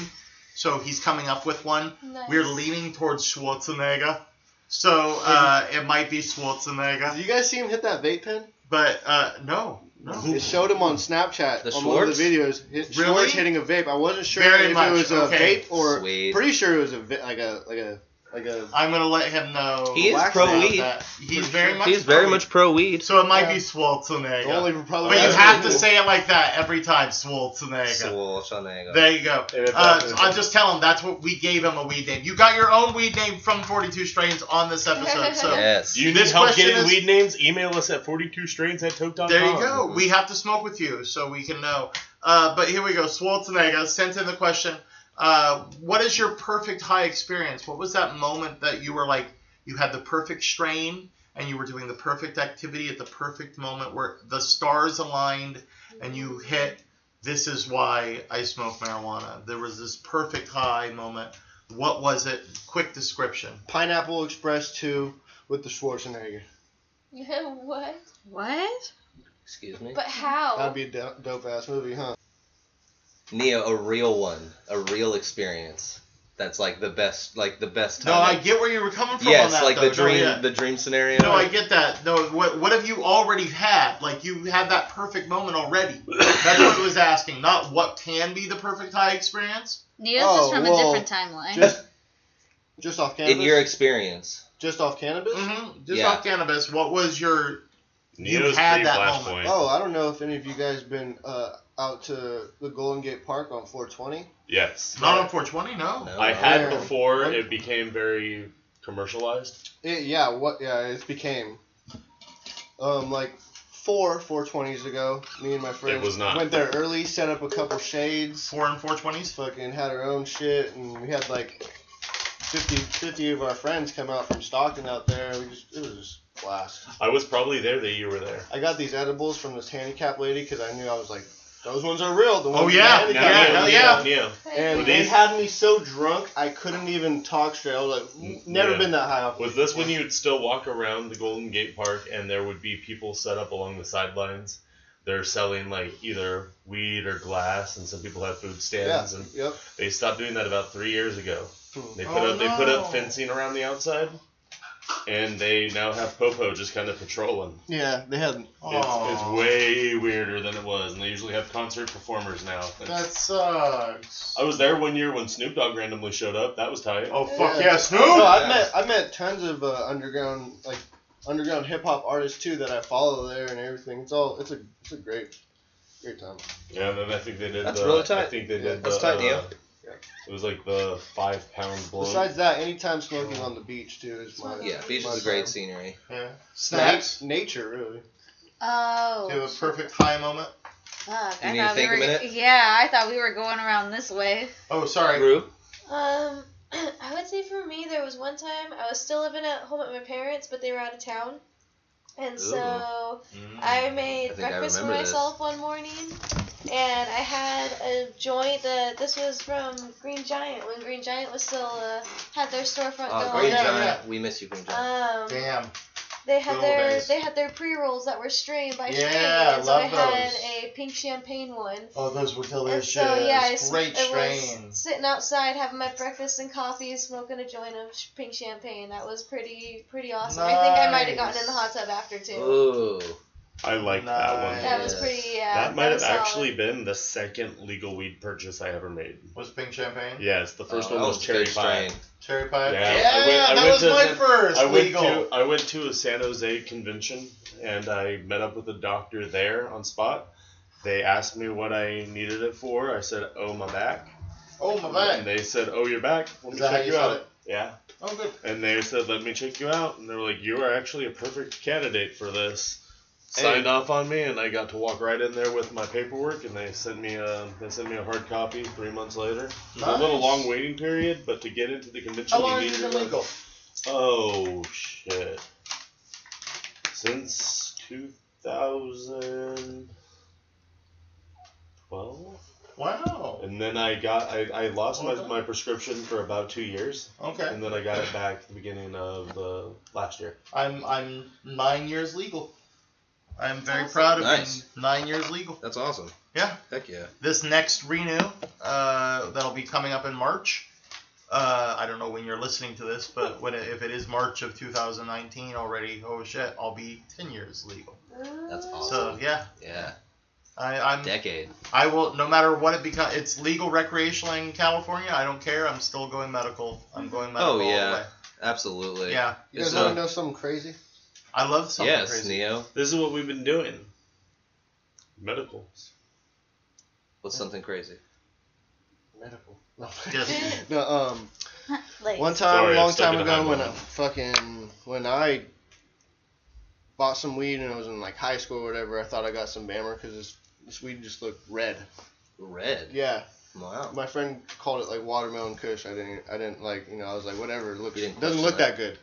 Speaker 5: So he's coming up with one.
Speaker 6: Nice.
Speaker 5: We're leaning towards Schwarzenegger. So uh, it might be Schwarzenegger,
Speaker 7: Did you guys see him hit that vape pen?
Speaker 5: but uh, no, no.
Speaker 7: It showed him on Snapchat
Speaker 2: The
Speaker 7: on one of
Speaker 2: Schwartz?
Speaker 7: the videos. His
Speaker 5: Really?
Speaker 7: Schwartz hitting a vape. I wasn't sure
Speaker 5: Very
Speaker 7: if
Speaker 5: much,
Speaker 7: it was
Speaker 5: okay.
Speaker 7: a vape or
Speaker 2: Sweet.
Speaker 7: pretty sure it was a va- like a like a, Like a
Speaker 5: I'm gonna let him know.
Speaker 2: He is
Speaker 5: about
Speaker 2: pro weed.
Speaker 5: that. He's very much.
Speaker 2: He's very
Speaker 5: pro
Speaker 2: much pro weed.
Speaker 5: weed. So it might
Speaker 7: Yeah.
Speaker 5: be
Speaker 7: the
Speaker 5: Schwarzenegger.
Speaker 7: only Republican.
Speaker 5: but you have to say it like that every time, Schwarzenegger.
Speaker 2: Schwarzenegger.
Speaker 5: There you go.
Speaker 4: And if
Speaker 5: Uh,
Speaker 4: that-
Speaker 5: I'll just tell him that's what we gave him a weed name. You got your own weed name from 42 Strains on this episode. So
Speaker 2: Yes.
Speaker 4: Do you need
Speaker 5: This
Speaker 4: help
Speaker 5: question
Speaker 4: getting
Speaker 5: is-
Speaker 4: weed names? Email us at 42strains at toke.com.
Speaker 5: There you go. We have to smoke with you so we can know. Uh, but here we go. Schwarzenegger sent in the question uh, What is your perfect high experience? What was that moment that you were like, you had the perfect strain and you were doing the perfect activity at the perfect moment where the stars aligned and you hit, this is why I smoke marijuana? There was this perfect high moment. What was it? Quick description.
Speaker 7: Pineapple Express two with the Schwarzenegger.
Speaker 6: what?
Speaker 3: What?
Speaker 2: Excuse me.
Speaker 6: But
Speaker 5: Oh.
Speaker 6: how?
Speaker 7: That'd be a do- dope ass movie, huh?
Speaker 2: Neo, a real one, a real experience. That's like the best, like the best
Speaker 5: No,
Speaker 2: time.
Speaker 5: I get where you were coming from on
Speaker 2: yes,
Speaker 5: that.
Speaker 2: like the
Speaker 5: though. No,
Speaker 2: dream,
Speaker 5: yeah.
Speaker 2: the dream scenario.
Speaker 5: No, I get that. No, what what have you already had? Like you had that perfect moment already. That's what it was asking, not what can be the perfect high experience.
Speaker 3: Neo's
Speaker 7: Oh,
Speaker 3: is from
Speaker 7: well,
Speaker 3: a different timeline.
Speaker 7: Just, just off cannabis.
Speaker 2: in your experience.
Speaker 7: just off cannabis.
Speaker 5: hmm Just
Speaker 2: Yeah.
Speaker 5: off cannabis. What was your?
Speaker 4: Neo's
Speaker 5: You've had
Speaker 4: pre
Speaker 5: that
Speaker 4: Flashpoint.
Speaker 5: moment.
Speaker 7: Oh, I don't know if any of you guys been uh, out to the Golden Gate Park on 420.
Speaker 4: Yes.
Speaker 5: Not on 420, no.
Speaker 2: No,
Speaker 4: I
Speaker 2: no.
Speaker 4: had
Speaker 7: Yeah.
Speaker 4: before. It became very commercialized.
Speaker 7: It, yeah, what? Yeah, it became um like four 420s ago. Me and my friends
Speaker 4: was not.
Speaker 7: went there early, set up a couple shades,
Speaker 5: Four and 420s.
Speaker 7: fucking had our own shit, and we had like 50, 50 of our friends come out from Stockton out there. We just it was just a blast.
Speaker 4: I was probably there that you were there.
Speaker 7: I got these edibles from this handicap lady because I knew I was like. Those ones are real. The ones
Speaker 5: Oh, yeah,
Speaker 7: with the
Speaker 5: yeah,
Speaker 7: handicap."
Speaker 5: hell yeah.
Speaker 4: Neo.
Speaker 7: And
Speaker 4: Were
Speaker 7: they
Speaker 4: these-
Speaker 7: had me so drunk I couldn't even talk straight. I was like, "N- never
Speaker 4: Mm, Yeah.
Speaker 7: been that high off.
Speaker 4: Was
Speaker 7: weed."
Speaker 4: this when you would still walk around the Golden Gate Park and there would be people set up along the sidelines? They're selling like either weed or glass, and some people have food
Speaker 7: Yeah.
Speaker 4: stands. And
Speaker 7: Yep.
Speaker 4: they stopped doing that about three years ago. They put
Speaker 5: Oh,
Speaker 4: up they put
Speaker 5: no.
Speaker 4: up fencing around the outside, and they now have Popo just kind of patrolling.
Speaker 7: Yeah, they had.
Speaker 5: Aw.
Speaker 4: It's, it's way weirder than it was, and they usually have concert performers now.
Speaker 5: That sucks.
Speaker 4: I was there one year when Snoop Dogg randomly showed up. That was tight.
Speaker 5: Oh fuck
Speaker 7: Yeah.
Speaker 5: yeah, Snoop.
Speaker 7: No, I
Speaker 2: Yeah.
Speaker 7: met I met tons of uh, underground like underground hip hop artists too that I follow there and everything. It's all it's a it's a great great time.
Speaker 4: Yeah, and then I think they did.
Speaker 2: That's
Speaker 4: the,
Speaker 2: really
Speaker 4: I
Speaker 2: tight.
Speaker 4: think they
Speaker 7: Yeah,
Speaker 4: did.
Speaker 2: that's
Speaker 4: the,
Speaker 2: tight, Neo.
Speaker 4: uh, It was like the five pound blow.
Speaker 7: Besides that, anytime smoking on the beach too is my
Speaker 2: Yeah, beach
Speaker 7: my
Speaker 2: is a
Speaker 7: time.
Speaker 2: great scenery.
Speaker 5: Yeah.
Speaker 7: Snacks,
Speaker 5: Snacks.
Speaker 7: nature really.
Speaker 5: Do you
Speaker 3: Oh.
Speaker 5: have a perfect high moment.
Speaker 3: Fuck.
Speaker 2: You
Speaker 3: I
Speaker 2: need to
Speaker 3: thought we
Speaker 2: think a
Speaker 3: were.
Speaker 2: minute?
Speaker 3: Yeah, I thought we were going around this way.
Speaker 5: Oh, sorry.
Speaker 2: Rube,
Speaker 6: Um, I would say for me, there was one time I was still living at home at my parents, but they were out of town. And so
Speaker 5: Mm.
Speaker 6: I made
Speaker 2: I think I
Speaker 6: breakfast for
Speaker 2: remember this.
Speaker 6: myself one morning, and I had a joint that this was from Green Giant when Green Giant was still uh, had their storefront
Speaker 2: oh,
Speaker 6: going.
Speaker 2: Green
Speaker 5: yeah,
Speaker 2: Giant, we miss you, Green Giant.
Speaker 6: Um,
Speaker 5: Damn.
Speaker 6: they
Speaker 5: Good
Speaker 6: had
Speaker 5: old
Speaker 6: their
Speaker 5: days.
Speaker 6: they had their pre rolls that were strained by strain,
Speaker 5: Yeah, I
Speaker 6: and so
Speaker 5: love
Speaker 6: I had
Speaker 5: those.
Speaker 6: a pink champagne one.
Speaker 5: Oh, those were
Speaker 6: And
Speaker 5: delicious.
Speaker 6: so yeah, I s-
Speaker 5: Great
Speaker 6: it was
Speaker 5: strains.
Speaker 6: sitting outside having my breakfast and coffee, smoking a joint of sh- pink champagne. That was pretty pretty awesome. I think I might have gotten in the hot tub after too.
Speaker 2: Ooh,
Speaker 4: I like that one.
Speaker 5: Nice.
Speaker 6: That was
Speaker 2: Yes.
Speaker 6: pretty. Yeah,
Speaker 4: that might have
Speaker 6: was solid.
Speaker 4: actually been the second legal weed purchase I ever made.
Speaker 5: Was pink champagne?
Speaker 4: Yes, the first
Speaker 2: Oh,
Speaker 4: one
Speaker 2: that
Speaker 4: was
Speaker 2: a
Speaker 4: cherry
Speaker 2: good
Speaker 4: pie.
Speaker 2: strain.
Speaker 5: Cherry pie.
Speaker 4: Yeah, I
Speaker 5: Yeah,
Speaker 4: went- I
Speaker 5: that
Speaker 4: went
Speaker 5: was
Speaker 4: to
Speaker 5: my
Speaker 4: San-
Speaker 5: first
Speaker 4: I went
Speaker 5: legal.
Speaker 4: to I went to a San Jose convention and I met up with a doctor there on spot. They asked me what I needed it for. I said, "Oh, my back."
Speaker 5: oh my
Speaker 4: And
Speaker 5: bad.
Speaker 4: they said, "Oh, your back. Let
Speaker 5: Is
Speaker 4: me
Speaker 5: that how
Speaker 4: check
Speaker 5: you
Speaker 4: you
Speaker 5: said
Speaker 4: out."
Speaker 5: it?
Speaker 4: Yeah.
Speaker 5: Oh good.
Speaker 4: And they said, "Let me check you out." And they were like, "You are actually a perfect candidate for this."
Speaker 7: Hey.
Speaker 4: Signed off on me, and I got to walk right in there with my paperwork, and they sent me a they sent me a hard copy three months later. It was A little
Speaker 5: Nice.
Speaker 4: long waiting period, but to get into the convention,
Speaker 5: How long
Speaker 4: you
Speaker 5: has
Speaker 4: need
Speaker 5: it been
Speaker 4: your-
Speaker 5: legal?
Speaker 4: Oh shit! Since 2012,
Speaker 5: Wow.
Speaker 4: and then I got I, I lost my, my prescription for about two years,
Speaker 5: Okay.
Speaker 4: and then I got it back at the beginning of uh, last year.
Speaker 5: I'm I'm nine years legal. I'm very
Speaker 3: Awesome.
Speaker 5: proud of
Speaker 2: Nice.
Speaker 5: being nine years legal.
Speaker 2: That's awesome.
Speaker 5: Yeah.
Speaker 2: Heck yeah.
Speaker 5: This next renew uh, that'll be coming up in March. Uh, I don't know when you're listening to this, but when it, if it is March of 2019 already, oh shit, I'll be 10 years legal.
Speaker 2: That's
Speaker 5: So
Speaker 2: awesome.
Speaker 5: yeah,
Speaker 2: yeah,
Speaker 5: I, I'm
Speaker 2: decade.
Speaker 5: I will no matter what it becomes. It's legal recreational in California. I don't care. I'm still going medical. I'm going medical.
Speaker 2: Oh,
Speaker 5: all the
Speaker 2: yeah.
Speaker 5: way.
Speaker 2: Absolutely.
Speaker 5: Yeah,
Speaker 7: You guys
Speaker 2: So-
Speaker 7: want to know something crazy?
Speaker 5: I love something
Speaker 2: Yes,
Speaker 5: crazy.
Speaker 2: Neo.
Speaker 4: This is what we've been doing. Medical.
Speaker 2: What's something crazy?
Speaker 7: Medical. No.
Speaker 5: Yes.
Speaker 7: no um.
Speaker 3: Like,
Speaker 7: One time,
Speaker 4: Sorry,
Speaker 7: a long
Speaker 4: I'm stuck
Speaker 7: time
Speaker 4: in a
Speaker 7: ago,
Speaker 4: high
Speaker 7: when I
Speaker 4: moment.
Speaker 7: fucking when I bought some weed and I was in like high school or whatever, I thought I got some bammer because this this weed just looked red.
Speaker 2: Red.
Speaker 7: Yeah,
Speaker 2: Wow.
Speaker 7: my friend called it like watermelon kush. I didn't I didn't like you know I was like whatever. It looks
Speaker 2: You didn't
Speaker 7: doesn't
Speaker 2: question
Speaker 7: look
Speaker 2: that.
Speaker 7: that good.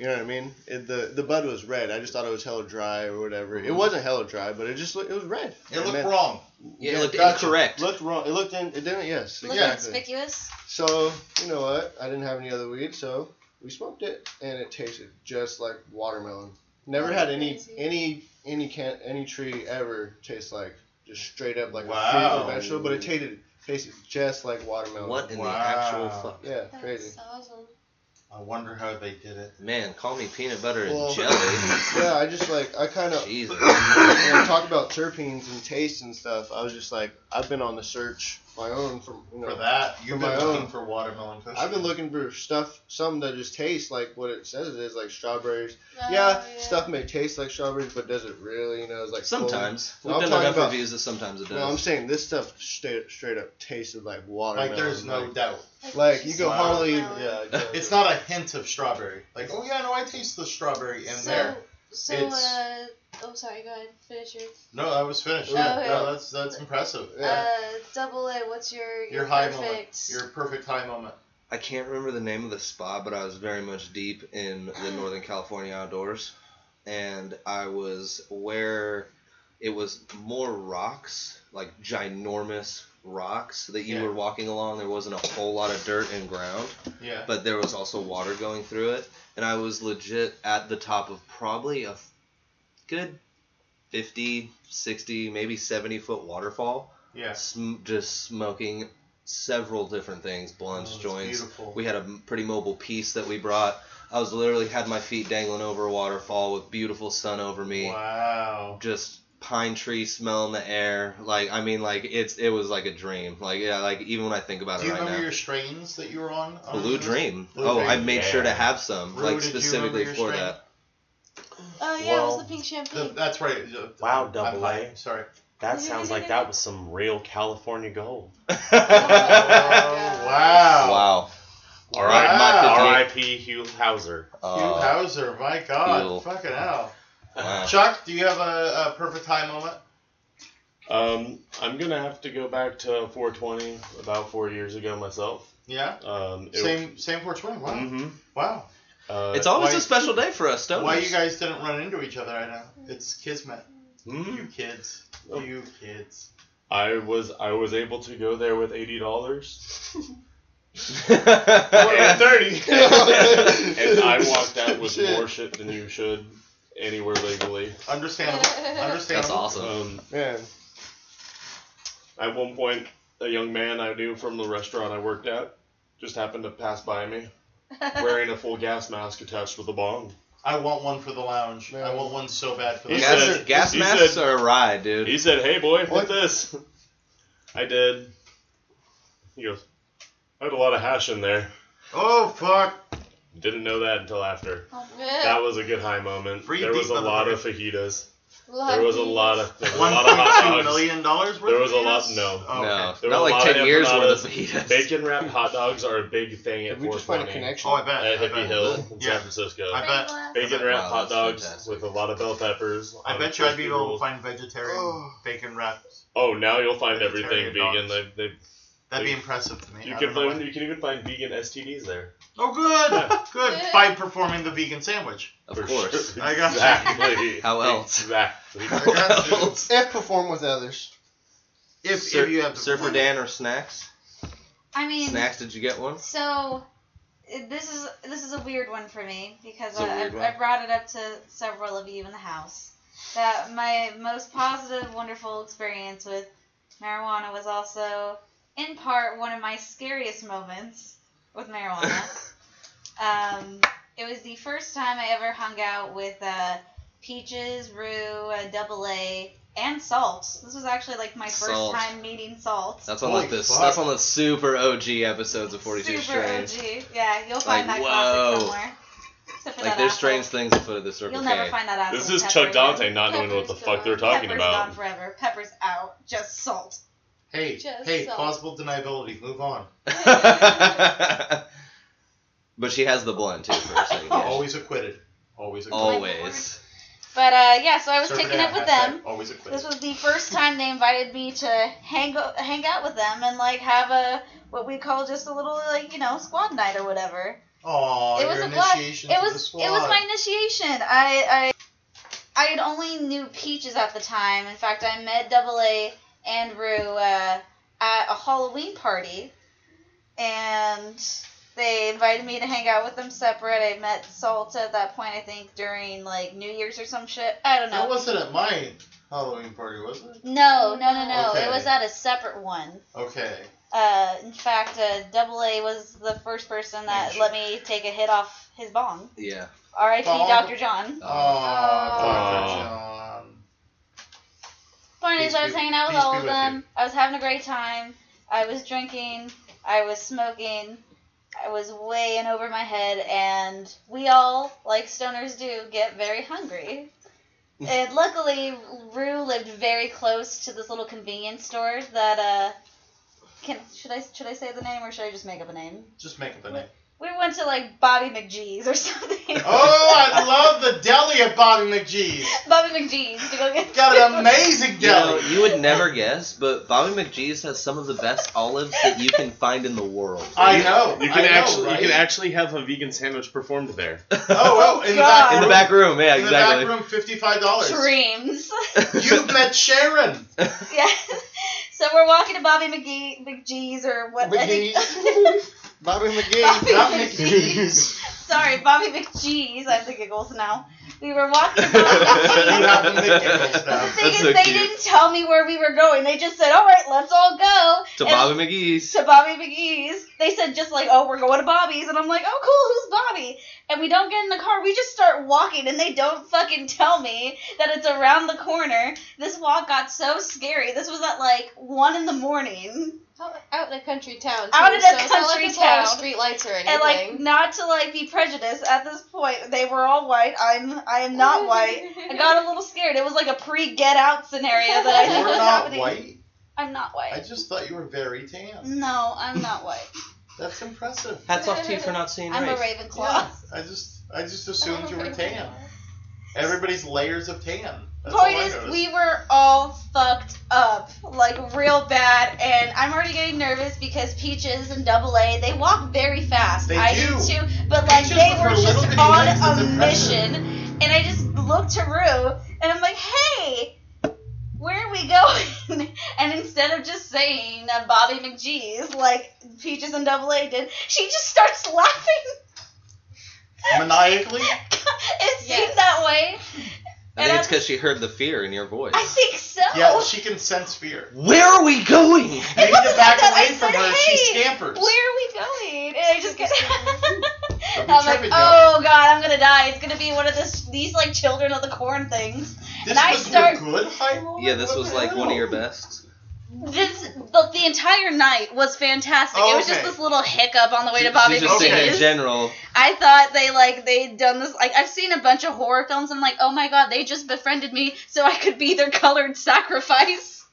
Speaker 7: You know what I mean? It, the the bud was red. I just thought it was hella dry or whatever. It wasn't hella dry, but it just looked, it was red.
Speaker 5: It looked
Speaker 7: meant-
Speaker 5: wrong.
Speaker 2: Yeah, it looked
Speaker 7: gotcha.
Speaker 2: incorrect.
Speaker 7: Looked wrong. It looked in. It didn't. Yes.
Speaker 3: look
Speaker 7: exactly.
Speaker 3: conspicuous.
Speaker 7: So, you know what? I didn't have any other weed, so we smoked it and it tasted just like watermelon. Never had any
Speaker 6: Crazy.
Speaker 7: any any can any tree ever taste like just straight up like a
Speaker 5: Wow.
Speaker 7: fruit or vegetable, but it tasted tasted just like watermelon.
Speaker 2: What in the
Speaker 5: Wow.
Speaker 2: actual fuck?
Speaker 7: Yeah,
Speaker 3: That's
Speaker 7: crazy.
Speaker 3: awesome.
Speaker 5: I wonder how they did it.
Speaker 2: Man, call me peanut butter and
Speaker 7: Well-
Speaker 2: jelly.
Speaker 7: Yeah, I just like I kind of
Speaker 2: Jesus.
Speaker 7: when I talk about terpenes and taste and stuff. I was just like I've been on the search my own from you know,
Speaker 5: For that,
Speaker 7: For
Speaker 5: you've
Speaker 7: my
Speaker 5: been looking
Speaker 7: own.
Speaker 5: for watermelon cushion.
Speaker 7: I've been looking for stuff some that just taste like what it says it is like strawberries yeah, stuff may taste like strawberries, but does it really? You know, it's like full-
Speaker 2: Sometimes.
Speaker 7: No,
Speaker 2: We've
Speaker 7: I'm
Speaker 2: done
Speaker 7: talking
Speaker 2: enough
Speaker 7: about-
Speaker 2: reviews that sometimes it
Speaker 7: No, I'm
Speaker 2: does.
Speaker 7: saying this stuff straight, straight up tasted like water.
Speaker 5: Like there's no doubt.
Speaker 7: Like uh, you
Speaker 5: go
Speaker 7: go
Speaker 5: Wow.
Speaker 7: hardly.
Speaker 6: Watermelon.
Speaker 7: Yeah, exactly.
Speaker 5: It's not a hint of strawberry. Like, oh yeah, no, I taste the strawberry in
Speaker 6: so,
Speaker 5: there.
Speaker 6: So,
Speaker 5: It's-
Speaker 6: uh, oh, sorry, go ahead, finish your.
Speaker 5: No, I was finished.
Speaker 7: Oh,
Speaker 5: Yeah,
Speaker 6: okay.
Speaker 5: no, that's that's impressive.
Speaker 7: Yeah.
Speaker 6: Uh, double A, what's your.
Speaker 5: Your high moment.
Speaker 6: perfect.
Speaker 5: Your perfect high moment.
Speaker 2: I can't remember the name of the spa, but I was very much deep in the Northern California outdoors. And I was where it was more rocks, like ginormous rocks that you
Speaker 5: Yeah.
Speaker 2: were walking along. There wasn't a whole lot of dirt and ground.
Speaker 5: Yeah.
Speaker 2: but there was also water going through it, and I was legit at the top of probably a f- good 50, 60, maybe 70 foot waterfall,
Speaker 5: Yeah.
Speaker 2: sm- just smoking several different things blunts,
Speaker 5: Oh, it's
Speaker 2: joints.
Speaker 5: Beautiful.
Speaker 2: We had a m- pretty mobile piece that we brought. I was literally had my feet dangling over a waterfall with beautiful sun over me,
Speaker 5: Wow.
Speaker 2: just pine tree smell in the air. Like I mean, like it's it was like a dream. Like yeah, like even when I think about
Speaker 5: Do
Speaker 2: it
Speaker 5: you
Speaker 2: right
Speaker 5: remember
Speaker 2: now.
Speaker 5: your strains that you were on? Um, on
Speaker 2: Blue
Speaker 5: this?
Speaker 2: Dream.
Speaker 5: Blue
Speaker 2: oh,
Speaker 5: Dream,
Speaker 2: I made sure to
Speaker 4: yeah.
Speaker 2: have some,
Speaker 5: Rue,
Speaker 2: like
Speaker 5: did you
Speaker 2: specifically
Speaker 5: remember your
Speaker 2: for
Speaker 5: strain?
Speaker 2: that.
Speaker 6: Oh, yeah, it
Speaker 8: Well,
Speaker 6: was the pink
Speaker 5: The,
Speaker 6: champagne.
Speaker 5: that's right. the-
Speaker 4: Wow,
Speaker 5: I'm
Speaker 4: double
Speaker 5: high.
Speaker 4: A.
Speaker 5: Sorry.
Speaker 4: That sounds like that was some real California gold.
Speaker 5: Oh, wow.
Speaker 2: wow.
Speaker 5: All
Speaker 2: right, my
Speaker 5: right, wow.
Speaker 2: fifty-
Speaker 4: R.I.P. Hugh Hauser.
Speaker 5: Hugh
Speaker 2: Uh,
Speaker 5: Hauser, my God,
Speaker 2: Ew.
Speaker 5: fucking hell.
Speaker 2: wow.
Speaker 5: Chuck, do you have a, a perfect high moment?
Speaker 4: Um, I'm gonna have to go back to 420, about four years ago myself.
Speaker 5: Yeah.
Speaker 4: Um, it-
Speaker 5: Same, same 420. Wow,
Speaker 4: Mhm.
Speaker 5: wow.
Speaker 4: Uh,
Speaker 2: It's always
Speaker 5: why-
Speaker 2: a special day for us, don't
Speaker 5: Why you guys didn't run into each other? I know it's kismet.
Speaker 4: hmm?
Speaker 5: You kids,
Speaker 4: Oh.
Speaker 5: you kids.
Speaker 4: I was I was able to go there with eighty dollars and
Speaker 2: guys.
Speaker 4: thirty, and I walked out with
Speaker 7: Shit.
Speaker 4: more shit than you should anywhere legally.
Speaker 5: Understandable.
Speaker 2: That's
Speaker 5: Understandable.
Speaker 2: awesome.
Speaker 4: Um,
Speaker 7: Man,
Speaker 4: at one point, a young man I knew from the restaurant I worked at just happened to pass by me wearing a full gas mask attached with a bong.
Speaker 5: I want one for the lounge. I
Speaker 7: Man.
Speaker 5: want one so bad for the
Speaker 4: He
Speaker 2: gas
Speaker 4: said-
Speaker 2: gas
Speaker 4: he
Speaker 2: masks
Speaker 4: said-
Speaker 2: are a ride, dude.
Speaker 4: He said, "Hey, boy,
Speaker 7: What?
Speaker 4: what this?" I did. He goes, "I had a lot of hash in there.
Speaker 5: Oh fuck!
Speaker 4: Didn't know that until after.
Speaker 3: Oh,
Speaker 4: That was a good high moment.
Speaker 5: Free
Speaker 4: there was a
Speaker 5: beef,
Speaker 4: lot of
Speaker 5: motherfucker.
Speaker 4: fajitas.
Speaker 3: Love
Speaker 4: There was a
Speaker 3: these.
Speaker 4: lot of there was a
Speaker 5: One
Speaker 4: lot of
Speaker 5: point two
Speaker 4: hot dogs.
Speaker 5: million dollars worth.
Speaker 4: There was
Speaker 5: of
Speaker 4: a lot-
Speaker 5: ass?
Speaker 4: no.
Speaker 5: Oh,
Speaker 2: no,
Speaker 5: okay.
Speaker 4: There
Speaker 2: not
Speaker 4: was
Speaker 2: like
Speaker 4: a lot
Speaker 2: ten
Speaker 4: of
Speaker 2: years worth
Speaker 4: empanadas.
Speaker 2: of fajitas.
Speaker 4: Bacon wrap hot dogs are a big thing at
Speaker 7: did we just find a
Speaker 4: 420
Speaker 7: connection?
Speaker 5: Oh, I
Speaker 4: at
Speaker 5: bet. I
Speaker 4: Hippie
Speaker 5: bet.
Speaker 4: Hill in
Speaker 5: Yeah.
Speaker 4: San Francisco.
Speaker 5: I bet.
Speaker 4: Bacon wrap
Speaker 2: Wow,
Speaker 4: hot
Speaker 2: that's
Speaker 4: dogs
Speaker 2: fantastic.
Speaker 4: with a lot of bell peppers. um,
Speaker 5: I
Speaker 4: on
Speaker 5: bet you I'd be
Speaker 4: crispy
Speaker 5: able to
Speaker 4: rolls.
Speaker 5: find vegetarian
Speaker 7: Oh.
Speaker 5: bacon wraps.
Speaker 4: Oh, now you'll find
Speaker 5: Vegetarian
Speaker 4: everything vegan.
Speaker 5: dogs.
Speaker 4: They, they,
Speaker 5: That'd be
Speaker 4: Dude.
Speaker 5: impressive to me.
Speaker 4: you
Speaker 5: I
Speaker 4: can
Speaker 5: don't know
Speaker 4: find,
Speaker 5: why.
Speaker 4: you can even find vegan STDs there.
Speaker 5: Oh, good,
Speaker 4: Yeah.
Speaker 5: good. By performing the vegan sandwich.
Speaker 2: Of
Speaker 4: For
Speaker 2: course.
Speaker 4: sure.
Speaker 5: I got you.
Speaker 4: exactly.
Speaker 2: How else?
Speaker 4: Exactly.
Speaker 5: I got you.
Speaker 2: Well,
Speaker 7: If perform with others,
Speaker 5: If,
Speaker 2: Sur-
Speaker 5: if you have the
Speaker 2: Surfer Dan or snacks?
Speaker 3: I mean,
Speaker 2: Snacks? Did you get one?
Speaker 3: So i- this is this is a weird one for me because
Speaker 2: It's a
Speaker 3: I,
Speaker 2: weird
Speaker 3: I, I
Speaker 2: one.
Speaker 3: brought it up to several of you in the house that my most positive, wonderful experience with marijuana was also in part one of my scariest moments with marijuana. um, it was the first time I ever hung out with uh, Peaches, Rue, uh, Double A, and Salt. This was actually like my first
Speaker 2: Salt.
Speaker 3: time meeting Salt.
Speaker 2: That's on
Speaker 5: Holy
Speaker 2: like this.
Speaker 5: fuck.
Speaker 2: That's on the super OG episodes of Forty Two
Speaker 3: Super
Speaker 2: Strange.
Speaker 3: OG. Yeah, you'll find
Speaker 2: Like,
Speaker 3: that
Speaker 2: whoa.
Speaker 3: classic somewhere. Except for
Speaker 2: Like
Speaker 3: that
Speaker 2: there's
Speaker 3: asshole.
Speaker 2: strange things afoot at the Circle
Speaker 3: You'll
Speaker 2: K.
Speaker 3: never find that asshole.
Speaker 4: This is
Speaker 3: Pepper
Speaker 4: Chuck
Speaker 3: again.
Speaker 4: Dante not knowing what the
Speaker 6: Pepper's
Speaker 4: fuck they're
Speaker 6: gone.
Speaker 4: talking
Speaker 3: Pepper's
Speaker 4: about.
Speaker 3: gone forever. Pepper's out. Just Salt.
Speaker 5: Hey,
Speaker 6: Just
Speaker 5: hey,
Speaker 6: so-
Speaker 5: plausible deniability. Move on.
Speaker 2: but she has the blonde too for a second. Yeah.
Speaker 5: Always acquitted. Always acquitted.
Speaker 2: Always.
Speaker 3: But uh, yeah, so I was
Speaker 5: Surf it
Speaker 3: taken
Speaker 5: out,
Speaker 3: up with
Speaker 5: hashtag
Speaker 3: them.
Speaker 5: Always acquitted.
Speaker 3: This was the first time they invited me to hang o- hang out with them and like have a what we call just a little like you know squad night or whatever.
Speaker 5: Aw,
Speaker 3: it was
Speaker 5: your
Speaker 3: a black-
Speaker 5: initiation
Speaker 3: It
Speaker 5: to the
Speaker 3: was it was
Speaker 5: squad.
Speaker 3: my initiation. I I I had only knew Peaches at the time. In fact, I met Double A and Rue uh, at a Halloween party, and they invited me to hang out with them separate. I met Salt at that point, I think, during like New Year's or some shit. I don't know.
Speaker 5: That wasn't at my Halloween party, was it?
Speaker 3: No, no, no, no.
Speaker 5: Okay.
Speaker 3: It was at a separate one.
Speaker 5: Okay.
Speaker 3: Uh, in fact, uh, Double A was the first person that let me take a hit off his bong.
Speaker 2: Yeah. Um,
Speaker 3: R.I.P.
Speaker 5: Bong.
Speaker 3: Dr. John.
Speaker 2: Oh.
Speaker 5: Aw,
Speaker 4: Aw.
Speaker 5: Dr. John.
Speaker 3: Point is, I was
Speaker 5: Peace be-
Speaker 3: hanging out with
Speaker 5: peace
Speaker 3: all
Speaker 5: be
Speaker 3: of
Speaker 5: with
Speaker 3: them. I was having a great time. I was drinking. I was smoking. I was way in over my head, and we all, like stoners do, get very hungry. and luckily, Rue lived very close to this little convenience store that uh, can should I should I say the name or should I just make up a name?
Speaker 5: Just make up a name.
Speaker 3: We went to like Bobby McGee's or something.
Speaker 5: Oh, I love the deli at Bobby McGee's.
Speaker 3: Bobby McGee's to go get
Speaker 5: Got an amazing
Speaker 2: You know,
Speaker 5: deli.
Speaker 2: you would never guess, but Bobby McGee's has some of the best olives that you can find in the world.
Speaker 5: I know.
Speaker 4: You
Speaker 5: I
Speaker 4: can
Speaker 5: know,
Speaker 4: actually
Speaker 5: right?
Speaker 4: you can actually have a vegan sandwich performed there.
Speaker 5: Oh, oh, in the back
Speaker 3: God.
Speaker 2: in
Speaker 5: room.
Speaker 2: the back room, yeah,
Speaker 5: in
Speaker 2: exactly.
Speaker 5: the back room, fifty-five dollars.
Speaker 3: dreams.
Speaker 5: You've met Sharon.
Speaker 3: yeah. So we're walking to Bobby McGee, McGee's or what? I think-
Speaker 7: Bobby
Speaker 3: Bobby
Speaker 7: McGee.
Speaker 5: Not
Speaker 3: McGee's. Sorry, Bobby McGee's. I have the giggles now. We were walking to Bobby
Speaker 5: Not
Speaker 3: McGee's.
Speaker 5: the
Speaker 3: But
Speaker 5: McGiggles
Speaker 3: the
Speaker 5: now.
Speaker 3: thing
Speaker 2: That's
Speaker 3: is,
Speaker 2: so
Speaker 3: they
Speaker 2: cute.
Speaker 3: didn't tell me where we were going. They just said, "All right, let's all go."
Speaker 2: to
Speaker 3: And-
Speaker 2: Bobby McGee's.
Speaker 3: to Bobby McGee's. They said just like, oh, we're going to Bobby's, and I'm like, oh, cool, who's Bobby? And we don't get in the car. We just start walking, and they don't fucking tell me that it's around the corner. This walk got so scary. This was at like one in the morning,
Speaker 6: Out in a country town. Too,
Speaker 3: Out in a
Speaker 6: so it's not
Speaker 3: country
Speaker 6: like it's a lot of
Speaker 3: town.
Speaker 6: Street lights or anything.
Speaker 3: and like not to like be prejudiced at this point. They were all white. I'm I am not white. I got a little scared. It was like a pre-get out scenario that I
Speaker 5: You're
Speaker 3: think was
Speaker 5: not
Speaker 3: happening.
Speaker 5: white.
Speaker 3: I'm not
Speaker 5: I
Speaker 3: white.
Speaker 5: just thought you were very tan.
Speaker 3: No, I'm not white.
Speaker 5: That's impressive.
Speaker 2: Hats off to you for not seeing
Speaker 3: I'm a
Speaker 2: race.
Speaker 3: Ravenclaw.
Speaker 5: I just I just assumed you
Speaker 3: Oh,
Speaker 5: were tan. Everybody's layers of tan. That's all
Speaker 3: Point
Speaker 5: I
Speaker 3: is,
Speaker 5: noticed.
Speaker 3: we were all fucked up, like real bad, and I'm already getting nervous because Peaches and Double A they walk very fast.
Speaker 5: They
Speaker 3: I
Speaker 5: do.
Speaker 3: too, but like
Speaker 5: Peaches
Speaker 3: they
Speaker 5: with
Speaker 3: were
Speaker 5: her
Speaker 3: just
Speaker 5: little bitty
Speaker 3: on
Speaker 5: legs is
Speaker 3: a
Speaker 5: impressive.
Speaker 3: mission, and I just looked to Rue and I'm like, hey. Where are we going? and instead of just saying uh, Bobby McGee's like Peaches and Double A did, she just starts laughing.
Speaker 5: maniacally.
Speaker 3: it seemed
Speaker 6: Yes.
Speaker 3: that way.
Speaker 2: I think it's because she heard the fear in your voice.
Speaker 3: I think so.
Speaker 5: Yeah, she can sense fear.
Speaker 2: Where are we going?
Speaker 5: You need to
Speaker 3: wasn't
Speaker 5: back
Speaker 3: that I
Speaker 5: away from
Speaker 3: said,
Speaker 5: her. She
Speaker 3: "Hey,
Speaker 5: scampers.
Speaker 3: Where are we going? And I just get.
Speaker 5: Don't be
Speaker 3: I'm like,
Speaker 5: tripping, y'all.
Speaker 3: oh god, I'm gonna die. It's gonna be one of this these like children of the corn things.
Speaker 5: This
Speaker 3: and I
Speaker 5: was
Speaker 3: start-
Speaker 5: your good high
Speaker 3: Oh
Speaker 5: roller?
Speaker 2: Yeah, this
Speaker 5: What
Speaker 2: was
Speaker 5: the
Speaker 2: like one of your
Speaker 5: hell?
Speaker 2: best.
Speaker 3: This the, the entire night was fantastic.
Speaker 5: Oh,
Speaker 3: it was just
Speaker 5: okay.
Speaker 3: this little hiccup on the way to
Speaker 2: She-
Speaker 3: Bobby
Speaker 2: she's just saying in
Speaker 3: McGee's.
Speaker 2: general.
Speaker 3: I thought they like they'd done this like I've seen a bunch of horror films. I'm like, oh my god, they just befriended me so I could be their colored sacrifice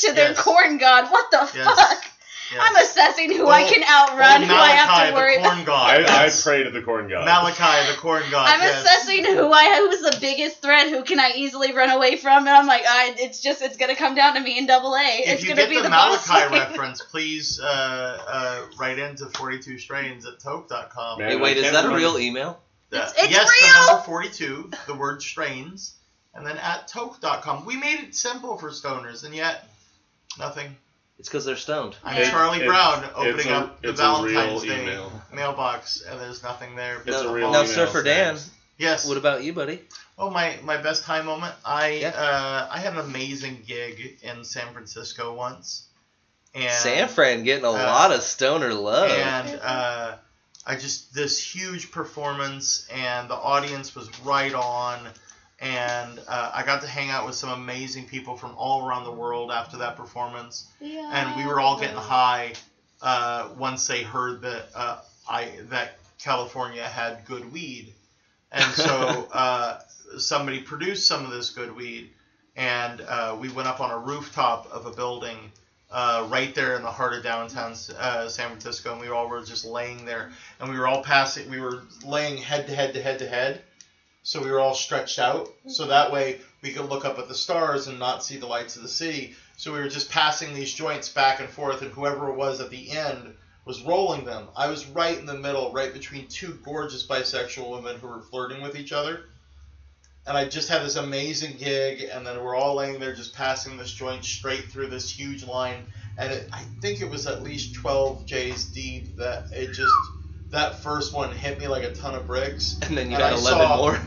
Speaker 3: to their
Speaker 5: yes,
Speaker 3: corn god. What the
Speaker 5: Yes.
Speaker 3: fuck?
Speaker 5: yes.
Speaker 3: I'm assessing who
Speaker 5: Well-
Speaker 3: I can outrun,
Speaker 5: Oh,
Speaker 3: who I have to worry
Speaker 5: Malachi, the corn god.
Speaker 4: I, I
Speaker 5: Yes.
Speaker 4: pray to the corn god.
Speaker 5: Malachi, the corn god.
Speaker 3: I'm
Speaker 5: yes.
Speaker 3: assessing who I who's the biggest threat, who can I easily run away from, and I'm like, I it's just it's gonna come down to me and double A.
Speaker 5: If
Speaker 3: It's
Speaker 5: you
Speaker 3: gonna
Speaker 5: get
Speaker 3: be
Speaker 5: the,
Speaker 3: the, boss.
Speaker 5: Malachi reference, please uh, uh, write into 42strains at toke.com.
Speaker 4: Man,
Speaker 2: Hey,
Speaker 4: And
Speaker 2: wait,
Speaker 4: I
Speaker 2: is
Speaker 4: can't
Speaker 2: that a
Speaker 4: remember-
Speaker 2: real email?
Speaker 5: That-
Speaker 3: It's- it's
Speaker 5: yes,
Speaker 3: real!
Speaker 5: the number 42, the word strains, and then at toke.com. We made it simple for stoners, and yet nothing.
Speaker 2: It's because they're stoned.
Speaker 5: I'm
Speaker 3: Yeah.
Speaker 5: Charlie
Speaker 4: It's-
Speaker 5: Brown
Speaker 4: it's
Speaker 5: opening
Speaker 4: a-
Speaker 5: up the
Speaker 4: it's a real
Speaker 5: Valentine's Day
Speaker 4: email.
Speaker 5: mailbox, and there's nothing there.
Speaker 4: It's
Speaker 5: but
Speaker 4: a
Speaker 5: a
Speaker 4: real
Speaker 2: now,
Speaker 5: ball.
Speaker 4: email.
Speaker 2: Surfer Dan,
Speaker 4: thanks.
Speaker 5: Yes.
Speaker 2: what about you, buddy?
Speaker 5: Oh, my, my best high moment. I
Speaker 2: Yeah.
Speaker 5: uh, I had an amazing gig in San Francisco once. And
Speaker 2: San Fran getting a
Speaker 5: uh,
Speaker 2: lot of stoner love.
Speaker 5: and uh, I just this huge performance, and the audience was right on. and uh, I got to hang out with some amazing people from all around the world after that performance
Speaker 6: Yeah.
Speaker 5: and we were all getting high uh, once they heard that uh, I that California had good weed, and so uh, somebody produced some of this good weed, and uh, we went up on a rooftop of a building. Uh, right there in the heart of downtown uh, San Francisco, and we all were just laying there, and we were all passing. We were laying head to head to head to head, so we were all stretched out. So that way we could look up at the stars and not see the lights of the city. So we were just passing these joints back and forth, and whoever it was at the end was rolling them. I was right in the middle, right between two gorgeous bisexual women who were flirting with each other. And I just had this amazing gig, and then we're all laying there just passing this joint straight through this huge line. And it, I think it was at least 12 J's deep that it just, that first one hit me like a ton of bricks.
Speaker 2: And then you
Speaker 5: And
Speaker 2: got
Speaker 5: I
Speaker 2: 11
Speaker 5: saw-
Speaker 2: more.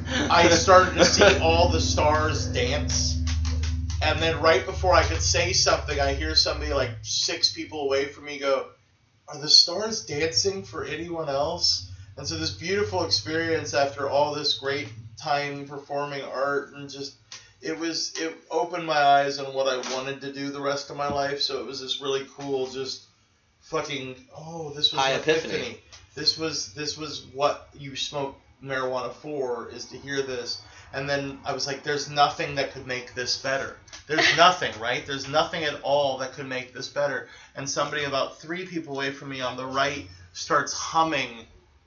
Speaker 5: I started to see all the stars dance. And then right before I could say something, I hear somebody like six people away from me go, Are the stars dancing for anyone else? And so this beautiful experience after all this great time performing art and just it was it opened my eyes on what I wanted to do the rest of my life. So it was this really cool just fucking oh this was
Speaker 2: High
Speaker 5: an
Speaker 2: epiphany.
Speaker 5: This was this was what you smoke marijuana for is to hear this. And then I was like, there's nothing that could make this better. There's nothing, right? There's nothing at all that could make this better. And somebody about three people away from me on the right starts humming,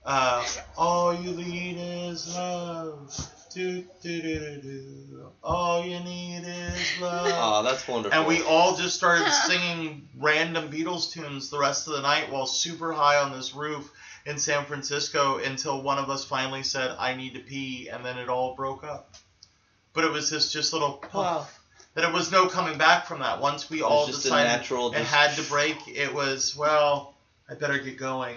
Speaker 5: uh, All you need is love. Do, do, do, do, do. All you need is love.
Speaker 2: oh, that's wonderful.
Speaker 5: And we all just started singing random Beatles tunes the rest of the night while super high on this roof in San Francisco until one of us finally said, I need to pee, and then it all broke up. But it was this just little puff. That it was no coming back from that. Once we
Speaker 2: It was
Speaker 5: all
Speaker 2: just a
Speaker 5: decided
Speaker 2: natural.
Speaker 5: it
Speaker 2: just-
Speaker 5: had to break, it was, well, I better get going.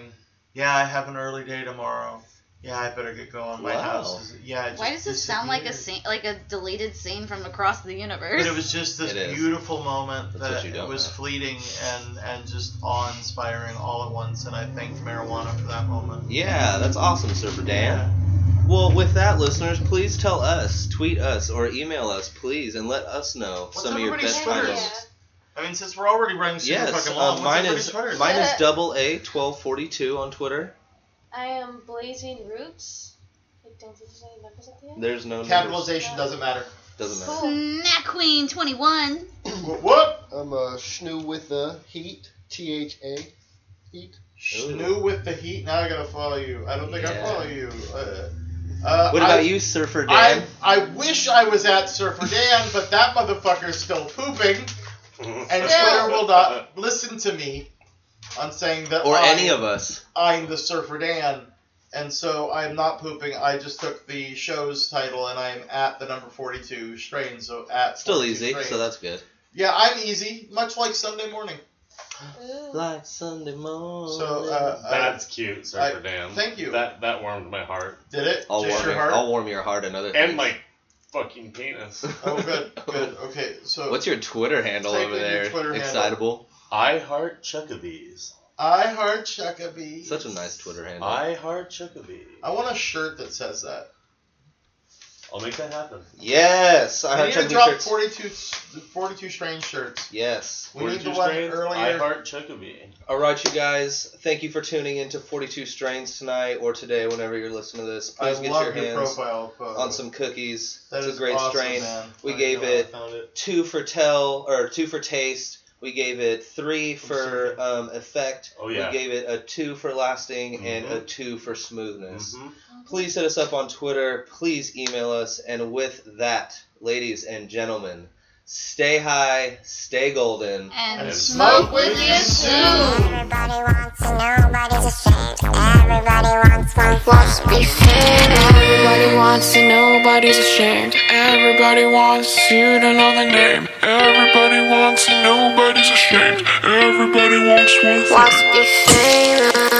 Speaker 5: Yeah, I have an early day tomorrow. Yeah, I better get going. My
Speaker 2: Wow.
Speaker 5: house is. Yeah. it
Speaker 3: Why does
Speaker 5: just
Speaker 3: this sound like a
Speaker 5: disappeared.
Speaker 3: scene, like a deleted scene from across the universe?
Speaker 5: But it was just this
Speaker 2: It is.
Speaker 5: beautiful moment
Speaker 2: That's what
Speaker 5: that
Speaker 2: you
Speaker 5: it
Speaker 2: don't
Speaker 5: was
Speaker 2: know.
Speaker 5: fleeting and, and just awe inspiring all at once. And I thanked marijuana for that moment.
Speaker 2: Yeah, that's awesome, Surfer Dan. Well, with that, listeners, please tell us, tweet us, or email us, please, and let us know
Speaker 5: What's
Speaker 2: some of your
Speaker 5: everybody's
Speaker 2: best
Speaker 5: Twitter?
Speaker 2: finds.
Speaker 5: I mean, since we're already running super
Speaker 2: Yes,
Speaker 5: fucking
Speaker 2: uh,
Speaker 5: long,
Speaker 2: mine is
Speaker 5: what's everybody's Twitter?
Speaker 2: mine is double A twelve forty two on Twitter.
Speaker 6: I am blazing roots. Like, don't think there's any numbers at the end.
Speaker 2: There's no numbers.
Speaker 5: Capitalization doesn't matter.
Speaker 2: Doesn't matter.
Speaker 3: Snack Queen 21.
Speaker 5: Whoop, whoop!
Speaker 7: I'm a schnoo with the heat. T H A. Heat.
Speaker 5: Snoo with the heat. Now I gotta follow you. I don't think I
Speaker 2: Yeah.
Speaker 5: follow you. Uh, uh,
Speaker 2: What
Speaker 5: I-
Speaker 2: about you, Surfer Dan?
Speaker 5: I, I wish I was at Surfer Dan, but that motherfucker's still pooping, and Twitter will not listen to me on saying that
Speaker 2: or
Speaker 5: I,
Speaker 2: any of us?
Speaker 5: I'm the Surfer Dan, and so I'm not pooping. I just took the show's title, and I'm at the number 42 strain, so at
Speaker 2: Still
Speaker 5: 42
Speaker 2: easy,
Speaker 5: strain.
Speaker 2: so that's good.
Speaker 5: yeah, I'm easy, much like Sunday morning.
Speaker 6: Ooh.
Speaker 2: Like Sunday morning.
Speaker 5: So uh, uh,
Speaker 4: That's cute,
Speaker 5: I-
Speaker 4: Surfer Dan.
Speaker 5: thank you.
Speaker 4: That that warmed my heart
Speaker 5: did it?
Speaker 2: I'll
Speaker 5: Just
Speaker 2: warm
Speaker 5: your
Speaker 2: your,
Speaker 5: heart?
Speaker 2: I'll warm your heart another.
Speaker 4: and my fucking penis.
Speaker 5: Oh, good, good. Okay, so
Speaker 2: What's your Twitter handle
Speaker 5: Type
Speaker 2: over
Speaker 5: in your
Speaker 2: there?
Speaker 5: Twitter handle.
Speaker 2: Excitable.
Speaker 4: I heart Chuckabees.
Speaker 5: I heart Chuckabee.
Speaker 2: Such a nice Twitter handle.
Speaker 4: I heart Chuckabees.
Speaker 5: I want a shirt that says that.
Speaker 4: I'll make that happen.
Speaker 2: yes, I
Speaker 5: I
Speaker 2: heard
Speaker 5: need to
Speaker 2: Chuck
Speaker 5: drop
Speaker 2: shirts.
Speaker 5: 42, 42 strange shirts.
Speaker 2: Yes.
Speaker 5: We need the
Speaker 4: 42
Speaker 5: one
Speaker 4: strains, I
Speaker 5: earlier.
Speaker 4: heart Chuckabee.
Speaker 2: All right, you guys. Thank you for tuning into 42 Strains tonight or today, whenever you're listening to this. Please
Speaker 5: I
Speaker 2: get
Speaker 5: love
Speaker 2: your hands
Speaker 5: profile photo.
Speaker 2: on some cookies.
Speaker 5: That
Speaker 2: it's
Speaker 5: is
Speaker 2: a great
Speaker 5: awesome,
Speaker 2: strain.
Speaker 5: man.
Speaker 2: We
Speaker 5: I
Speaker 2: gave
Speaker 5: know, I
Speaker 2: it-
Speaker 5: found it.
Speaker 2: Two for tell or two for taste. We gave it three for
Speaker 5: sorry.
Speaker 2: um, effect.
Speaker 4: Oh, yeah. Mm-hmm.
Speaker 2: We gave it a two for lasting and a two for smoothness. Please hit us up on Twitter. Please email us. And with that, ladies and gentlemen, stay high, stay golden.
Speaker 3: And,
Speaker 4: And
Speaker 3: smoke
Speaker 4: smoke
Speaker 3: with your shoes.
Speaker 1: Everybody wants and nobody's ashamed. Everybody wants one. Wants to be famous.
Speaker 9: Everybody wants to, nobody's ashamed. Everybody wants you to know the name. Everybody wants and nobody's ashamed. Everybody wants one.
Speaker 1: Wants to be famous.